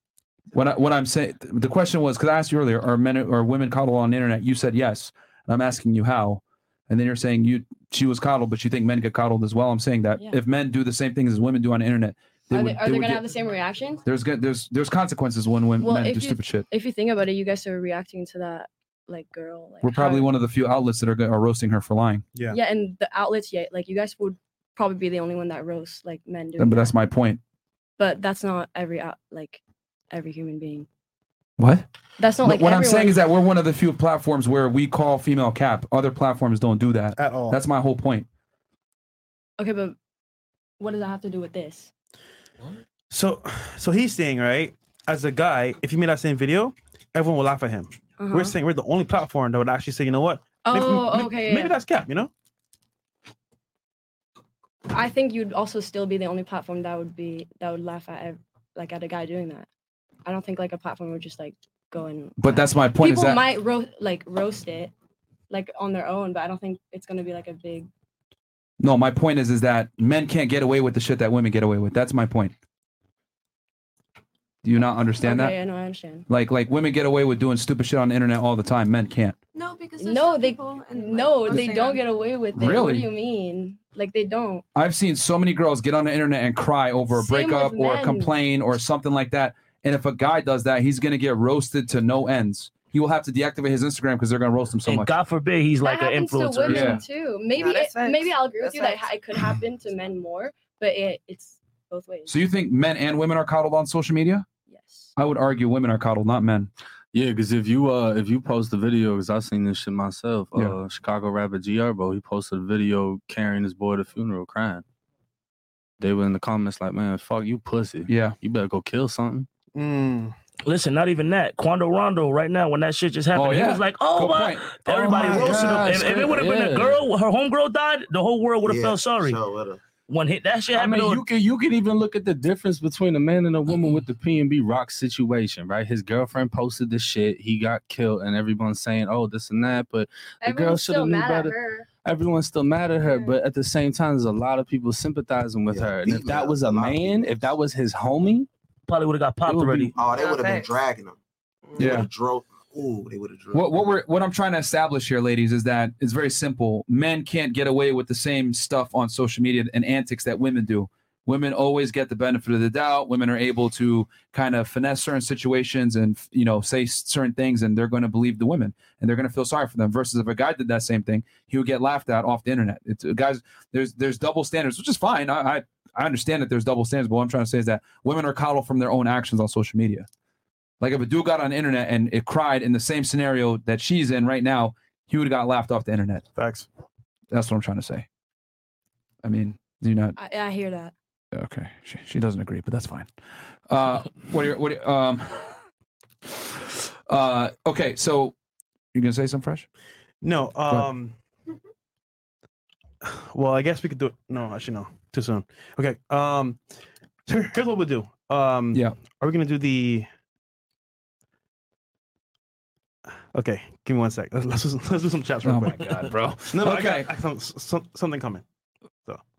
S1: What I, what I'm saying, the question was because I asked you earlier, are men or women coddled on the internet? You said yes, and I'm asking you how, and then you're saying you she was coddled, but you think men get coddled as well. I'm saying that
S16: Yeah.
S1: if men do the same things as women do on the internet, they
S16: are
S1: would,
S16: they, are
S1: they
S16: they
S1: would
S16: gonna
S1: get-
S16: have the same reactions?
S1: there's go- there's there's consequences when when
S16: Well,
S1: men
S16: if
S1: do
S16: you
S1: stupid shit.
S16: if you think about it, you guys are reacting to that like girl. Like,
S1: We're
S16: how-
S1: probably one of the few outlets that are go- are roasting her for lying.
S16: yeah. and the outlets, yeah, like you guys would probably be the only one that roasts like men do.
S1: But that's my point.
S16: But that's not every out like every human being.
S1: What?
S16: That's not
S1: No,
S16: like
S1: what
S16: everyone.
S1: I'm saying is that we're one of the few platforms where we call female cap. Other platforms don't do that
S16: At all.
S1: That's my whole point.
S16: Okay, but what does that have to do with this?
S8: So, so he's saying, right? As a guy, if you made that same video, everyone will laugh at him.
S16: Uh-huh.
S8: We're saying we're the only platform that would actually say, you know what?
S16: Oh,
S8: maybe,
S16: okay,
S8: Maybe,
S16: yeah.
S8: that's cap. You know?
S16: I think you'd also still be the only platform that would be that would laugh at ev- like at a guy doing that. I don't think like a platform would just like go and.
S1: But that's my point.
S16: People
S1: is that
S16: might roast like roast it, like on their own, but I don't think it's gonna be like a big.
S1: no, my point is is that men can't get away with the shit that women get away with. That's my point. Do you not understand
S16: okay,
S1: that?
S16: I know, I understand.
S1: Like like women get away with doing stupid shit on the internet all the time. Men can't.
S16: No, because no, they no, they don't get away with it. What
S1: Really?
S16: do you mean? Like they don't.
S1: I've seen so many girls get on the internet and cry over a
S16: Same with
S1: breakup or
S16: men.
S1: complain or something like that. And if a guy does that, he's gonna get roasted to no ends. he will have to deactivate his Instagram because they're gonna roast him so much.
S14: God forbid he's
S1: like
S14: an
S16: happens to women too. Maybe
S11: No, that's
S16: it, maybe
S11: facts.
S16: I'll agree
S11: That's
S16: with you that it could happen to men more, but it, it's both ways.
S1: So you think men and women are coddled on social media? Yes. I would argue women are coddled, not men.
S13: Yeah, because if you uh if you post the video, because I've seen this shit myself. Uh, Chicago rapper Gr, bro, he posted a video carrying his boy to the funeral, crying. They were in the comments like, "Man, fuck you, pussy.
S1: Yeah,
S13: you better go kill something."
S14: Listen, not even that. Quando Rondo, right now, when that shit just happened,
S13: yeah.
S14: he was like, "Oh
S13: Good
S14: my!"
S13: point.
S14: Everybody
S13: Oh my
S14: roasted
S13: God,
S14: him. If, if it would have been
S13: yeah.
S14: a girl, her homegirl died, the whole world would have
S13: Yeah,
S14: felt sorry. When hit that shit
S13: I
S14: happened,
S13: mean,
S14: on-
S13: you can you can even look at the difference between a man and a woman with the P and B Rock situation, right? His girlfriend posted this shit, he got killed, and everyone's saying, "Oh, this and that," but the girl
S16: Everyone's
S13: should have
S16: still
S13: knew
S16: mad at
S13: better.
S16: her.
S13: Everyone's still mad at her, but at the same time, there's a lot of people sympathizing with her. And if that was a man, if that was his homie,
S14: probably would have got popped
S13: already.
S7: Oh, they would have been dragging them. They
S1: Yeah.
S7: would have drove. Ooh, they would have drove.
S1: What what we're what I'm trying to establish here, ladies, is that it's very simple. Men can't get away with the same stuff on social media and antics that women do. Women always get the benefit of the doubt. Women are able to kind of finesse certain situations and you know say s- certain things, and they're going to believe the women and they're going to feel sorry for them. Versus if a guy did that same thing, he would get laughed at off the internet. It's guys, there's there's double standards, which is fine. I I, I understand that there's double standards, but what I'm trying to say is that women are coddled from their own actions on social media. Like if a dude got on the internet and it cried in the same scenario that she's in right now, he would have got laughed off the internet.
S21: Facts.
S1: That's what I'm trying to say. I mean, do you not?
S16: I, I hear that.
S1: Okay, she, she doesn't agree, but that's fine. Uh, what are your, what are, um? Uh, okay, so you gonna say something fresh?
S8: No.
S1: ahead.
S8: Um. Well, I guess we could do it. No, actually, no. Too soon. Okay. Um. here- Here's what we'll do. Um.
S1: Yeah.
S8: Are we gonna do the? Okay. Give me one sec. Let's let's, do some- let's do some chats real
S1: Oh my
S8: quick.
S1: God, bro.
S8: No, no. I
S1: Okay.
S8: got, I got some, some, something coming.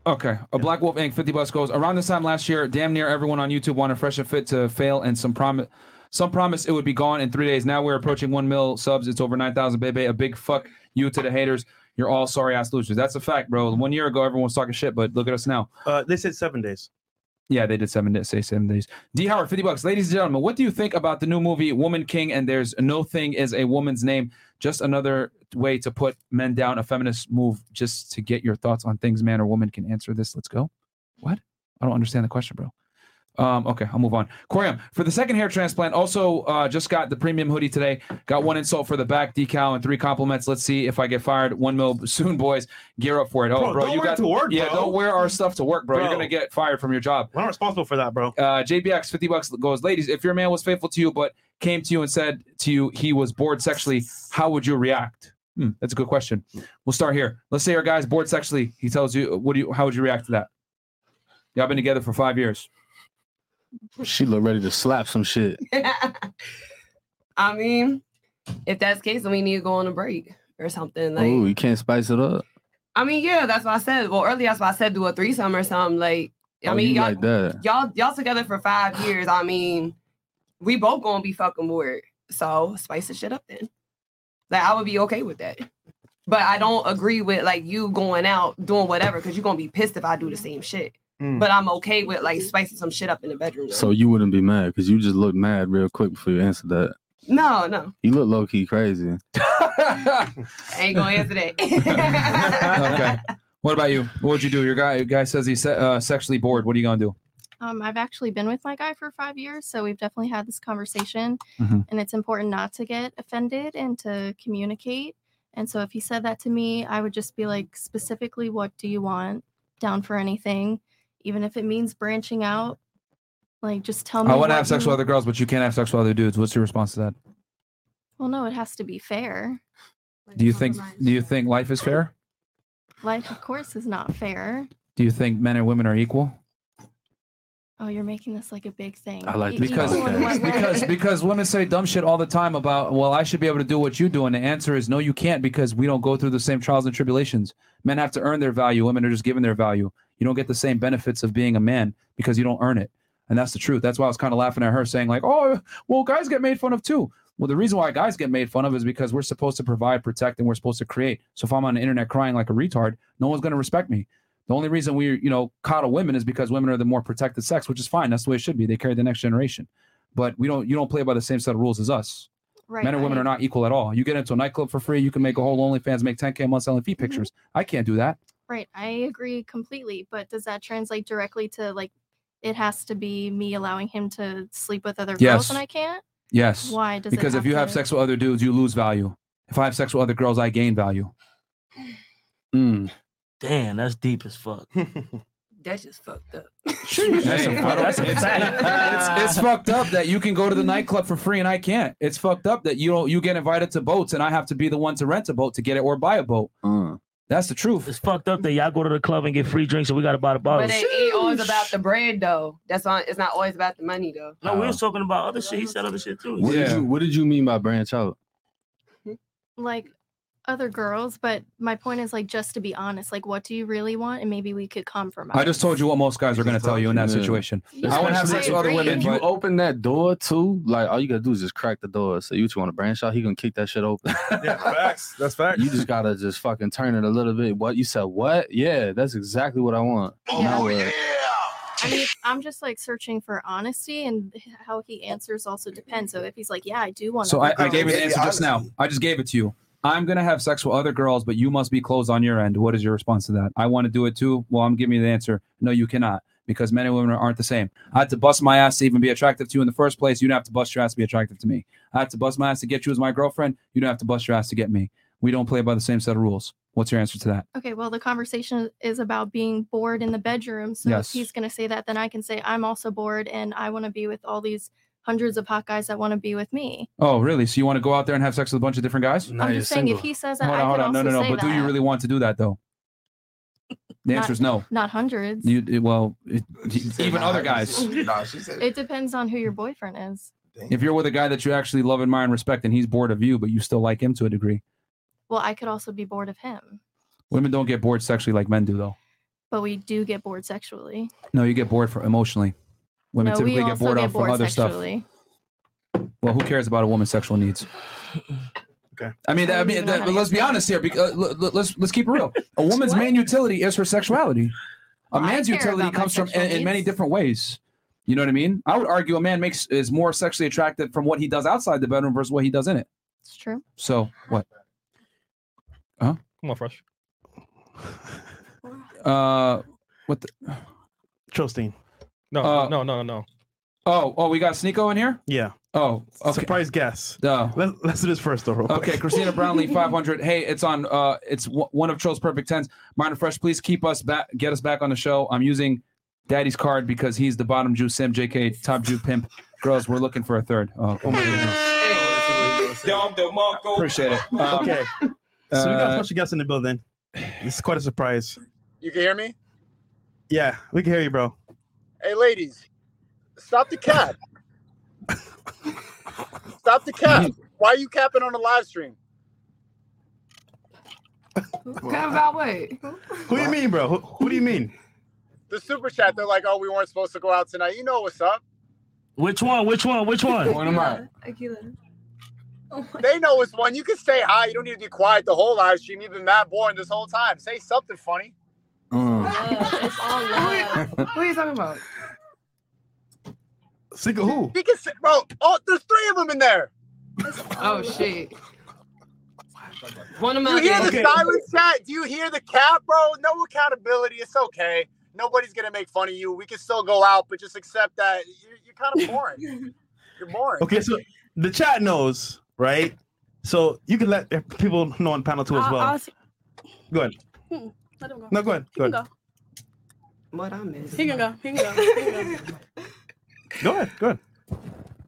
S1: Okay. A Black Wolf Inc. 50 bucks goes around this time last year. Damn near everyone on YouTube wanted Fresh and Fit to fail, and some promise, some promise it would be gone in three days. Now we're approaching one mil subs. It's over nine thousand. Baby, a big fuck you to the haters. You're all sorry ass losers. That's a fact, bro. One year ago, everyone was talking shit, but look at us now.
S8: Uh, they said seven days.
S1: Yeah, they did seven days. Say seven days. D Howard, fifty bucks, ladies and gentlemen. What do you think about the new movie Woman King? And there's no thing is a woman's name. Just another way to put men down. A feminist move. Just to get your thoughts on things, man or woman can answer this. Let's go. What? I don't understand the question, bro. Um, okay, I'll move on. Corium, for the second hair transplant, also uh, just got the premium hoodie today. Got one insult for the back decal and three compliments. Let's see if I get fired. One mil soon, boys. Gear up for it. Oh, bro,
S8: Bro, don't
S1: you
S8: wear it
S1: got
S8: to work,
S1: Yeah,
S8: bro.
S1: don't wear our stuff to work, bro. You're
S8: Bro.
S1: gonna get fired from your job.
S8: We're not responsible for that, bro.
S1: Uh, JBX, 50 bucks goes, ladies, if your man was faithful to you, but came to you and said to you he was bored sexually, how would you react? Hmm, that's a good question. We'll start here. Let's say our guy's bored sexually. He tells you, what do you, how would you react to that? Y'all been together for five years.
S13: She look ready to slap some shit.
S4: I mean, if that's the case, then we need to go on a break or something. Like,
S13: Oh, you can't spice it up.
S4: I mean, yeah, that's what I said. Well, earlier that's what I said. Do a threesome or something. Like, I
S13: Oh,
S4: mean,
S13: you
S4: y'all,
S13: like that.
S4: y'all, y'all together for five years. I mean, we both gonna be fucking bored. So spice the shit up then. Like, I would be okay with that. But I don't agree with like you going out doing whatever because you're gonna be pissed if I do the same shit.
S13: Mm.
S4: But I'm okay with like spicing some shit up in the bedroom.
S13: So you wouldn't be mad because you just looked mad real quick before you answered that.
S4: No, no,
S13: You look low key crazy.
S4: I ain't gonna answer that.
S1: okay. What about you? What would you do? Your guy, your guy says he's se- uh, sexually bored. What are you gonna do?
S10: Um, I've actually been with my guy for five years, so we've definitely had this conversation.
S1: Mhm.
S10: And it's important not to get offended and to communicate. And so if he said that to me, I would just be like, specifically, what do you want? Down for anything, even if it means branching out. Like, just tell me.
S1: I want
S10: what
S1: to have sex
S10: you-
S1: with other girls, but you can't have sex with other dudes. What's your response to that?
S10: Well, no, it has to be fair.
S1: Do you think? Do you think life is fair?
S10: Life, of course, is not fair.
S1: Do you think men and women are equal?
S10: Oh, you're making this like a big thing. E-
S1: because
S10: equal in what way?
S1: because because women say dumb shit all the time about well I should be able to do what you do and the answer is no you can't because we don't go through the same trials and tribulations. Men have to earn their value. Women are just given their value. You don't get the same benefits of being a man because you don't earn it. And that's the truth. That's why I was kind of laughing at her saying like oh well guys get made fun of too. Well the reason why guys get made fun of is because we're supposed to provide, protect, and we're supposed to create. So if I'm on the internet crying like a retard, no one's gonna respect me. The only reason we, you know, coddle women is because women are the more protected sex, which is fine. That's the way it should be. They carry the next generation, but we don't. You don't play by the same set of rules as us.
S10: Right,
S1: Men and women
S10: I-
S1: are not equal at all. You get into a nightclub for free, you can make a whole OnlyFans, make 10k a month selling feet
S10: Mm-hmm.
S1: pictures. I can't do that.
S10: Right. I agree completely. But does that translate directly to like it has to be me allowing him to sleep with other girls and
S1: Yes.
S10: I can't?
S1: Yes.
S10: Why does it
S1: Because if you have
S10: to-
S1: sex with other dudes, you lose value. If I have sex with other girls, I gain value. Mm.
S14: Damn, that's deep as fuck.
S4: That's just fucked up.
S14: That's a
S1: Hey,
S14: fuck-
S1: I don't-
S14: that's a
S1: it's,
S14: fact.
S1: it's- it's fucked up that you can go to the nightclub for free and I can't. It's fucked up that you don't you get invited to boats and I have to be the one to rent a boat to get it or buy a boat. That's the truth.
S14: It's fucked up that y'all go to the club and get free drinks and we gotta buy the bottle.
S4: But it ain't always
S13: Oh,
S4: about the bread though. That's why it's not always about the money though.
S14: No,
S13: Oh.
S14: we was talking about other shit. He said other shit too.
S13: What did you What did you mean by branch out?
S10: like other girls, but my point is like just to be honest, like what do you really want? And maybe we could compromise.
S1: I just told you what most guys are going to tell you in that
S13: Yeah.
S1: situation.
S13: Especially
S1: I want to have sex with other women,
S13: If you
S1: but
S13: open that door too, like all you gotta do is just crack the door. So you just want to branch out, he gonna kick that shit open.
S2: yeah, facts. That's facts.
S13: You just gotta just fucking turn it a little bit. What you said? What? Yeah, that's exactly what I want. Now what?
S10: I mean, I'm just like searching for honesty, and how he answers also depends. So if he's like, "Yeah, I do want,"
S1: so I, I gave you the answer just now. I just gave it to you. I'm going to have sex with other girls, but you must be closed on your end. What is your response to that? I want to do it too. Well, I'm giving you the answer. No, you cannot because men and women aren't the same. I had to bust my ass to even be attractive to you in the first place. You don't have to bust your ass to be attractive to me. I had to bust my ass to get you as my girlfriend. You don't have to bust your ass to get me. We don't play by the same set of rules. What's your answer to that?
S10: Okay, well, the conversation is about being bored in the bedroom. So
S1: Yes.
S10: if he's going to say that, then I can say, I'm also bored and I want to be with all these hundreds of hot guys that want to be with me.
S1: Oh, really? So you want to go out there and have sex with a bunch of different guys?
S10: I'm just saying, if he says that,
S1: Hold
S10: I
S1: on, hold
S10: could
S1: on. No,
S10: also
S1: no, no.
S10: say
S1: But do you
S10: that.
S1: really want to do that though? The
S10: Not-
S1: answer is no.
S10: Not hundreds.
S1: You it- well, it- even
S10: not
S1: other
S10: hundreds.
S1: guys.
S10: Nah, It depends on who your boyfriend is.
S1: If you're with a guy that you actually love, admire, and respect, and he's bored of you, but you still like him to a degree,
S10: Well, I could also be bored of him,
S1: women don't get bored sexually like men do, though.
S10: but we do get bored sexually.
S1: No, you get bored for emotionally. Women
S10: no,
S1: typically
S10: we
S1: get
S10: also
S1: bored
S10: get
S1: off
S10: bored
S1: from other
S10: sexually.
S1: stuff. Well, who cares about a woman's sexual needs?
S2: Okay.
S1: I mean, that, I mean, that, but let's be honest here. Because, uh, l- l- let's let's keep it real. A woman's main utility is her sexuality. A man's
S3: care
S1: utility
S3: about my
S1: comes from in,
S3: sexual
S1: in many
S3: needs.
S1: different ways. You know what I mean? I would argue a man makes is more sexually attracted from what he does outside the bedroom versus what he does in it.
S10: It's true.
S1: So what?
S2: Come on, fresh.
S1: Uh, what? The...
S8: Trosting.
S2: No, no, no, no.
S1: Uh, Oh, oh, we got Sneeko in here.
S8: Yeah.
S1: Oh,
S8: surprise guess.
S1: No.
S8: Let, let's do this first, though. real quick.
S1: Okay, Christina Brownlee, 500. Hey, it's on. Uh, it's w- one of Trill's perfect tens. Minor Fresh, please keep us back, get us back on the show. I'm using Daddy's card because he's the bottom Jew sim, JK top Jew pimp. Girls, we're looking for a third. Oh, come on. Appreciate it. Um,
S8: okay. So we got a
S1: uh,
S8: bunch of guests in the building. It's quite a surprise.
S19: You can hear me?
S8: Yeah, we can hear you, bro.
S19: Hey, ladies, stop the cap. stop the cap. Why are you capping on the live stream?
S4: Come about what?
S8: Who do you mean, bro? Who, who do you mean?
S19: The super chat, they're like, oh, we weren't supposed to go out tonight. You know what's up.
S14: Which one? Which one? Which one?
S19: One am I?
S4: Oh
S19: They know it's one. You can stay high. You don't need to be quiet the whole live stream. You've been mad boring this whole time. Say something funny.
S4: Uh. Oh, Who are you talking about?
S8: Sick of who?
S19: You can say, bro, oh, there's three of them in there.
S4: Oh shit. One of
S19: You
S4: my
S19: hear the
S4: Okay.
S19: silent chat? Do you hear the cap, bro? No accountability. It's okay. Nobody's gonna make fun of you. We can still go out, but just accept that you're, you're kind of boring. you're boring.
S8: Okay, so the chat knows, right? So you can let people know on panel two as
S15: I'll-
S8: well.
S15: I'll see-
S8: Go ahead.
S15: Hmm, let him go.
S8: No, go ahead.
S15: He
S8: Go
S15: can
S8: ahead.
S15: go.
S4: What I miss.
S15: He can go. He can go. He can go.
S8: Go ahead. Go ahead.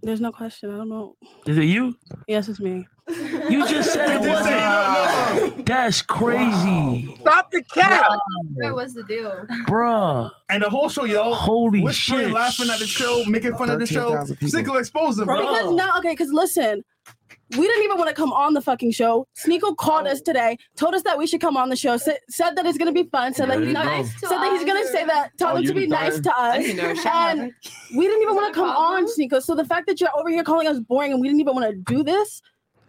S15: There's no question. I don't know.
S14: Is it you?
S15: Yes, it's me.
S14: You just said it wasn't. That's crazy,
S19: Stop the
S15: cap!
S11: What was the deal?
S14: bruh.
S8: And the whole show, yo.
S14: Holy
S8: We're
S14: shit!
S8: laughing at the show, making fun of the show.
S14: 13,000 people.
S8: Sick of exposed them, bro.
S15: Because no, okay, because listen, we didn't even want to come on the fucking show. Sneeko called us today, told us that we should come on the show, said, said that it's gonna be fun, said
S19: There
S15: that, he's,
S19: you
S15: not,
S19: go. Nice
S15: said that he's gonna say that,
S19: Oh,
S15: told him
S19: you
S15: to be
S19: didn't
S15: nice to
S19: die.
S15: us.
S19: You know, shut up.
S15: and we didn't even want to come on, Sneeko. So the fact that you're over here calling us boring and we didn't even want to do this,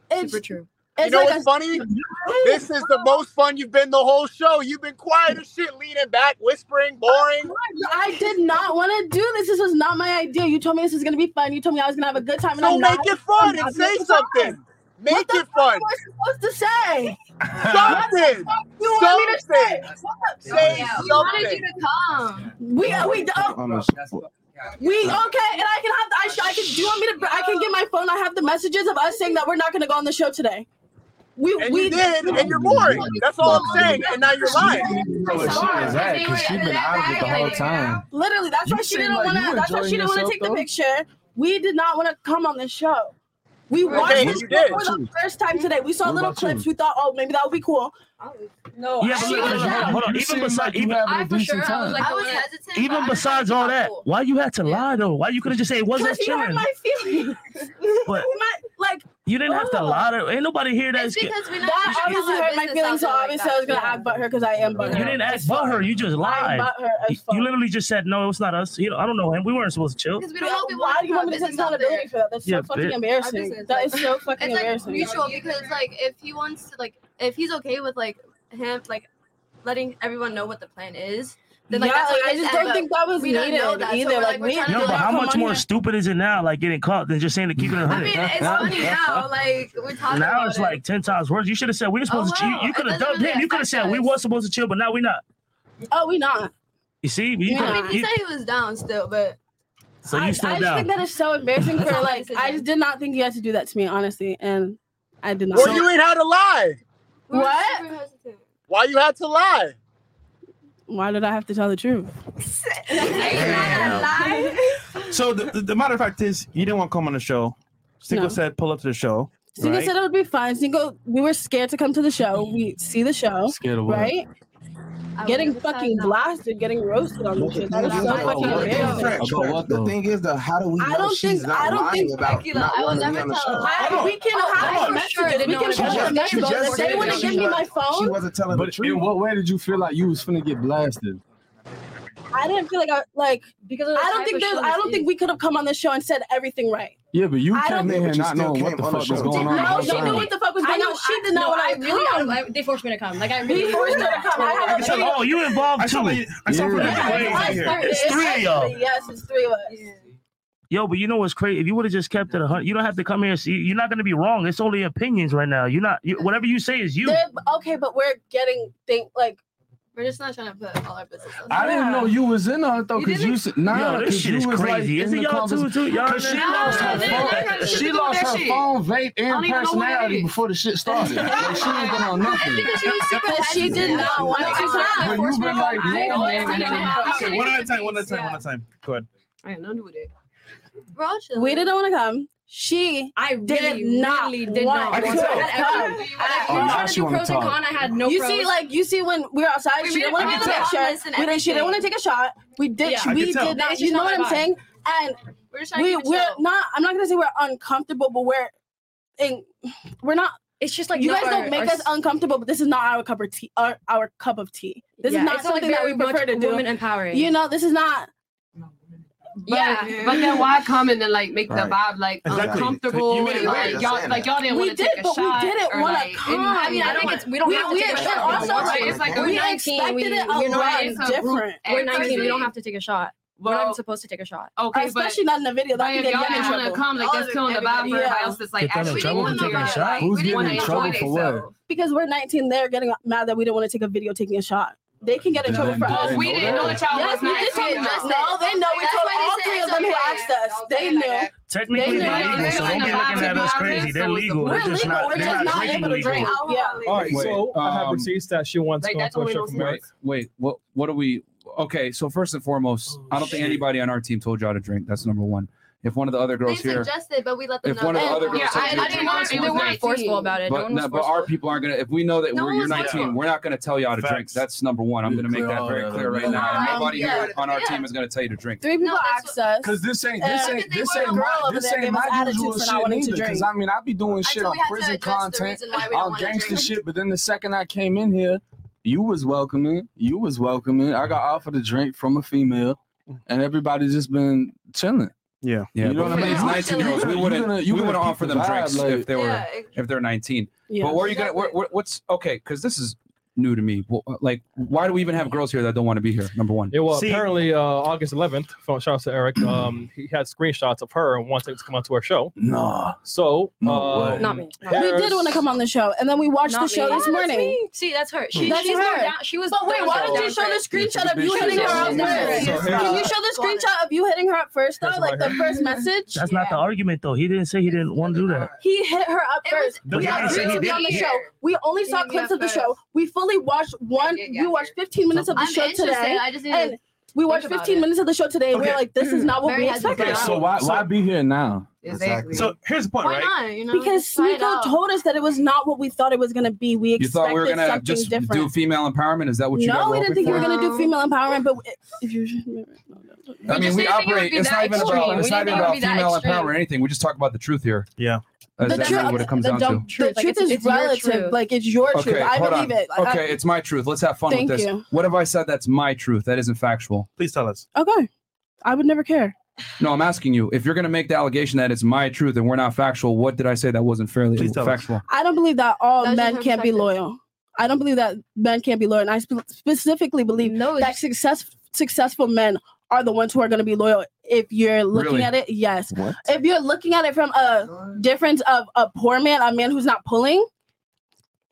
S15: it's super true.
S19: you know what's funny? This is the most fun you've been the whole show. You've been quiet as shit, leaning back, whispering, boring.
S15: Oh I did not want to do this. This was not my idea. You told me this was gonna be fun. You told me I was gonna have a good time. And
S19: So
S15: I'm
S19: make
S15: not-
S19: it fun
S15: I'm
S19: and
S15: not
S19: say
S15: making
S19: something.
S15: fun.
S19: Make
S15: what the
S19: it
S15: fuck
S19: fun.
S15: am I supposed to say?
S19: Something.
S15: What the fuck you want me to say? What the-
S19: Say
S15: We wanted you
S19: something.
S15: to come. We
S17: uh,
S15: we don't.
S13: Almost.
S15: We okay, and I can have. I, sh- I can. Do you want me to? I can get my phone. I have the messages of us saying that we're not going to go on the show today. We
S19: And
S15: we
S19: you did, and you're boring. That's all I'm saying. And now you're lying.
S14: know where she was at because she been out of it the whole time.
S15: Literally, that's
S14: You
S15: why she
S14: seem
S15: didn't
S14: like
S15: want
S14: you
S15: to. That's why she
S14: enjoying
S15: didn't want to
S14: yourself,
S15: take the picture. We did not want to come on the show. We
S14: Okay,
S15: watched
S14: you
S15: this for
S14: did.
S15: the first time today. We saw
S14: What
S15: little
S14: about you?
S15: clips. We thought, oh, maybe that would be cool. No,
S14: Yeah, but look, look, look, hold on. Even besides, even, "Oh, even besides all that, why you had to lie though? Why you couldn't just say it was us
S15: because you hurt
S14: chilling?
S15: my feelings.
S14: But
S15: like
S14: you didn't have to lie. To, ain't nobody here that's.
S15: that obviously hurt my feelings. So obviously, I was gonna act butt her because I am butt
S14: You didn't ask but her. You just lied. You, you literally just said no. It's not us. You know, I don't know him. We weren't supposed to chill.
S15: We don't Why do you want me to take accountability for that? That's
S14: Yeah,
S15: so fucking
S14: bitch.
S15: embarrassing. That is so fucking
S11: it's like
S15: embarrassing.
S11: mutual because like if he wants to like if he's okay with like him like letting everyone know what the plan is, then like
S15: Yeah,
S11: that's
S15: like,
S11: what
S15: I
S11: it is,
S15: just
S11: and-
S15: don't
S11: but
S15: think that was
S11: we don't know
S15: needed
S11: that, so
S15: either,
S11: we're,
S15: like,
S11: we're
S15: we-
S11: trying to
S14: Yo,
S11: do
S14: but
S11: it
S14: how
S11: for
S14: much
S11: money.
S14: more stupid is it now? Like getting caught than just saying to keep it.
S11: I mean, it's funny now. Like we're talking
S14: now
S11: about
S14: it's
S11: it.
S14: like ten times worse. You should have said we were supposed to.
S11: wow.
S14: You, you
S11: It
S14: could have
S11: doesn't
S14: dubbed
S11: really
S14: him. You could have said we were supposed to chill, but now we not.
S15: Oh, we not.
S14: You see, you
S11: I
S14: coulda-
S11: mean, he
S14: you-
S11: said he was down still, but
S14: so you still
S15: I just
S14: down.
S15: think that is so embarrassing for
S11: That's not my
S15: like. I just did not think you had to do that to me, honestly, and I did not.
S19: Well, you ain't had to lie.
S15: What?
S19: Why you had to lie?
S15: Why did I have to tell the truth?
S8: So the, the, the matter of fact is, you didn't want to come on the show. Sicko
S15: No.
S8: said, "Pull up to the show."
S15: Singo
S8: right?
S15: said "Oh, it would be fine. Singo, we were scared to come to the show. We see the show,
S8: Scared of what?
S15: right? Getting fucking blasted, getting roasted on the shit. That is so
S13: About
S15: fucking
S13: what, though?
S15: embarrassing.
S13: About what, though? The thing is, though, how do we know
S15: I don't
S13: she's
S15: think.
S13: not
S15: I don't
S13: lying
S15: think.
S13: about not wanting to be on the show?
S15: I, we can have messages. We can have messages. If they want to give me my phone,
S13: telling
S14: but the truth. In what way did you feel like you was finna get blasted?
S15: I didn't feel like I like because
S11: of the
S15: I don't
S11: type
S15: think
S11: of
S15: there's.
S11: show
S15: I
S11: this
S15: don't think we could have come on this show and said everything right.
S14: Yeah, but you
S15: I
S14: came in
S15: don't-
S14: here
S15: But you
S14: not
S15: still
S14: knowing
S15: came
S14: what the
S13: on the
S14: fuck was
S13: show.
S14: going on. the
S13: No,
S14: whole
S15: they knew
S14: time.
S15: what the fuck was
S16: I
S15: going
S16: know
S15: on. She
S16: I-
S15: did not
S16: no,
S15: want
S16: I
S15: to
S16: really
S15: come.
S16: I- they forced me to come. Like I
S15: They
S16: really
S15: forced her to come. I had
S14: I can tell, oh, you involved too.
S15: I started
S14: It's
S15: it.
S14: three of y'all.
S15: Actually, Yes, it's three of us.
S14: Yo, but you know what's crazy? If you would have just kept it a hundred, you don't have to come here. See, you're not gonna be wrong. It's only opinions right now. You're not. You, whatever you say is you.
S15: They're- okay, but we're getting think like
S11: we're just not trying to put all our business. out
S14: I
S11: there.
S14: didn't know
S13: you was in on it
S14: though,
S13: because you said,
S14: Yo,
S13: nah,
S14: this
S13: 'cause
S14: shit
S13: you
S14: is
S13: was like
S14: crazy.
S13: in
S14: Is it
S13: the
S14: y'all too,
S13: conversation.
S14: too? Y'all
S13: Cause she
S14: in there?
S13: lost her
S14: No, they-
S13: phone,
S14: they-
S13: she
S14: they-
S13: lost
S14: that
S13: her
S14: shit.
S13: phone, vape,
S14: I don't
S13: and
S14: even know what it
S13: personality
S14: is.
S13: before the shit started. Like, she ain't been on nothing.
S15: Because she did not want to come.
S13: But you been like,
S15: I
S13: yeah,
S15: always
S13: man.
S15: tell you how
S8: Okay, one at a time. One at a time. One at a time. Go ahead.
S15: I had nothing to do with it. We didn't want to come. She I
S16: really,
S15: did not
S16: really did
S15: want
S16: not I can
S15: to
S16: tell.
S15: come.
S16: Oh, now she wanna talk.
S15: You see, like you see when we were outside,
S16: We
S15: she didn't
S16: made-
S15: want
S16: I
S15: to
S16: can
S15: take a
S16: tell.
S15: picture. We didn't, she didn't want to take a shot. We did.
S16: Yeah. I
S15: we
S16: can tell.
S15: did not.
S16: It's
S15: You
S16: just
S15: know
S16: not
S15: what I'm
S16: my vibe.
S15: saying? And
S11: We're just trying
S15: we
S11: to keep it
S15: we're
S11: chill.
S15: not. I'm not gonna say we're uncomfortable, but we're in. We're not.
S16: It's just like
S15: you
S16: not
S15: guys
S16: our-
S15: don't make
S16: our
S15: us uncomfortable, but this is not our cup of tea. Our, our cup of tea. This
S16: Yeah,
S15: is not
S16: it's not, like,
S15: something that we
S16: very much
S15: prefer to do.
S16: woman empowering.
S15: You know, this is not.
S12: yeah, but then why come in and like make
S15: Right.
S12: the vibe like
S15: Exactly.
S12: uncomfortable?
S15: You made it
S12: and,
S15: right.
S12: like, y'all,
S15: That's
S12: like y'all didn't
S15: We
S12: want to
S15: did,
S12: take a
S15: but we
S12: shot.
S15: didn't
S12: or,
S15: wanna
S12: like, any-
S15: come.
S12: I mean, I,
S15: I
S12: don't
S15: think
S12: want-
S15: it's- we don't have to take a
S12: and
S15: shot.
S12: Also,
S15: We're
S12: like, it's like
S15: we
S12: we're 19.
S15: expected
S12: we,
S15: it a
S12: you know,
S15: lot
S12: it's a group
S15: different.
S16: We're 19. We
S12: activity.
S16: don't have to take a shot. we're not even supposed to take a shot.
S12: Okay, but-
S15: especially not in a video.
S12: But
S15: That
S12: if
S15: could
S12: y'all
S15: get me in
S12: didn't wanna
S15: trouble.
S12: come, like,
S15: All
S12: that's
S15: of
S12: killing the vibe
S15: everybody,
S12: for everybody
S15: yeah.
S12: else that's, like, Get them in actually
S14: trouble for taking a shot?
S15: like,
S14: Who's
S15: we
S14: getting
S15: didn't
S14: in
S15: wanna
S14: trouble
S15: enjoy
S14: for what?
S15: themselves. Because we're 19, they're getting mad that we didn't want to take a video taking a shot. They can get in
S14: Did
S15: trouble
S14: they-
S15: for
S14: did
S15: us.
S14: they We know didn't that? know that y'all
S15: Yes,
S14: was
S15: we did tell
S14: 19.
S15: them. No, they know. We
S14: That's
S15: told
S14: why they
S15: all
S14: said
S15: three of
S14: it's
S15: them who
S14: okay.
S15: asked us. They knew.
S14: Technically,
S15: They
S14: they're legal,
S15: know.
S14: so don't be looking at us crazy. They're legal.
S15: We're
S14: They're just
S15: legal.
S14: not.
S15: We're
S14: They're not
S15: just not able to
S14: drinking
S15: drink.
S14: legal.
S15: Yeah.
S2: All right,
S1: Wait,
S2: so I have
S1: um,
S2: receipts that she wants
S1: Like,
S2: to
S1: that's
S2: go
S1: what
S2: to
S1: we
S2: a show
S1: don't
S2: from
S1: smoke.
S2: Eric.
S1: Wait, what? What are we? Okay, so first and foremost, I don't think anybody on our team told y'all to drink. That's number one. If one of the other
S11: They
S1: girls here,
S11: suggested, but we let them
S1: if
S11: know.
S1: one of the
S11: that-
S1: other girls said to you, drink, that's one thing. But, no- but our people aren't gonna. If we know that
S11: No
S1: we're,
S11: one
S1: you're
S11: was
S1: 19,
S11: forceful.
S1: we're not gonna tell y'all to drink. That's number one. I'm gonna make
S14: clear
S1: that
S14: all
S1: very
S14: that
S1: clear
S14: up.
S1: right now.
S14: Yeah.
S1: Nobody here
S15: Yeah.
S1: on our
S15: Yeah.
S1: team is gonna tell you to drink.
S15: Three people asked us.
S13: Cause this ain't
S15: And
S13: this
S15: I
S13: ain't
S15: think they
S13: this
S15: were
S13: ain't
S15: a girl
S13: my
S15: over
S13: this
S15: there
S13: ain't
S15: gave
S13: my
S15: us attitude
S13: usual
S15: for not
S13: shit
S15: wanting to
S13: either. Cause
S15: drink.
S13: I mean I be doing shit
S15: told
S13: on
S15: you I
S13: prison
S15: said that's the
S13: content,
S15: reason why we don't
S13: on
S15: wanna
S13: gangster
S15: drink.
S13: shit. But then the second I came in here, you was welcoming. You was welcoming. I got offered a drink from a female, and everybody just been chilling.
S8: Yeah.
S1: Yeah,
S8: You know
S1: but for
S8: what I mean?
S1: these
S8: You're
S1: nineteen-year-olds, we
S8: gonna-
S1: wouldn't
S8: you're
S1: we
S8: gonna
S1: wouldn't offer them
S8: provide,
S1: drinks
S8: like-
S1: if they were
S8: Yeah,
S1: if they're nineteen.
S8: Yeah,
S1: but where are you gonna? Where, where, what's okay? Because this is new to me. Wh- Like, why do we even have girls here that don't want to be here? Number one.
S2: Yeah, well, apparently uh, August 11th, from shout out to Eric, um, he had screenshots of her and wanted to come out to our show.
S13: Nah.
S2: So,
S13: way.
S2: um,
S15: We
S2: there's-
S15: did want to come on the show, and then we watched
S16: Not
S15: the show
S16: me.
S15: this
S16: Yeah, that's
S15: morning.
S16: me. See, that's her.
S13: Hmm.
S16: She,
S15: That's
S16: she's
S15: her.
S16: more down. She was.
S15: But wait,
S16: down
S15: why
S16: for
S15: don't
S16: it.
S15: you show the screenshot of
S16: She
S15: you
S16: was
S15: hitting her
S16: down
S15: up
S16: for
S15: first?
S16: it.
S13: uh,
S15: Can you show the screenshot of you hitting her up first, though? Like the first message?
S12: That's not the argument though. He didn't say he didn't want to do that.
S15: He hit her up first.
S12: But
S15: we
S12: yeah, he
S15: agreed
S12: said
S15: to
S12: he
S15: be on the
S12: didn't.
S15: show. We only saw
S11: me
S15: clips
S11: up
S15: of the
S11: first.
S15: show. We fully watched one. We watched 15 minutes of the
S11: I'm
S15: show
S11: interested,
S15: today.
S11: I just need to
S15: and we watched
S11: about
S15: 15
S11: it.
S15: minutes of the show today. and We
S11: Okay.
S15: are like, this is not what
S11: Very
S15: we
S11: hesitant.
S15: expected.
S11: Okay,
S13: so why why be here now?
S15: Exactly.
S8: So here's the point,
S15: Why
S8: right?
S11: not? You know,
S15: because
S11: just try it
S15: Sneeko
S11: out.
S15: told us that it was not what we thought it was going to be. We
S1: You
S15: expected
S1: thought we were gonna
S15: something
S1: just
S15: different.
S1: do female empowerment? Is that what you guys
S15: no,
S1: were
S15: we didn't
S1: hoping
S15: think you
S1: for?
S15: were going to do female empowerment, but if you
S1: I mean, we
S15: just didn't think it would
S1: operate.
S15: be
S1: It's
S15: that
S1: not even
S15: extreme.
S1: about.
S15: We
S1: It's not even
S15: didn't think it would
S1: about
S15: be that
S1: female
S15: extreme.
S1: empowerment or anything. We just talk about the truth here.
S8: Yeah,
S1: that's
S15: truth-
S1: really what it comes
S15: the
S1: down
S15: dumb
S1: to.
S15: truth. The
S16: Like,
S15: truth
S16: it's-
S15: is
S16: it's your
S15: relative.
S16: truth.
S15: Like it's your truth. I
S1: hold
S15: believe
S1: on.
S15: it. Like, I-
S1: okay, it's my truth. Let's have fun
S15: Thank
S1: with this.
S15: you.
S1: What if I said that's my truth? That isn't factual.
S8: Please tell us.
S15: okay. I would never care.
S1: No, I'm asking you. If you're going to make the allegation that it's my truth and we're not factual, what did I say that wasn't fairly
S8: Please tell us.
S1: factual?
S15: I don't believe that all
S11: just
S15: men
S11: her
S15: can't be
S11: perspective.
S15: loyal. I don't believe that men can't be loyal, and I spe- specifically believe that success successful men are the ones who are going to be loyal. If you're looking
S11: Really?
S15: at it, yes. If you're looking at it from a difference of a poor man, a man who's not pulling.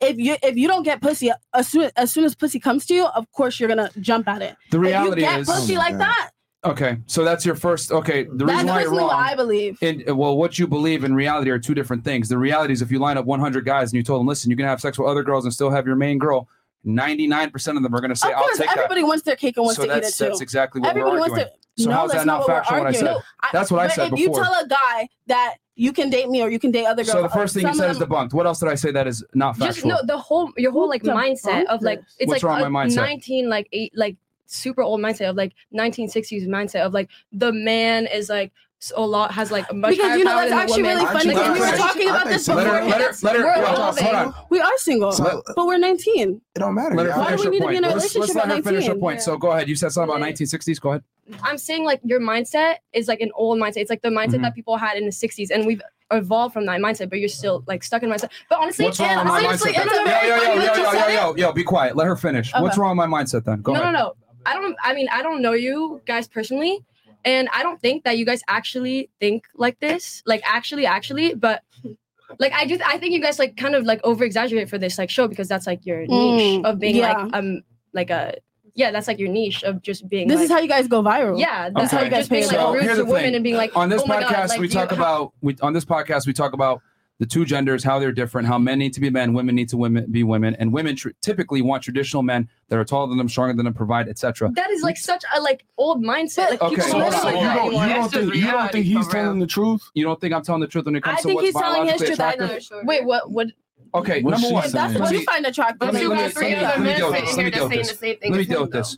S15: If you if you don't get pussy as soon as soon as pussy comes to you, of course you're gonna jump at it.
S1: The reality
S15: if you get
S1: is-
S15: pussy
S1: Oh my
S15: like
S1: God.
S15: that.
S1: Okay, so that's your first. Okay, the
S15: That's
S1: reason why you're
S15: personally
S1: wrong.
S15: what I believe.
S1: And uh, well, what you believe in reality are two different things. The reality is, if you line up 100 guys and you told them, "Listen, you can have sex with other girls and still have your main girl," 99 percent of them are going to say,
S15: of course,
S1: "I'll take that."
S15: everybody wants their cake and wants
S1: so
S15: to eat it
S1: that's,
S15: too.
S1: that's exactly what
S15: everybody
S1: we're
S15: wants
S1: arguing.
S15: to.
S1: so
S15: no,
S1: how's
S15: that's
S1: that not
S15: what we're
S1: factual? What I said?
S15: arguing. No,
S1: that's what I
S15: but
S1: said
S15: if
S1: before.
S15: you tell a guy that you can date me or you can date other girls,
S1: so the first thing you
S15: some
S1: said
S15: of
S1: is
S15: them-
S1: debunked. What else did I say that is not
S16: Just
S1: factual?
S16: no, the whole your whole like
S15: the
S16: mindset of like it's
S1: What's
S16: like
S1: wrong with
S16: a
S1: my mindset?
S16: nineteen like eight like super old mindset of like nineteen sixties mindset of like the man is like s- a lot has like a much
S15: Because
S16: higher
S15: you know
S16: power
S15: that's
S16: than the
S15: actually
S16: woman.
S15: really funny because we were talking about this before.
S1: Let her- let her- let her-
S15: we're
S1: hold on,
S15: all
S1: hold
S15: single.
S1: on.
S15: We are single,
S1: So-
S15: but we're 19.
S18: It don't matter.
S1: Let her
S15: Why
S1: finish
S15: do we
S1: her
S15: need to
S1: point.
S15: be in a
S1: let's, let's
S15: relationship
S1: let
S15: at
S1: her finish her
S15: 19?
S1: point. So go ahead. You said something about 1960s. Go ahead.
S16: I'm saying like your mindset is like an old mindset. It's like the mindset
S1: Mhm.
S16: that people had in the sixties, and we've evolved from that mindset. But you're still like stuck in mindset. But honestly,
S1: What's wrong with my
S16: honestly,
S1: mindset? then?
S16: it's a very
S1: Yo, yo,
S16: funny
S1: yo,
S16: that you
S1: yo, yo,
S16: said
S1: yo,
S16: it.
S1: yo, yo, Be quiet. Let her finish. What's
S16: Okay.
S1: wrong with my mindset then? Go
S16: no,
S1: ahead.
S16: no, no. I don't. I mean, I don't know you guys personally, and I don't think that you guys actually think like this. Like actually, actually, but like I just I think you guys like kind of like over exaggerate for this like show because that's like your niche
S15: Mm,
S16: of being
S15: yeah.
S16: like um like a yeah that's like your niche of just being.
S15: This is
S16: like-
S15: how you guys go viral.
S16: Yeah,
S1: Okay.
S16: that's how you guys being like
S1: So
S16: rude
S1: here's
S16: to
S1: the
S16: women
S1: thing.
S16: and being like
S1: on this
S16: oh my
S1: podcast
S16: God, like,
S1: we
S16: do you-
S1: talk
S16: how-
S1: about we on this podcast we talk about the two genders how they're different how men need to be men women need to women be women and women tr- typically want traditional men that are taller than them stronger than them provide etc
S16: That is like such a like old mindset. Like
S1: okay
S16: people
S1: so
S16: don't
S1: hold on.
S16: like
S1: you
S16: that
S1: don't,
S16: anymore.
S1: you don't think, you don't think he's telling
S18: the truth
S1: you don't think i'm telling the truth when it comes
S15: I
S1: to
S15: think
S1: what's
S15: he's telling his
S1: biologically
S15: truth. I know.
S1: attractive
S16: Wait, what? What?
S1: okay
S15: What's
S1: number
S15: she
S1: one
S15: saying? That's what
S1: Let
S15: you
S1: me-
S15: find attractive.
S1: let me-
S15: But you
S1: let me-
S15: got three
S1: let me-
S15: other
S1: let me
S15: men
S1: deal with
S15: sitting
S1: this.
S15: here
S1: Let me deal
S15: that's
S1: with
S15: saying
S1: this.
S15: the same thing
S1: Let me
S15: as
S1: deal
S15: him,
S1: with this.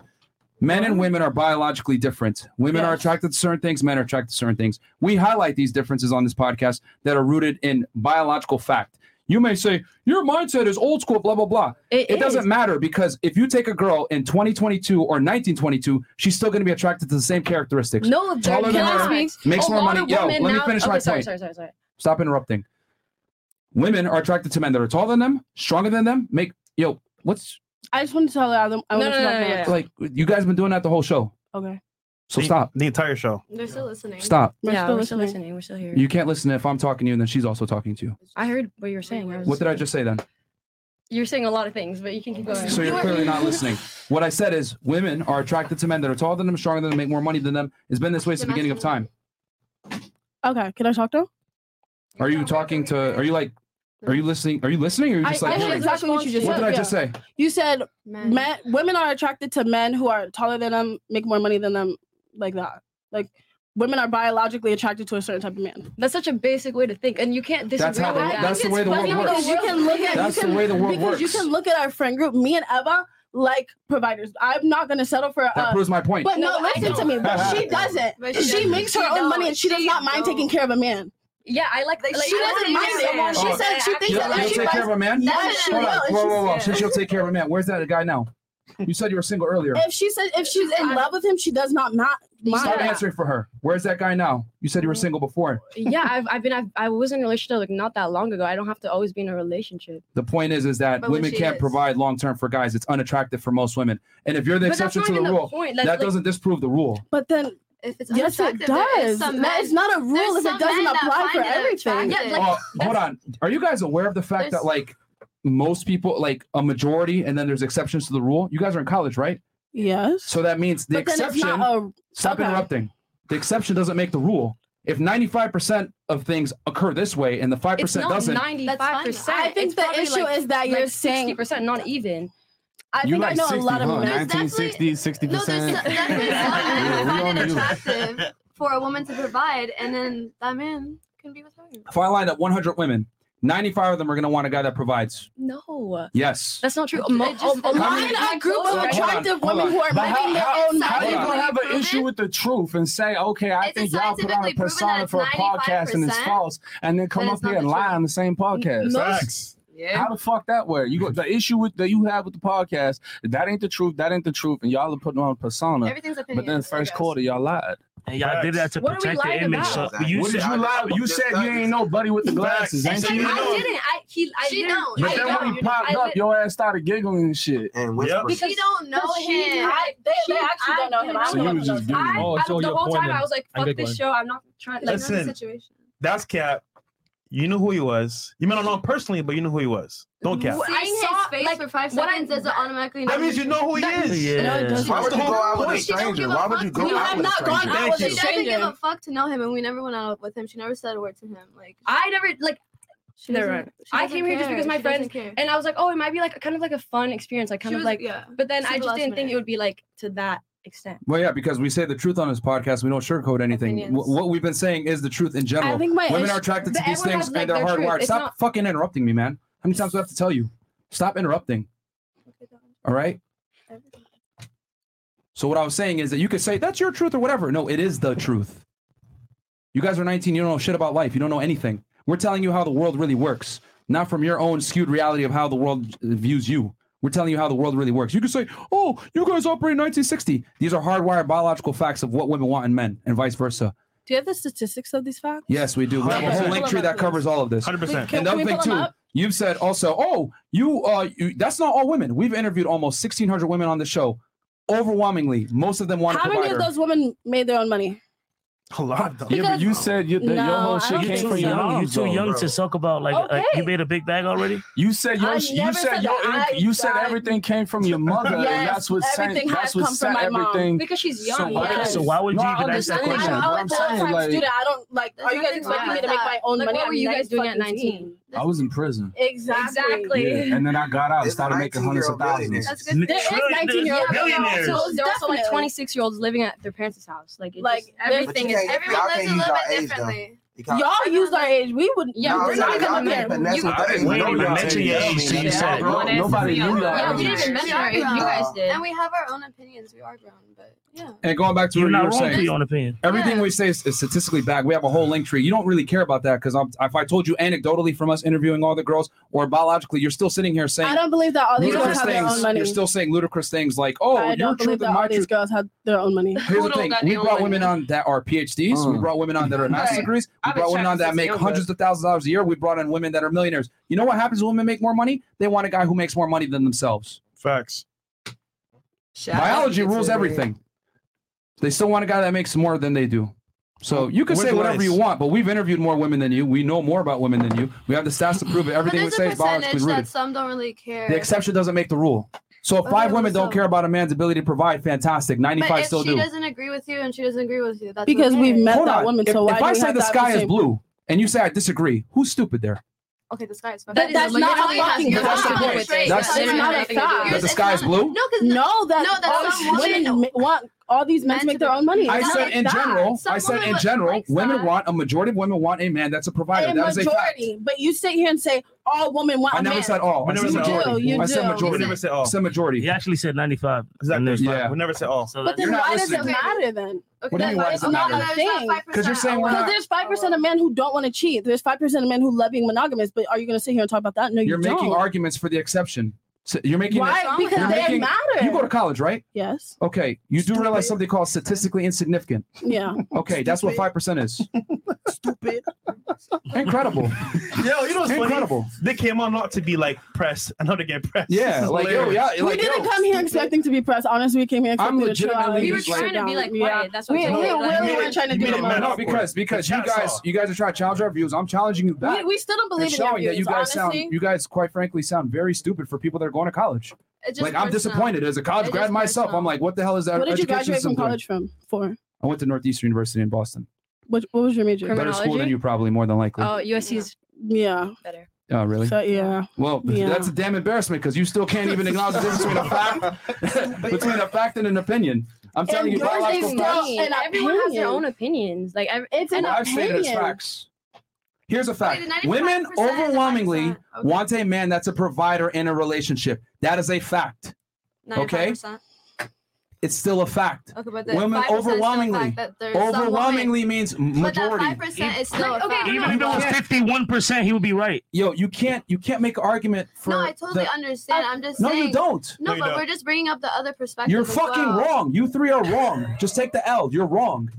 S1: Men and women are biologically different. Women are attracted to certain things, men are attracted to certain things. We highlight these differences on this podcast that are rooted in biological fact. You may say, your mindset is old school, blah, blah, blah.
S16: It
S1: doesn't
S16: is.
S1: matter because if you take a girl in 2022 or 1922, she's still going to be attracted to the same characteristics.
S16: No, they're
S1: Taller than
S16: not.
S1: her, makes
S16: A
S1: more
S16: lot
S1: money.
S16: of
S1: Yo, let
S16: women
S1: me
S16: now-
S1: finish
S16: okay,
S1: my
S16: sorry,
S1: point.
S16: Sorry, sorry, sorry.
S1: Stop interrupting. Women are attracted to men that are taller than them, stronger than them, make, yo, what's,
S15: I just want to tell her I, don't- I
S16: No,
S15: want
S16: no,
S15: to
S16: no,
S15: smoke
S16: no,
S15: man.
S16: Yeah.
S1: like, you guys been doing that the whole show.
S15: Okay.
S1: So stop.
S8: The entire show.
S16: They're still listening.
S1: Stop.
S16: Yeah,
S1: We're
S16: we're
S1: still
S16: still, listening. We're still here.
S1: You can't listen if I'm talking to you and then she's also talking to you.
S16: I heard what you were saying. I was,
S1: What did I just say then?
S16: You're saying a lot of things, but you can keep going.
S1: So you're clearly not listening. What I said is women are attracted to men that are taller than them, stronger than them, make more money than them. It's been this way since the beginning of time.
S15: Okay. Can I talk to him?
S1: Are you talking to are you like are you listening? Are you listening or are you just
S15: I,
S1: like
S15: I heard
S1: hearing?
S15: exactly what you just
S1: What
S15: said.
S1: did I just
S15: yeah.
S1: say?
S15: You said men. women are attracted to men who are taller than them, make more money than them, like that. Like women are biologically attracted to a certain type of man.
S16: That's such a basic way to think, and you can't disagree
S1: That's how
S16: with
S1: the-
S16: that.
S1: that's the way the world works.
S15: Because you can look at
S1: That's
S15: you
S1: the
S15: can,
S1: way the world
S15: because you
S1: works.
S15: can look at our friend group, me and Eva, like providers. I'm not gonna settle for.
S1: That
S15: uh,
S1: proves my point.
S15: But no,
S1: No, I
S15: listen to
S1: don't.
S15: me. But she doesn't.
S16: But
S15: she,
S16: she doesn't.
S15: makes her
S16: She
S15: own
S16: don't.
S15: money, and she does not mind taking care of a man.
S16: Yeah, I like. like
S15: she
S16: I
S15: doesn't
S16: don't
S15: mind it.
S16: even know.
S15: She
S1: Hold on.
S15: said she thinks
S1: Oh. You'll-
S15: that
S1: you'll
S15: she
S1: take care of a man?
S15: Yes, she
S1: Hold on.
S15: will.
S1: Whoa, whoa, whoa.
S15: She's-
S1: Since you'll take care of a man, where's that guy now? You said you were single earlier.
S15: If she said if she's in love with him, she does not not
S1: Stop
S15: mind.
S1: answering for her. Where's that guy now? You said you were
S16: Mm-hmm.
S1: single before.
S16: yeah, I've, I've been I've, I was in a relationship like not that long ago. I don't have to always be in a relationship.
S1: The point is, is that
S16: But when
S1: women
S16: she
S1: can't
S16: is-
S1: provide long term for guys. It's unattractive for most women. And if you're the
S16: But that's
S1: exception
S16: not
S1: to the
S16: even the
S1: rule,
S16: point. Like-
S1: that
S16: like-
S1: doesn't disprove the rule.
S15: But then
S16: if it's
S15: yes, it
S16: unattractive, there
S15: does.
S16: is some
S15: That
S16: men-
S15: is not a rule
S16: there's
S15: if it
S16: some
S15: doesn't
S16: men that
S15: apply for
S16: find it
S15: everything.
S16: attractive.
S1: Oh, hold on. Are you guys aware of the fact that like most people, like a majority, and then there's exceptions to the rule? You guys are in college, right?
S15: Yes.
S1: So that means the
S15: But then it's
S1: exception.
S15: not a-
S1: stop
S15: okay.
S1: interrupting. The exception doesn't make the rule. If 95% of things occur this way and the 5% doesn't,
S16: ninety-five percent.
S15: I think the issue is that you're saying-
S16: percent, not even.
S15: I
S13: You like 60, huh? 1960, 60%.
S16: no, there's
S13: definitely
S11: I find it
S1: you.
S11: attractive for a woman to provide, and then that man can be with her.
S1: if I lined up 100 women, 95 of them are going to want a guy that provides.
S16: No.
S1: Yes.
S16: That's not true.
S15: Mo- a- a line of group of attractive women who are
S13: But
S15: living their own
S13: How you
S15: life.
S13: gonna have an issue with the truth and say, okay, I think y'all put on a persona for a podcast and it's
S5: 95%,
S13: false, and then come
S5: then
S13: up
S5: it's not
S13: here and
S5: the
S13: lie on the same podcast?
S5: most-
S13: Facts.
S5: Yeah.
S13: How the fuck that way? You go, the issue with that you have with the podcast, that ain't the truth. That ain't the truth, and y'all are putting on a persona.
S11: Everything's
S13: But then first quarter, y'all lied.
S14: And y'all did that to
S16: What are we protect the lying image, about? so-
S13: you what did you lie? You said you ain't nobody with the glasses, ain't
S16: It's like,
S13: you?
S16: I didn't. I he. I
S11: She
S16: didn't.
S11: don't.
S13: But
S16: I
S13: then
S16: don't.
S13: when he
S16: You know,
S13: popped
S16: I
S13: up,
S16: lit-
S13: your ass started giggling and shit. And
S16: Because
S11: She don't know
S16: because she-
S11: him.
S16: I-
S11: They-
S16: she-
S11: they actually
S16: I
S11: don't know him.
S16: didn't
S11: I don't
S16: know
S11: know
S16: him.
S23: just doing
S16: I-
S23: it. Oh,
S16: I-
S23: it's all
S16: the
S23: your
S16: whole
S23: point
S16: time I
S23: then.
S16: was like,
S23: I
S16: "Fuck
S23: get
S16: this
S23: one.
S16: show. I'm not trying." Like,
S8: Listen.
S16: Listen, the situation.
S8: That's cap. You knew who he was. You may not know him personally, but you knew who he was. Don't cap.
S11: Seeing his face for five
S16: what I-
S11: seconds doesn't automatically.
S8: That means you know who he is. Yeah.
S11: doesn't.
S8: Why would you go out with a
S11: She don't
S8: stranger?
S11: give a
S8: Why would
S11: fuck
S8: you go
S11: to
S8: out
S11: him.
S8: with a stranger? Thank
S11: She
S8: you.
S11: doesn't give a
S16: Stranger.
S11: fuck to know him, and we never went out with him. She never said a word to him. Like
S16: I never like.
S11: She
S16: Never
S11: doesn't-
S16: mind.
S11: she
S16: I
S11: doesn't
S16: came here just
S11: care.
S16: because my
S11: She
S16: friends,
S11: doesn't care.
S16: and I was like, "Oh, it might be like kind of like a fun experience, like kind
S11: She
S16: of
S11: was-
S16: like."
S11: yeah.
S16: But then
S11: She
S16: I
S11: was
S16: just
S11: last
S16: didn't think it would be like to that extent.
S1: Well, yeah, because we say the truth on this podcast. We don't sugarcoat anything. Wh-
S16: Opinions.
S1: what we've been saying is the truth in general.
S16: I think my
S1: Women
S16: issue-
S1: are attracted to
S16: but
S1: these
S16: everyone
S1: things
S16: has, like,
S1: and they're
S16: their truth.
S1: hardwired.
S16: It's
S1: Stop
S16: not-
S1: fucking interrupting me, man. How many times do I have to tell you? Stop interrupting. All right. So what I was saying is that you could say that's your truth or whatever. No, it is the truth. You guys are 19. You don't know shit about life. You don't know anything. We're telling you how the world really works, not from your own skewed reality of how the world uh, views you. We're telling you how the world really works. You can say, "Oh, you guys operate in 1960." These are hardwired biological facts of what women want in men, and vice versa.
S15: Do you have the statistics of these facts?
S1: Yes, we do. We have a whole link tree that covers all of this.
S15: 100%. Can-
S1: And the
S15: can
S1: other
S15: we
S1: thing
S15: pull 'em
S1: too,
S15: up?
S1: you've said also, oh, you, uh, you, that's not all women. We've interviewed almost 1,600 women on the show. Overwhelmingly, most of them want to
S15: How
S1: provide
S15: many
S1: her.
S15: of those women made their own money?
S1: a lot, though.
S13: Yeah, but you said your, that your
S15: No,
S13: whole
S15: I
S13: shit
S15: don't
S13: came
S15: think
S13: from your
S15: so.
S13: mom.
S15: You too young to
S14: suck about
S13: like,
S14: uh,
S13: you
S14: made a big bag already.
S13: You said your
S14: I
S13: sh- you
S14: never
S13: said
S14: said
S13: your
S14: that.
S13: inc-
S14: I
S13: you said
S14: died.
S13: everything came from your mother, and
S14: Yes,
S13: that's what sent,
S14: everything
S13: that's
S14: has
S13: what
S14: come from
S13: sent
S14: my mom.
S13: everything.
S14: Because she's
S13: So,
S14: young, yes.
S13: so
S14: why would you
S13: I
S14: even ask that
S13: understand
S14: question?
S13: but
S15: I
S13: I'm
S15: was a
S13: saying,
S15: full-time
S13: like,
S15: student. I don't like.
S11: There's
S15: Are you guys
S11: nothing wrong
S15: expecting me
S11: with
S15: to make my
S11: that.
S15: own
S11: Like,
S15: money?
S11: what
S15: I'm
S11: were you guys doing at
S15: fucking
S11: 19?
S13: I was in prison.
S15: Exactly.
S13: Yeah, And then I got out and started making hundreds of thousands.
S16: That's good.
S13: There is 19-year-old
S16: Trillion- yeah, but
S13: millionaires.
S16: There are also, there are also like
S15: Definitely.
S16: 26 year olds living at their parents' house. Like, it
S15: Like,
S16: like everything is.
S15: everything- Everyone
S11: lives a little bit differently.
S15: Y'all use our age. We would.
S16: Yeah,
S15: we're
S16: it's
S15: not
S16: not
S15: coming
S16: gonna
S15: there.
S16: happen. That's
S15: You-
S16: what that is.
S14: We don't even mention your age till you said it.
S13: Nobody knew that.
S11: Yeah, we
S13: age.
S11: didn't even mention
S16: Yeah.
S11: our age. You guys
S16: Yeah.
S11: did, and we have our own opinions. We are grown, but yeah.
S1: And going back to
S14: You're
S1: what
S14: not
S1: you were
S14: wrong
S1: saying,
S14: for your own opinion.
S1: Everything we say is, is statistically backed. We have a whole link tree. You don't really care about that because if I told you anecdotally from us interviewing all the girls or biologically, you're still sitting here saying
S15: I don't believe that all these girls
S1: ludicrous
S15: have their own
S1: things.
S15: money.
S1: You're still saying ludicrous things like, "Oh,
S15: I
S1: your
S15: don't believe
S1: truth
S15: that
S1: and my
S15: all
S1: truth."
S15: these girls have their own money.
S1: Here's the thing: we brought women on that are PhDs. We brought women on that are master's
S15: Right.
S1: degrees. We
S15: I've been
S1: brought women
S15: trying
S1: on that
S15: since
S1: make
S15: young,
S1: hundreds of thousands of dollars a year. We brought in women that are millionaires. You know what happens when women make more money? They want a guy who makes more money than themselves. Facts. Biology rules everything. They still want a guy that makes more than they do. So you can
S8: With
S1: say whatever
S8: lights.
S1: you want, but we've interviewed more women than you. We know more about women than you. We have the stats to prove it. Everything we
S11: but
S1: say
S11: there's
S1: is
S11: a percentage
S1: biologically
S11: that
S1: rooted.
S11: some don't really care.
S1: The exception doesn't make the rule. So if
S11: Okay,
S1: five women
S11: well,
S1: don't
S11: Oh, so-
S1: care about a man's ability to provide, fantastic.
S11: but
S1: Ninety-five
S11: if
S1: still
S11: she
S1: do.
S11: doesn't agree with you and she doesn't agree with you, that's
S15: Because
S11: okay.
S15: we've met
S1: Hold
S15: that
S1: on.
S15: woman,
S1: If,
S15: so why
S1: if
S15: do
S1: I
S15: we
S1: say
S15: have
S1: the
S15: to have
S1: sky
S15: the
S1: is
S15: same-
S1: blue and you say I disagree, who's stupid there?
S11: Okay, the sky is fucking.
S15: That- that's not a fucking
S1: But that's the
S15: fact.
S1: point. That's-
S15: That's not a fact.
S1: That the sky is blue?
S11: No, because
S15: no, that
S11: no, that
S15: all
S11: some women-
S15: women ma- want all these men to make their own money.
S1: I
S15: It's not
S1: said
S15: like
S1: in
S15: that.
S1: general. I said in general, women want a majority of women want a man that's a provider.
S15: A
S1: That is a fact.
S15: majority, but you sit here and say all women want.
S1: I
S15: a
S1: never
S15: man.
S1: said all. I
S15: You
S1: said
S15: do.
S1: majority.
S15: You
S1: I
S15: do.
S1: said majority.
S8: We never said all.
S1: I said majority.
S14: He actually said 95.
S8: Exactly.
S1: Yeah.
S8: We never said all.
S14: So
S15: But then why does it matter then?
S1: What do you mean, why
S15: it's
S1: does it
S15: not
S1: matter?
S15: a thing.
S1: 'Cause you're saying we're
S15: Because
S1: not-
S15: there's five percent of men who don't want to cheat. There's five percent of men who love being monogamous. But are you going to sit here and talk about that? No, you
S1: You're
S15: don't.
S1: making arguments for the exception. So you're making
S3: Why?
S1: it-
S3: Because
S1: you're
S3: they
S1: making-
S3: matter.
S1: You go to college, right?
S15: Yes.
S1: Okay, you do realize something called statistically insignificant.
S15: Yeah.
S1: Okay, that's what five percent is. Stupid. Incredible.
S8: Yo, you know what's
S1: Incredible.
S8: funny? They came on not to be like press, and now they get pressed.
S1: Yeah,
S8: This is
S1: like, yo,
S8: hilarious.
S1: yeah, We like,
S15: didn't come here expecting to be pressed. Honestly, we came here
S1: I'm
S15: expecting to chill out.
S1: legitimately.
S15: and
S1: just
S15: sit down. Yeah. we, we really were trying to do the most.
S1: No, because because you guys you guys are trying to challenge our views. I'm challenging you back.
S15: We- we still don't
S1: and
S15: believe in your
S1: showing that you
S15: views,
S1: guys
S15: honestly.
S1: sound you guys quite frankly sound very stupid for people that are going to college.
S15: It's just
S1: Like I'm
S15: personal.
S1: disappointed as a college
S15: It's
S1: grad
S15: just
S1: myself. I'm like, what the hell is that?
S15: What did you
S1: education
S15: graduate
S1: system
S15: from
S1: doing?
S15: college from? For
S1: I went to Northeastern University in Boston.
S15: what? What was your major?
S1: Better school than you, probably more than likely. Oh,
S15: USC's yeah better.
S1: really?
S15: So yeah.
S1: Well,
S15: Yeah.
S1: that's a damn embarrassment because you still can't even acknowledge the difference between a fact between a fact and an opinion. I'm telling you,
S16: yours is
S1: biological facts.
S16: opinion. everyone has their own opinions. Like ev- it's
S1: Well,
S16: an
S1: I've
S16: opinion.
S1: stated as facts. Here's a fact:
S16: Wait, the 95%
S1: women overwhelmingly want a man that's a provider in a relationship. That is a fact. Okay,
S11: 95%.
S1: it's still a fact.
S11: Okay, but the
S1: Women
S11: 5% is still a
S1: overwhelmingly,
S11: fact that there's some
S1: overwhelmingly means m-
S11: But that
S1: majority.
S11: 5% is still a
S1: okay,
S11: fact.
S1: no,
S11: Even
S1: no,
S11: if it was
S1: no.
S12: 51%, he would be right.
S1: Yo, you can't you can't make an argument for.
S11: No, I totally
S1: the-
S11: understand. I'm just
S1: No, you
S11: saying.
S1: don't.
S11: No,
S1: No, you
S11: but
S1: don't.
S11: we're just bringing up the other perspective.
S1: You're
S11: as
S1: fucking
S11: well.
S1: wrong. You three are wrong. Just take the L. You're wrong.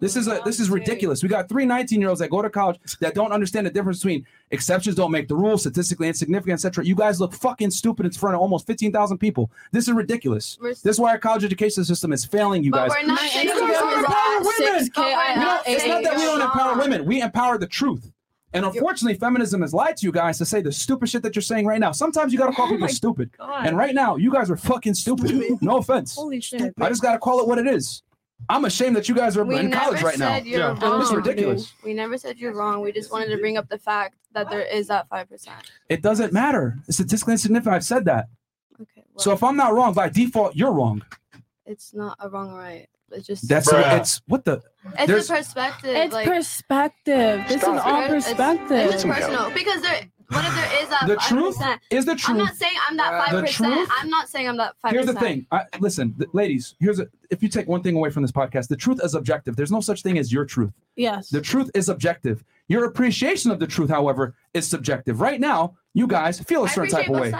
S1: This is
S11: Oh,
S1: a this is ridiculous. We got three 19 year olds that go to college that don't understand the difference between exceptions don't make the rule, statistically insignificant, etc. You guys look fucking stupid in front of almost 15,000 people. This is ridiculous.
S11: We're-
S1: this is why our college education system is failing you
S11: But
S1: guys.
S11: we're not
S1: You guys
S11: saying
S1: don't
S11: we're
S1: empower
S11: wrong.
S1: women.
S11: 6K, I
S1: You know,
S11: not
S1: it's not
S11: saying
S1: that we
S11: you're
S1: don't empower
S11: wrong.
S1: women. We empower the truth. And unfortunately, feminism has lied to you guys to say the stupid shit that you're saying right now. Sometimes you gotta
S11: Oh
S1: call people stupid.
S3: God.
S1: And right now, you guys are fucking stupid. No offense.
S3: Holy shit.
S1: I just gotta call it what it is. I'm ashamed that you guys are
S11: We
S1: in
S11: never
S1: college right
S11: said
S1: now.
S11: you're wrong.
S1: This is ridiculous.
S11: We never said you're wrong. We just wanted to bring up the fact that there is that five percent.
S1: It doesn't matter. It's statistically insignificant. I've said that. so if I'm not wrong by default, you're wrong.
S11: It's not a wrong or right. It's just
S1: That's
S11: it's
S1: it's what the.
S11: a perspective.
S15: It's
S11: like,
S15: perspective. This is all
S11: It's-
S15: perspective.
S11: It's, personal because there. What if there is that
S1: The
S11: 5%?
S1: truth is the
S11: I'm
S1: truth.
S11: not saying I'm that
S1: The
S11: five
S1: truth-
S11: percent. I'm not saying I'm that five.
S1: Here's the thing. I, listen, th- ladies. Here's a, if you take one thing away from this podcast, the truth is objective. There's no such thing as your truth.
S15: Yes.
S1: The truth is objective. Your appreciation of the truth, however, is subjective. Right now, you guys feel a certain type of way.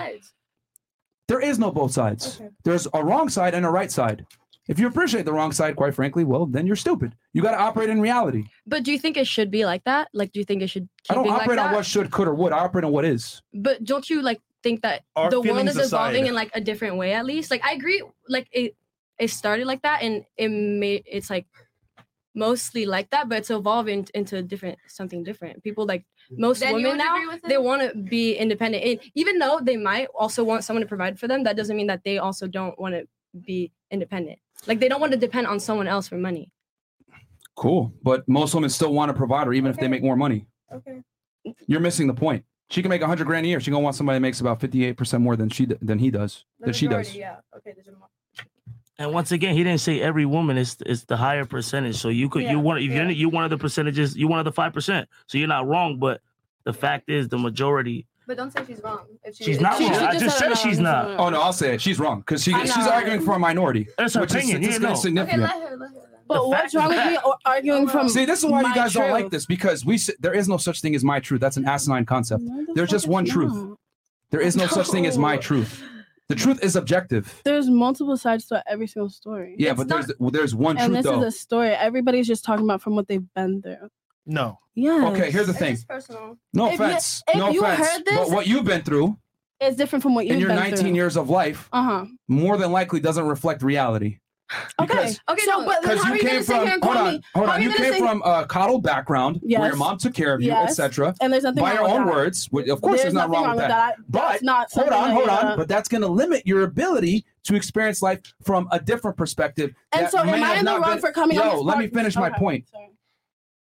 S1: There is no both sides. There's a wrong side and a right side. If you appreciate the wrong side, quite frankly, well, then you're stupid. You got to operate in reality.
S16: But do you think it should be like that? Like, do you think it should? Keep
S1: I don't
S16: being
S1: operate
S16: like
S1: on
S16: that?
S1: what should, could, or would. I operate on what is.
S16: But don't you like think that
S1: Our
S16: the world
S1: feelings
S16: is evolving
S1: aside.
S16: in like a different way? At least, like I agree. Like it, it started like that, and it made it's like mostly like that, but it's evolving into different something different. People like most
S11: Then you
S16: women
S11: would
S16: now
S11: agree with
S16: they want to be independent, and even though they might also want someone to provide for them, that doesn't mean that they also don't want to be independent. Like they don't want to depend on someone else for money.
S1: Cool. But most women still want a provider, even if they make more money.
S16: Okay.
S1: You're missing the point. She can make 100 grand a year. She gonna want somebody that makes about 58% more than she d- than he does. That she does.
S11: Yeah. Okay.
S12: And once again, he didn't say every woman is is the higher percentage. So you could
S11: Yeah,
S12: you want if you're you one of the percentages, you one of the five percent. So you're not wrong, but the fact is the majority.
S11: But don't say she's wrong. If she,
S12: She's not
S11: she-
S12: wrong.
S11: she
S12: I just
S11: said
S12: said she's not.
S1: Oh no, I'll say it. She's wrong because she
S15: I know.
S1: she's arguing for a minority.
S12: That's her
S1: which is
S12: opinion. Yeah,
S1: statistically
S12: no.
S1: significant.
S15: But what's wrong with me o- arguing from?
S1: See, this is why
S15: my
S1: you guys don't like
S15: truth?
S1: this because we s- there is no such thing as my truth. That's an asinine concept. There's just one truth. There is no such thing as my
S15: No.
S1: truth. The truth is objective.
S15: There's multiple sides to every single story.
S1: Yeah, but there's well, there's one
S15: and
S1: truth
S15: this
S1: though.
S15: is a story. Everybody's just talking about from what they've been through.
S1: No.
S15: Yeah.
S1: Okay, here's the thing. No
S15: If you-
S1: offense.
S15: if
S1: no
S15: you
S1: offense.
S15: heard this-
S1: but what you've been through
S15: It's different from what you've
S1: in your
S15: been
S1: 19
S15: through.
S1: years of life
S15: Uh huh.
S1: more than likely doesn't reflect reality.
S15: Okay. Okay. So, but then
S1: Because
S15: how
S1: you
S15: are you
S1: came
S15: gonna sit
S1: from
S15: here and
S1: hold
S15: call
S1: on,
S15: me?
S1: hold
S15: how
S1: on.
S15: are
S1: You
S15: gonna
S1: came
S15: sit-
S1: from a coddled background where your
S15: Yes.
S1: mom took care of you,
S15: Yes.
S1: etc.
S15: And there's nothing
S1: by your
S15: wrong with
S1: own
S15: that.
S1: words. which- Of course, there's,
S15: There's
S1: not
S15: nothing
S1: wrong with that.
S15: That's not
S1: Hold
S15: something
S1: on,
S15: that uh,
S1: hold
S15: you
S1: on.
S15: gotta-
S1: But that's going to limit your ability to experience life from a different perspective.
S15: And
S1: that
S15: so am
S1: may
S15: I
S1: have
S15: in the
S1: not
S15: wrong for coming
S1: Yo,
S15: on this
S1: let me
S15: podcast?
S1: finish my
S15: Okay,
S1: point.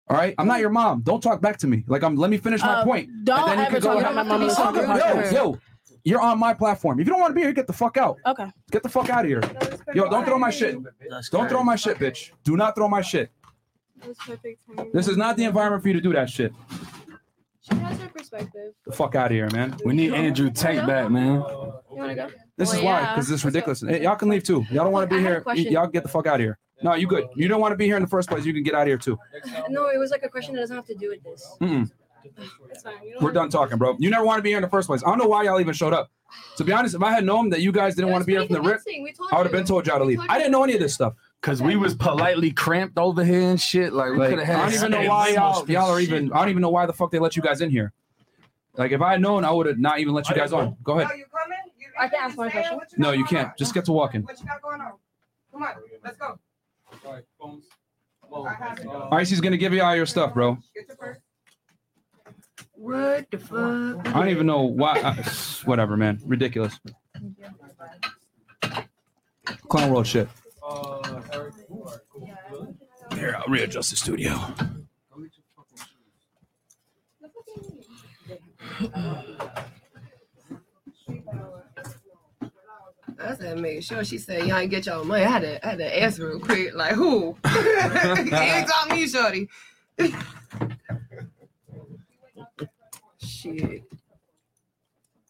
S1: All right, I'm not your mom. Don't talk back to me. Like I'm. Let me finish my
S15: Uh,
S1: point.
S15: don't
S1: And then you
S15: ever
S1: can go
S15: talk
S1: ahead-
S15: about my mom on this podcast.
S1: Yo, yo, you're on my platform. If you don't want to be here, get the fuck out.
S15: Okay.
S1: Get the fuck out of here. Yo, don't throw my shit. Don't throw my shit, bitch. Do not throw my shit.
S11: That's perfect timing.
S1: This is not the environment for you to do that shit.
S11: She has her perspective.
S1: The fuck out of here, man.
S9: We need Andrew Tate back, man.
S11: You wanna go?
S1: This
S3: Oh,
S16: Oh,
S1: is why, because this is ridiculous. Hey, y'all can leave too. Y'all don't want to be here. Y-
S16: question.
S1: Y'all get the fuck out of here. No, you good. You don't want to be here in the first place. You can get out of here too.
S16: No, it was like a question that doesn't have to do with this.
S1: Mm-mm.
S16: It's fine. You don't
S1: We're done talking, bro. You never want to be here in the first place. I don't know why y'all even showed up. To be honest, if I had known that you guys didn't want to be here from the rip, I would have been told y'all to leave. I didn't know any of this stuff.
S13: Cause we was politely cramped over here and shit. Like we
S1: Like,
S13: could have had.
S1: I don't even know
S13: some
S1: why y'all,
S13: shit.
S1: y'all are even. I don't even know why the fuck they let you guys in here. Like, if I had known, I would have not even let Oh, you guys on. Go ahead.
S3: I can ask my question.
S1: No, you can't. Just get to walking.
S12: What you got going on? Come on, let's go.
S1: Icy's gonna give you all your stuff, bro.
S12: What the fuck?
S1: I don't even know why. I, whatever, man. Ridiculous. Clown world shit. Here, I'll readjust the studio.
S12: I said, make sure she said, y'all ain't get y'all money. I had to, I had to ask real quick, like, who? you ain't got me, shorty. Shit.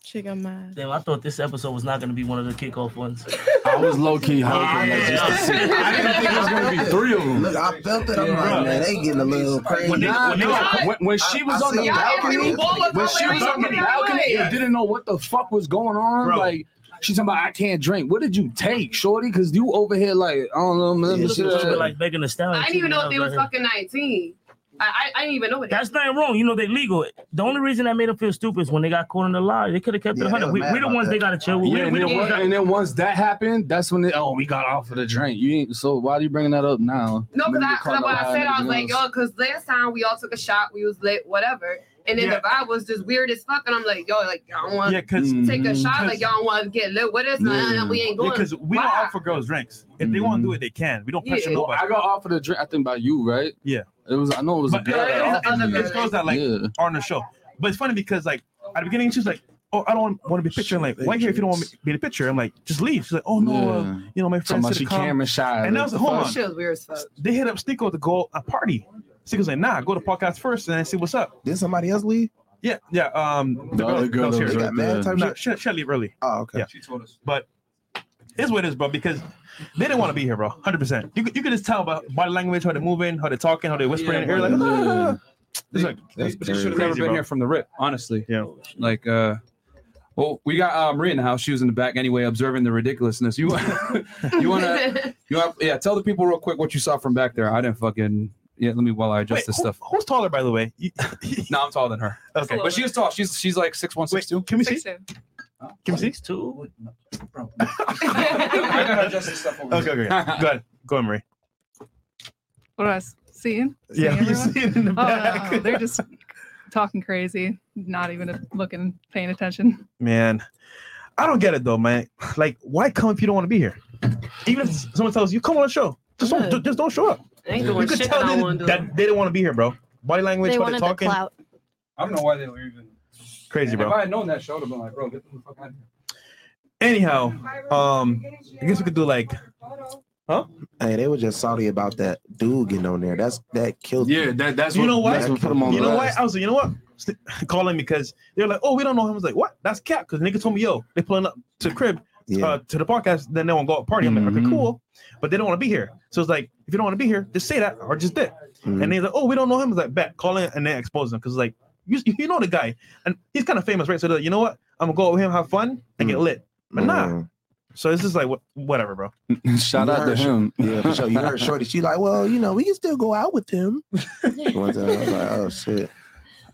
S17: She got mad.
S14: Damn, I thought this episode was not gonna be one of the kickoff ones.
S13: I was low key
S14: hoping
S13: like, just to see.
S14: I didn't think it was gonna be
S13: three of them.
S18: Look, I felt it. I'm like, man, they getting a little crazy.
S13: When, they- when they- when- when she was
S18: I- I
S13: on the
S18: seen y'all
S13: balcony,
S18: every ball
S13: when
S18: of
S13: she
S18: them,
S13: was on the
S18: every
S13: balcony,
S18: day.
S13: and didn't know what the fuck was going on. Like she's talking about, I can't drink. What did you take, shorty? Because you over here like, I don't know,
S14: It
S13: man,
S14: was a little bit
S13: shit.
S14: like Megan Thee Stallion.
S12: I didn't even know if they was
S14: Right
S12: fucking 19. I, I, I didn't even know what they
S14: That's not wrong. You know they legal. The only reason that made them feel stupid is when they got caught in the lie. They could have kept it
S13: Yeah, they
S14: hundred.
S13: was
S14: We,
S13: mad
S14: we the
S13: about
S14: ones
S13: that.
S14: they got to chill. We,
S13: Yeah,
S14: we,
S13: and,
S14: we,
S13: then
S14: we
S13: once,
S14: got,
S13: and then once that happened, that's when they, oh, we got off of the drink. You ain't, so why are you bringing that up now?
S12: No,
S13: When you get
S12: because I,
S13: caught
S12: cause what
S13: up
S12: I
S13: behind
S12: said, I was like, oh.
S13: everything
S12: yo,
S13: else.
S12: because last time we all took a shot, we was lit, whatever. And then
S13: Yeah.
S12: the vibe was just weird as fuck. And I'm like, yo, like, y'all don't want
S8: Yeah,
S12: to
S8: 'cause-
S12: take a shot. Like,
S8: 'cause-
S12: y'all don't want to get lit with us. Nah, nah, we ain't going.
S8: because we don't
S12: Why?
S8: offer girls drinks. If they want to do it, they can. We don't pressure
S12: Yeah.
S8: nobody.
S13: Mm-hmm. I got offered a drink. I think by you, right?
S8: Yeah.
S13: It was. I know it was.
S8: But
S13: a girl that
S8: it's,
S13: offered me.
S8: it's girls that like are on the show. But it's funny because like at the beginning she's like, "Oh, I don't want to be pictured." I'm like, why here if you don't want me to be in the picture? I'm like, just leave. She's like, "Oh no, uh,
S13: Yeah.
S8: you know my
S13: Talking
S8: friends
S13: about
S8: said
S13: she
S8: to come."
S13: camera shy.
S8: And I was like, "Hold on."
S12: Shit was weird as fuck.
S8: They hit up Sneeko to go a party. Sneeko's like, "Nah, go to podcast first and then see what's up."
S18: Did somebody else leave?
S8: Yeah, yeah. Um,
S18: The other girl that
S8: here.
S18: was right there.
S8: Nah, she, she had to leave early.
S18: Oh, okay.
S8: Yeah. She told us. But it's what it is, bro, because they didn't want to be here, bro. 100%. You, could- you could just tell by body language, how they're moving, how they're talking, how they're whispering.
S1: Yeah,
S8: in your ear, like,
S1: yeah.
S8: "Ah." It's like,
S1: They,
S8: that's
S1: should have never
S8: crazy,
S1: been
S8: bro.
S1: here from the rip, honestly.
S8: Yeah.
S1: Like, uh, well, we got uh, Marie in the house. She was in the back anyway, observing the ridiculousness. You, you want to, you want, yeah. Tell the people real quick what you saw from back there. I didn't fucking. Yeah, let me while I adjust
S8: Wait,
S1: this
S8: who-
S1: stuff.
S8: Who's taller, by the way?
S1: no, I'm taller than her.
S8: Okay.
S1: but she's tall. She's she's like six one, six two.
S8: Can we see? Can we see? Two.
S1: I gotta adjust this stuff over
S8: Okay, okay.
S1: here.
S8: Go ahead. Go ahead, Marie.
S4: What else? Seeing?
S8: Yeah,
S4: Seeing
S8: you
S4: everyone?
S8: see it in the
S4: Oh, no,
S8: back.
S4: no, they're just talking crazy, not even looking, paying attention.
S8: Man, I don't get it though, man. Like, why come if you don't want to be here? Even if someone tells you, come on the show, just don't, ju- just don't show up.
S12: They ain't
S8: you
S12: doing
S8: could
S12: shit
S8: tell
S12: that I
S8: they,
S12: wanna do.
S8: that they didn't want to be here, bro. Body language,
S1: They
S8: how
S1: wanted
S8: they're
S1: the
S8: talking,
S1: clout. I don't know why they were even
S8: crazy,
S1: If I
S8: bro.
S1: had known that, show would have been like, bro, get the fuck out of here.
S8: Anyhow, um, I guess we could do like, huh?
S18: Hey, they were just salty about that dude getting on there. That's that killed. Yeah,
S13: that
S8: you know what?
S18: put them on
S8: you
S18: the
S8: know
S18: list.
S8: what? I was like, you know what? Calling because they're like, oh, we don't know him. I was like, what? That's cap. Because nigga told me, yo, they pulling up to the crib, uh, to the podcast. Then they want to go out party. I'm like, okay, cool. But they don't want to be here. So it's like, if you don't want to be here, just say that or just that. And they're like, oh, we don't know him. I was like, bet. Call in and then expose him because like, you, you know the guy and he's kind of famous, right? So they're like, you know what? I'm gonna go out with him, have fun, and get lit. But
S18: Mm.
S8: nah. So it's just like what, whatever, bro.
S13: Shout
S18: You
S13: out to
S18: heard Sh-
S13: him.
S18: Yeah, for sure. You heard Shorty. She like, well, you know, we can still go out with him. One time, I was like, oh shit.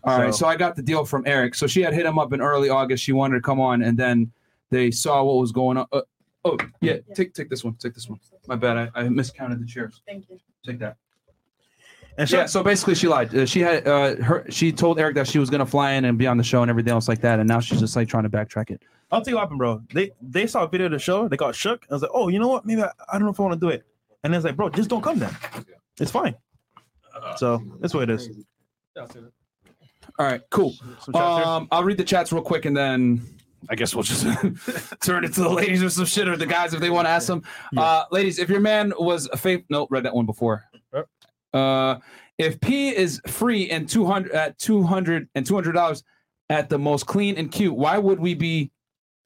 S1: All right,
S18: So-
S1: so I got the deal from Eric. So she had hit him up in early August. She wanted to come on, and then they saw what was going on. Uh, oh, yeah, take take this one. Take this one. My bad. I, I miscounted the chairs.
S3: Thank you.
S1: Take that.
S8: And
S1: yeah, so basically she lied. Uh, she had uh, her. She told Eric that she was gonna fly in and be on the show and everything else like that, and now she's just like trying to backtrack it.
S8: I'll tell you what happened, bro. They they saw a video of the show. They got shook. I was like, oh, you know what? Maybe I, I don't know if I want to do it. And it's like, bro, just don't come then. It's fine. So that's what it is.
S1: All right, cool.
S8: chats here?
S1: Um, I'll read the chats real quick, and then I guess we'll just turn it to the ladies or some shit, or the guys if they want to ask them. Uh, ladies, if your man was a fake, no, read that one before. Uh, if P is free and two hundred at two hundred and two hundred dollars at the most clean and cute, why would we be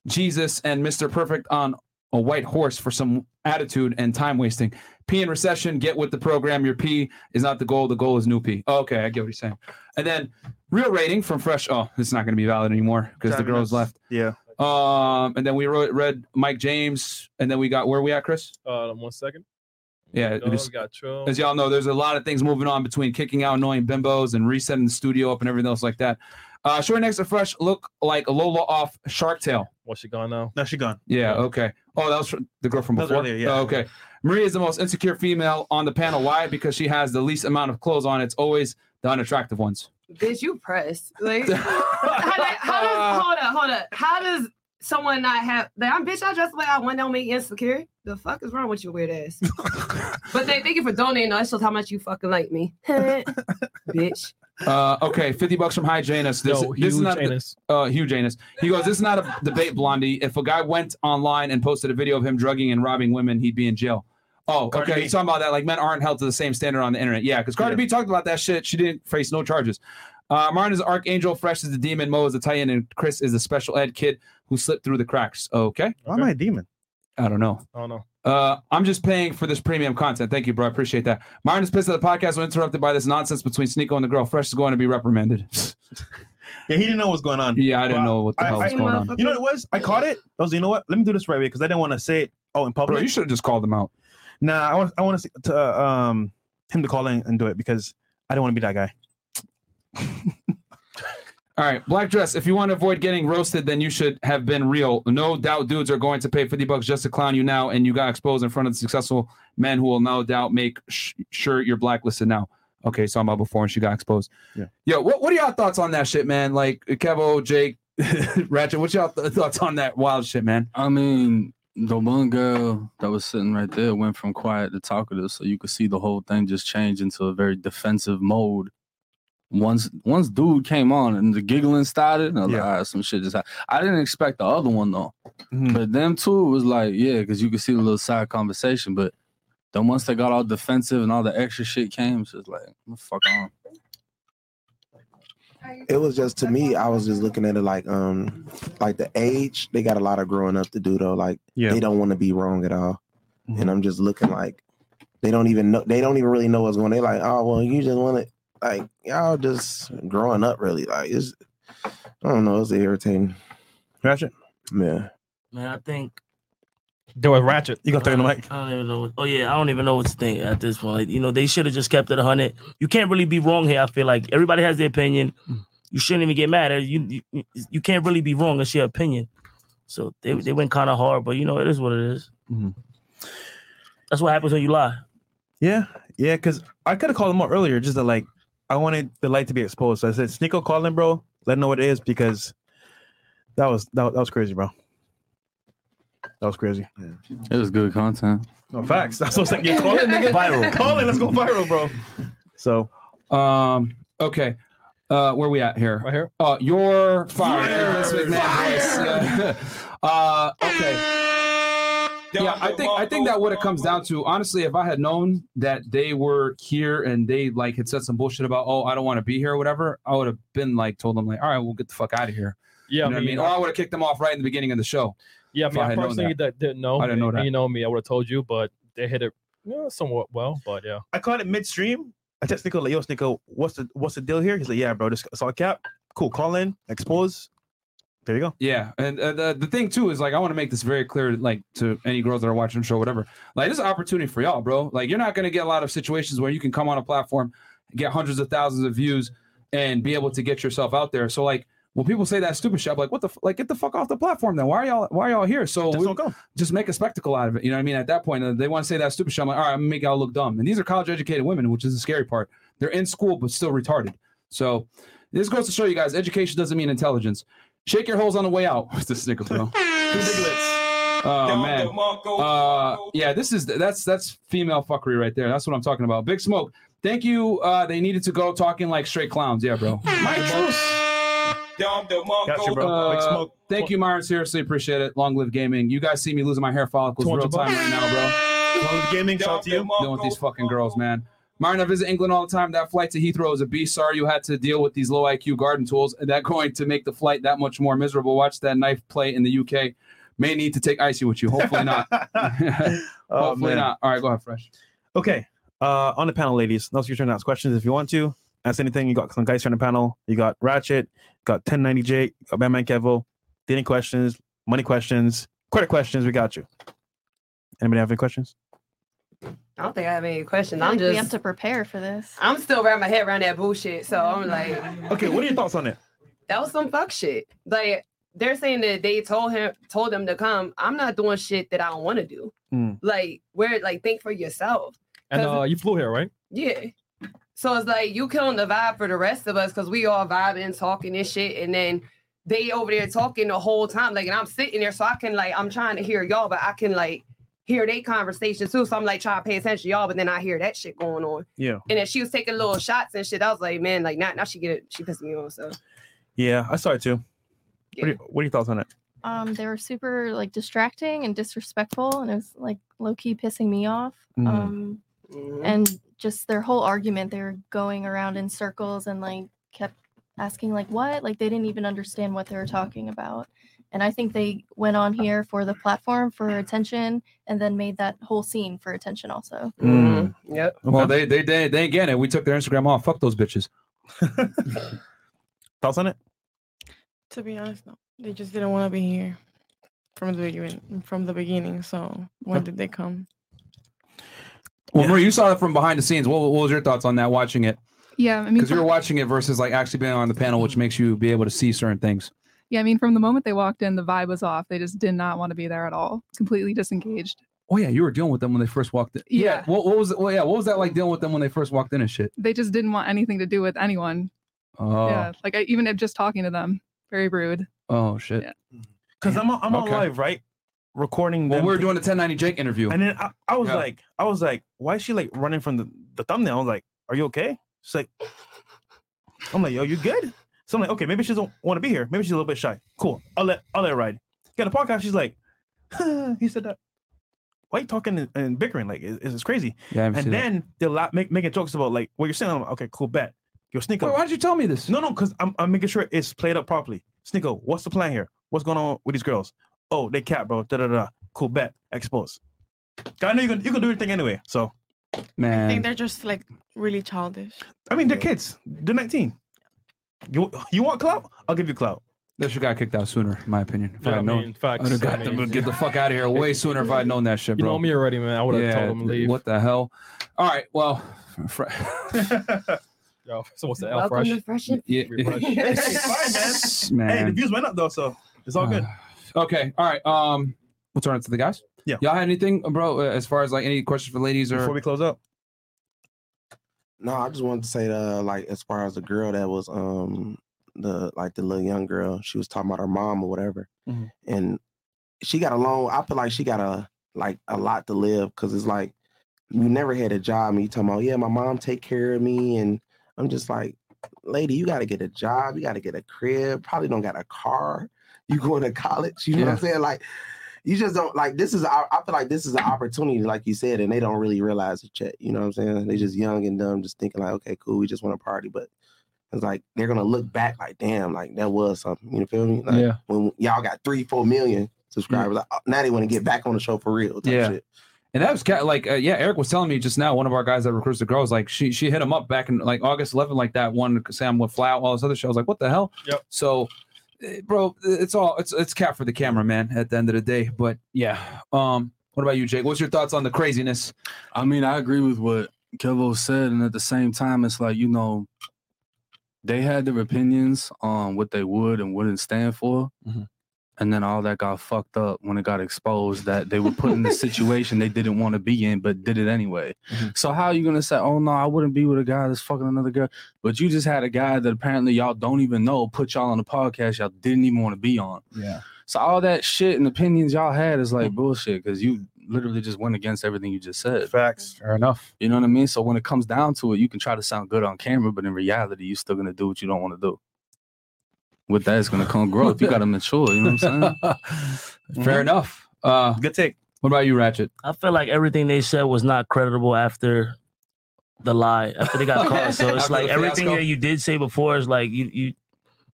S1: Jesus and Mister Perfect on a white horse for some attitude and time wasting? P in recession, get with the program. Your P is not the goal. The goal is new P. okay, I get what you're saying. And then real rating from Fresh. Oh, it's not going to be valid anymore because the
S8: Driving
S1: girls
S8: us-
S1: left.
S8: Yeah.
S1: Um, and then we wrote, read Mike James, and then we got where we at, Chris?
S2: Uh, one second.
S1: Yeah,
S2: Dog,
S1: it was-
S2: we got Trill.
S1: as y'all know, there's a lot of things moving on between kicking out annoying bimbos and resetting the studio up and everything else like that. Uh, short necks are fresh. Look like Lola off Shark Tale.
S2: What's she gone now?
S8: No, she gone.
S1: Yeah. Okay. Oh, that was fr- the girl from
S8: That was
S1: before.
S8: earlier, yeah.
S1: Oh, okay. Maria is the most insecure female on the panel. Why? Because she has the least amount of clothes on. It's always the unattractive ones.
S4: Bitch, you press. Like, how, do- how does, hold up, hold up. How does someone not have, like, I'm bitch, I dress the way I want, don't make you insecure. The fuck is wrong with your weird ass? but they thank you for donating. That's just how much you fucking like me. bitch.
S1: Uh, okay, fifty bucks from High Janus. This,
S2: No,
S1: this is
S2: huge
S1: not
S2: anus.
S1: Uh, huge anus. He goes, "This is not a debate, Blondie. If a guy went online and posted a video of him drugging and robbing women, he'd be in jail." Oh,
S8: Cardi
S1: okay.
S8: B.
S1: He's talking about that. Like men aren't held to the same standard on the internet. Yeah, because Cardi B talked about that shit. She didn't face no charges. Uh, Martin is the archangel. Fresh is the demon. Mo is the Titan, and Chris is the special ed kid who slipped through the cracks. Okay.
S8: Why am I a demon?
S1: I don't know.
S2: Oh no.
S1: Uh, I'm just paying for this premium content. Thank you, bro. I appreciate that. Martin is pissed that the podcast was interrupted by this nonsense between Sneeko and the girl. Fresh is going to be reprimanded.
S8: yeah, he didn't know what's going on.
S1: Yeah, I didn't know what the
S8: I-
S1: hell
S8: I-
S1: was going on.
S8: You know what it was? I caught it. I was, you know what? Let me do this right way because I didn't want to say it. Oh, in public.
S1: Bro, you should have just called him out.
S8: Nah, I want. I want to to uh, um him to call in and do it because I don't want to be that guy.
S1: All right, black dress. If you want to avoid getting roasted, then you should have been real. No doubt, dudes are going to pay fifty bucks just to clown you now, and you got exposed in front of the successful men who will no doubt make sh- sure you're blacklisted now. Okay, so I'm about before, and she got exposed.
S8: Yeah.
S1: Yo, what, what are y'all thoughts on that shit, man? Like Kevo, Jake, Ratchet. What's y'all th- thoughts on that wild shit, man?
S13: I mean, the one girl that was sitting right there went from quiet to talkative, so you could see the whole thing just change into a very defensive mode. Once once dude came on and the giggling started, and I was like, "All right, some shit just happened. I didn't expect the other one though,
S1: Mm-hmm.
S13: but them two was like, yeah, because you could see the little side conversation. But then once they got all defensive and all the extra shit came, it's just like, "What the fuck on."
S18: it was just to me i was just looking at it like um like the age they got a lot of growing up to do though like they don't want to be wrong at all and i'm just looking like they don't even know they don't even really know what's going on they like oh well you just want to like y'all just growing up really like it's i don't know it's irritating
S8: ratchet
S18: yeah
S14: Man, I think
S2: Do it, Ratchet.
S8: You got to the mic.
S14: I don't even know. What, oh yeah, I don't even know what to think at this point. Like, you know, they should have just kept it hundred. You can't really be wrong here. I feel like everybody has their opinion. You shouldn't even get mad at it. you. You, you can't really be wrong. It's your opinion. So they they went kind of hard, but you know it is what it is. That's what happens when you lie.
S8: Yeah, yeah, because I could have called him out earlier, just that like I wanted the light to be exposed. So I said, Sneeko, call him, bro. Let him know what it is because that was that, that was crazy, bro. That was crazy.
S13: It was good content.
S8: No facts. That's what I'm saying. Call it, nigga.
S13: Viral.
S8: Call it. Let's go viral, bro. So,
S1: um, okay, uh, where we at here? Right
S2: here.
S1: Uh, you're fired. Vince McMahon voice. Uh, okay. Yeah, I think I think that what it comes down to, honestly, if I had known that they were here and they like had said some bullshit about, oh, I don't want to be here or whatever, I would have been like told them like, all right, we'll get the fuck out of here.
S2: Yeah,
S1: You know what I mean, or I would have kicked them off right in the beginning of the show.
S2: Yeah, I
S1: if
S2: mean, I
S1: had known
S2: personally that. didn't know.
S1: I didn't know that.
S2: You know me, I would have told you, but they hit it yeah, somewhat well. But yeah,
S8: I caught it midstream. I text Nico like, "Yo, Nico, what's the what's the deal here?" He's like, "Yeah, bro, this it's all cap. Cool. Call in, expose. There you go.
S1: Yeah, and uh, the the thing too is like I want to make this very clear, like to any girls that are watching the show, whatever. Like this is an opportunity for y'all, bro. Like you're not gonna get a lot of situations where you can come on a platform, get hundreds of thousands of views, and be able to get yourself out there. So like when people say that stupid shit, I'm like what the f- like get the fuck off the platform then. Why are y'all why are y'all here? So we, just make a spectacle out of it. You know what I mean? At that point, uh, they want to say that stupid shit. I'm like, all right, I'm gonna make y'all look dumb. And these are college educated women, which is the scary part. They're in school but still retarded. So this goes to show you guys, education doesn't mean intelligence. Shake your holes on the way out. It's the snicker, bro. Oh man. Uh, yeah, this is that's that's female fuckery right there. That's what I'm talking about. Big smoke. Thank you. Uh, they needed to go talking like straight clowns. Yeah, bro. My
S8: Gotcha, bro.
S1: Uh,
S8: Big smoke.
S1: Thank you, Myron. Seriously, appreciate it. Long live gaming. You guys see me losing my hair follicles
S8: Torture
S1: real
S8: ball.
S1: time right now, bro.
S8: Long live gaming. Shout to you.
S1: Dealing with these fucking girls, man. Myron, I visit England all the time. That flight to Heathrow is a beast. Sorry you had to deal with these low IQ garden tools. And that going to make the flight that much more miserable. Watch that knife play in the UK. May need to take icy with you. Hopefully not. Hopefully
S8: Oh, man.
S1: not. All right, go ahead, Fresh.
S8: Okay. Uh, on the panel, ladies, now's your turn to ask questions if you want to. Ask anything. You got some guys here on the panel. You got Ratchet, got 1090 Jake, got Batman Kevo, dating questions, money questions, credit questions. We got you. Anybody have any questions?
S12: I don't think I have any questions.
S10: I feel
S12: I'm
S10: like
S12: just
S10: we have to prepare for this.
S12: I'm still wrapping my head around that bullshit. So I'm like,
S8: Okay, what are your thoughts on it?
S12: that was some fuck shit. Like they're saying that they told him told them to come. I'm not doing shit that I don't want to do.
S1: Hmm.
S12: Like where like think for yourself.
S2: And
S12: 'Cause-
S2: uh, you flew here, right?
S12: yeah. So it's like you killing the vibe for the rest of us because we all vibing, talking and shit, and then they over there talking the whole time. Like, and I'm sitting there, so I can like I'm trying to hear y'all, but I can like hear they conversation too. So I'm like trying to pay attention to y'all, but then I hear that shit going on.
S8: Yeah.
S12: And then she was taking little shots and shit. I was like, man, like now, now she get it, she pissed me off. So
S8: Yeah, I saw it too. What, are, you- what are your thoughts on it?
S10: Um, they were super like distracting and disrespectful, and it was like low key pissing me off.
S1: Mm-hmm.
S8: Mm.
S10: Um,
S8: Mm-hmm.
S10: and just their whole argument, they were going around in circles and like kept asking like what, like they didn't even understand what they were talking about. And I think they went on here for the platform for attention, and then made that whole scene for attention also.
S8: Mm.
S12: Yep.
S1: Well, they they they they ain't getting it. We took their Instagram off. Fuck those bitches.
S8: Thoughts on it?
S17: To be honest, no. They just didn't want to be here from the beginning. From the beginning. So when did they come?
S1: Well, Marie, you saw it from behind the scenes. What, what was your thoughts on that? Watching it
S4: Yeah, I mean,
S1: because you were watching it versus like actually being on the panel, which makes you be able to see certain things.
S4: yeah, I mean, from the moment they walked in, the vibe was off. They just did not want to be there at all. Completely disengaged.
S1: Oh yeah, you were dealing with them when they first walked in. Yeah. What, what was well yeah What was that like dealing with them when they first walked in and shit?
S4: They just didn't want anything to do with anyone.
S1: Oh.
S4: Yeah, like I, even if just talking to them, very rude.
S1: Oh shit.
S8: Because I'm on, I'm on
S1: Okay.
S8: live, right? Recording.
S1: Well,
S8: them-
S1: we were doing the 1090 Jake interview,
S8: And then I, I was
S1: Yeah.
S8: like, I was like, why is she like running from the, the thumbnail? I was like, are you okay? She's like, I'm like, yo, you good? So I'm like, okay, maybe she doesn't want to be here. Maybe she's a little bit shy. Cool. I'll let I'll let it ride. Got a podcast. She's like, he said that. Why you talking and- and bickering? Like, it- it's, it's crazy.
S1: Yeah, I
S8: and
S1: haven't seen that.
S8: then they're la- make, making jokes about like what you're saying. I'm like, okay, cool, bet. Yo, Sneaker.
S1: why did you tell me this?
S8: No, no, because I'm, I'm making sure it's played up properly. Sneaker, what's the plan here? What's going on with these girls? Oh, they cat, bro. Da da da. Cool, bet. Expose. I know you're gonna, you're gonna do your thing anyway. So,
S17: I
S8: man,
S17: think they're just like really childish.
S8: I mean, they're kids. They're 19. You you want clout? I'll give you clout.
S1: They should got kicked out sooner, in my opinion. If
S2: Yeah,
S1: I
S2: I
S1: had known,
S2: mean, facts.
S1: I'd have got
S2: I
S1: them to
S2: mean,
S1: get the fuck out of here way sooner if I had known that shit,
S2: You
S1: bro.
S2: know me already, man. I would have told them to leave.
S1: What the hell? All right, well, fr-
S2: Yo, so what's the L
S1: Welcome
S2: fresh?
S1: to Fresh and- Yeah.
S8: It's fine, man. Hey, the
S1: Man.
S8: views went up though, so it's all good.
S1: okay, all right. Um, we'll turn it to the guys.
S8: Yeah,
S1: y'all had anything, bro? uh, As far as like any questions for ladies or
S18: Before we
S8: close up?
S18: No, I just wanted to say that, like, as far as the girl that was, um, the like the little young girl, she was talking about her mom or whatever,
S3: Mhm.
S18: and she got a long. I feel like she got a like a lot to live because it's like you never had a job and you talking about yeah, my mom take care of me, and I'm just like, lady, you got to get a job, you got to get a crib, probably don't got a car, you going to college, you know what I'm
S3: Yeah.
S18: saying, like. You just don't like this is I I feel like this is an opportunity, like you said, and they don't really realize it yet. You know what I'm saying? They just young and dumb, just thinking like, okay, cool, we just want to party. But it's like they're gonna look back like, damn, like that was something. You know, feel me? Like
S1: Yeah.
S18: when y'all got three, four million subscribers, like, oh, now they want to get back on the show for real. Type
S1: yeah.
S18: shit.
S1: And that was kind of like, uh, yeah, Eric was telling me just now, one of our guys that recruits the girls, like she she hit him up back in like August 11, like that one Sam with Flout, all this other shit. I was like, what the hell?
S2: Yep.
S1: So, eh, bro, it's all it's it's cat for the camera, man. At the end of the day, but yeah. Um, what about you, Jake? What's your thoughts on the craziness?
S13: I mean, I agree with what Kevo said, and at the same time, it's like you know, they had their opinions on what they would and wouldn't stand for, and then all that got fucked up when it got exposed that they were put in a situation they didn't want to be in, but did it anyway. So how are you gonna say, "Oh no, I wouldn't be with a guy that's fucking another girl"? But you just had a guy that apparently y'all don't even know put y'all on a podcast y'all didn't even want to be on.
S1: Yeah.
S13: So all that shit and opinions y'all had is like bullshit because you literally just went against everything you just said.
S8: Facts.
S1: Fair enough.
S13: You know what I mean? So when it comes down to it, you can try to sound good on camera, but in reality, you're still gonna do what you don't want to do. With that, it's gonna come growth. You gotta mature. You know what I'm saying?
S1: Fair
S13: Mhm.
S1: enough. Uh,
S8: Good take.
S1: What about you, Ratchet?
S14: I feel like everything they said was not creditable after the lie, after they got caught. So it's
S3: After
S14: like
S3: the
S14: everything
S3: fiasco.
S14: that you did say before is like you you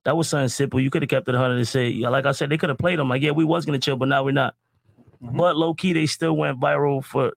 S14: that was something simple. You could have kept it 100 and say, yeah, like I said, they could have played them. Like, yeah, we was gonna chill, but now we're not. But low key, they still went viral for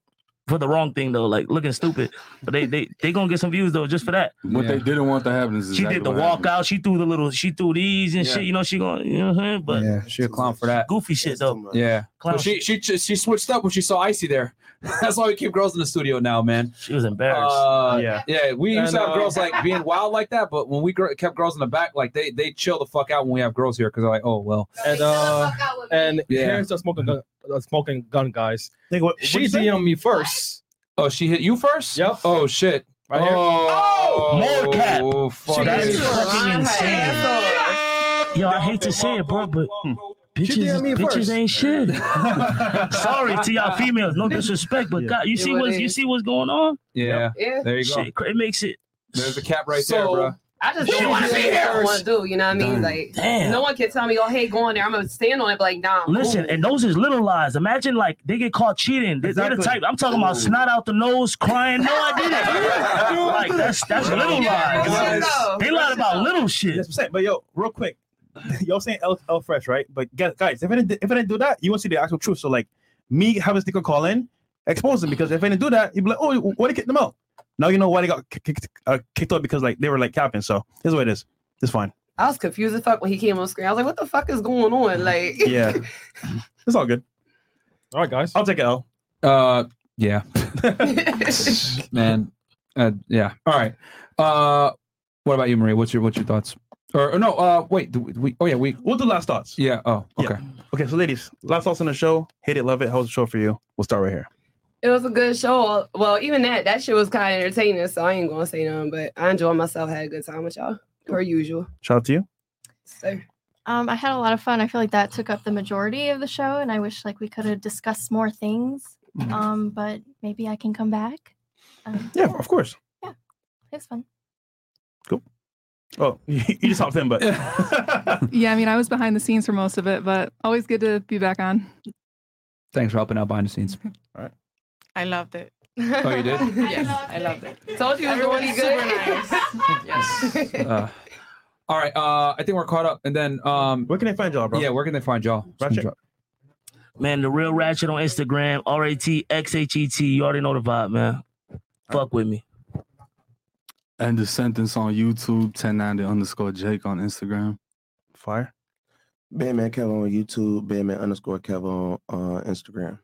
S14: for the wrong thing though, like looking stupid. But they they they gonna get some views though just for that.
S13: What they didn't want to happen is
S14: She
S13: exactly
S14: did the
S13: what
S14: walkout. She threw the little. She threw these and
S1: Yeah.
S14: shit. You know she going. You know what I'm saying? But
S1: yeah, she a clown for that.
S14: Goofy shit though.
S1: Yeah,
S14: Clown
S1: But she she ju- she switched up when she saw Icy there. That's why we keep girls in the studio now, man.
S14: She was embarrassed.
S1: Uh,
S14: Yeah.
S1: yeah, yeah. We used
S14: And,
S1: to have
S14: uh,
S1: girls like being wild like that, but when we gr- kept girls in the back, like they they chill the fuck out when we have girls here because they're like, oh well.
S2: And uh, and
S1: Yeah.
S2: here's the smoking gun, uh, smoking gun guys.
S14: Think what,
S2: she DM'd me first.
S1: Oh, she hit you first.
S2: Yep.
S1: Oh shit.
S2: Right here.
S1: Oh,
S14: more cap.
S1: Oh, fuck.
S14: That is
S1: Yeah.
S14: fucking insane. Yo, I hate to say it, bro, but hmm, bitches,
S3: me first.
S14: bitches ain't shit. Sorry to y'all females, no disrespect, but God, you
S1: Yeah,
S14: see
S1: what
S14: what's
S1: it
S14: you
S1: is.
S14: see what's going on?
S1: Yeah.
S12: Yeah.
S1: There you go.
S14: Shit, cra- it makes it.
S1: There's a cap right
S14: So,
S1: there, bro.
S12: I just
S14: She
S12: don't want
S14: wanna
S12: to
S14: be
S12: do what I
S14: there.
S12: don't want to do. You know what I mean?
S14: Damn.
S12: Like,
S14: Damn.
S12: no one can tell me, oh, hey, go on there. I'm going to stand on it. But like, nah. I'm
S14: Listen, and those is little lies. Imagine like they get caught cheating. They- They're the
S12: Exactly.
S14: type. I'm talking about snot out the nose, crying. No, I didn't. like that's that's little
S3: Yeah,
S14: lies.
S3: real
S14: They lied about little shit.
S8: That's what I'm saying. But yo, real quick, y'all saying L, L fresh, right? But guys, guys, if I didn't, if I didn't do that, you won't see the actual truth. So like, me having sticker call in, expose them because if I didn't do that, you'd be like, oh, why they kick them out? Now you know why they got kick- kicked uh, kicked out because like they were like capping. So this is what it is. It's fine.
S12: I was confused as fuck when he came on screen. I was like, what the fuck is going on? Like,
S8: Yeah, it's all good.
S2: All right, guys.
S8: I'll take it L.
S1: Uh, yeah. Man, uh, yeah. All right. Uh, what about you, Maria? What's your what's your thoughts? Or, or no? Uh, wait. Do we, we? Oh yeah. We.
S8: What the last thoughts?
S1: Yeah. Oh. Okay.
S8: Okay, so ladies, last thoughts on the show. Hate it, love it. How's the show for you? We'll start right here.
S12: it was a good show. Well, even that, that shit was kind of entertaining. So I ain't going to say nothing, but I enjoyed myself. Had a good time with y'all, per usual.
S8: Shout out to you.
S12: So.
S10: Um, I had a lot of fun. I feel like that took up the majority of the show, and I wish like we could have discussed more things. Um, but maybe I can come back.
S8: Mm-hmm.
S10: Um,
S8: Yeah, of course.
S10: It's fun.
S8: Oh, you just hopped in, but
S4: yeah, I mean, I was behind the scenes for most of it, but always good to be back on.
S1: Thanks for helping out behind the scenes.
S8: All right.
S17: I loved it.
S1: Oh, you did?
S17: yes, I loved it.
S12: Told you it was going to be good.
S1: Uh, all right. Uh, I think we're caught up. And then, um,
S8: where can they find y'all, bro?
S1: Yeah. Where can they find y'all?
S14: Man, the real ratchet on Instagram, R A T X H E T. You already know the vibe, man. Fuck with me.
S13: End of sentence on YouTube, 1090 underscore Jake on Instagram.
S8: Fire.
S18: Batman Kevin on YouTube, Batman underscore Kevin on uh, Instagram.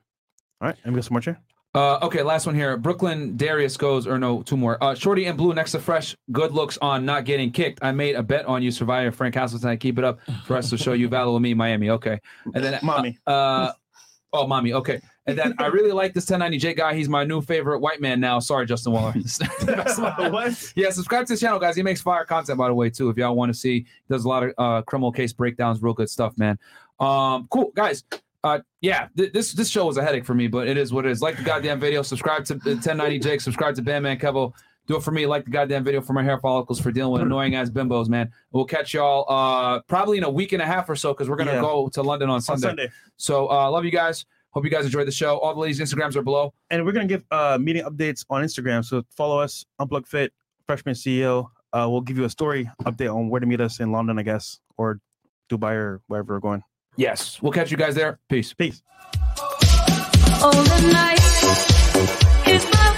S8: All right, and we got some more chair.
S1: Uh, okay, last one here. Brooklyn Darius goes, or no, two more. Uh, Shorty and Blue next to Fresh. Good looks on not getting kicked. I made a bet on you, Survivor Frank Castleton. Keep it up for us to show you value with me, Miami. Okay, and then mommy. Uh, uh, oh, mommy. Okay, and then I really like this 1090J guy. He's my new favorite white man now. Sorry, Justin Waller.
S8: what?
S1: Yeah, subscribe to his channel, guys. He makes fire content, by the way, too. If y'all want to see, he does a lot of uh, criminal case breakdowns, real good stuff, man. Um, cool, guys. Uh, yeah, th- this this show was a headache for me, but it is what it is. Like the goddamn video. Subscribe to the 1090 Jake. Subscribe to Bandman Kevo. Do it for me. Like the goddamn video for my hair follicles for dealing with annoying ass bimbos, man. We'll catch y'all uh, probably in a week and a half or so because we're gonna
S8: Yeah.
S1: go to London on Sunday.
S8: Sunday.
S1: So uh, love you guys. Hope you guys enjoyed the show. All the ladies' Instagrams are below.
S8: And we're gonna give uh meeting updates on Instagram. So follow us, Unplug Fit, Freshman CEO. Uh, we'll give you a story update on where to meet us in London, I guess, or Dubai or wherever we're going.
S1: Yes, we'll catch you guys there. Peace.
S8: Peace.
S3: All the night is my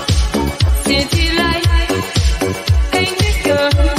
S3: world. City lights, painted girl.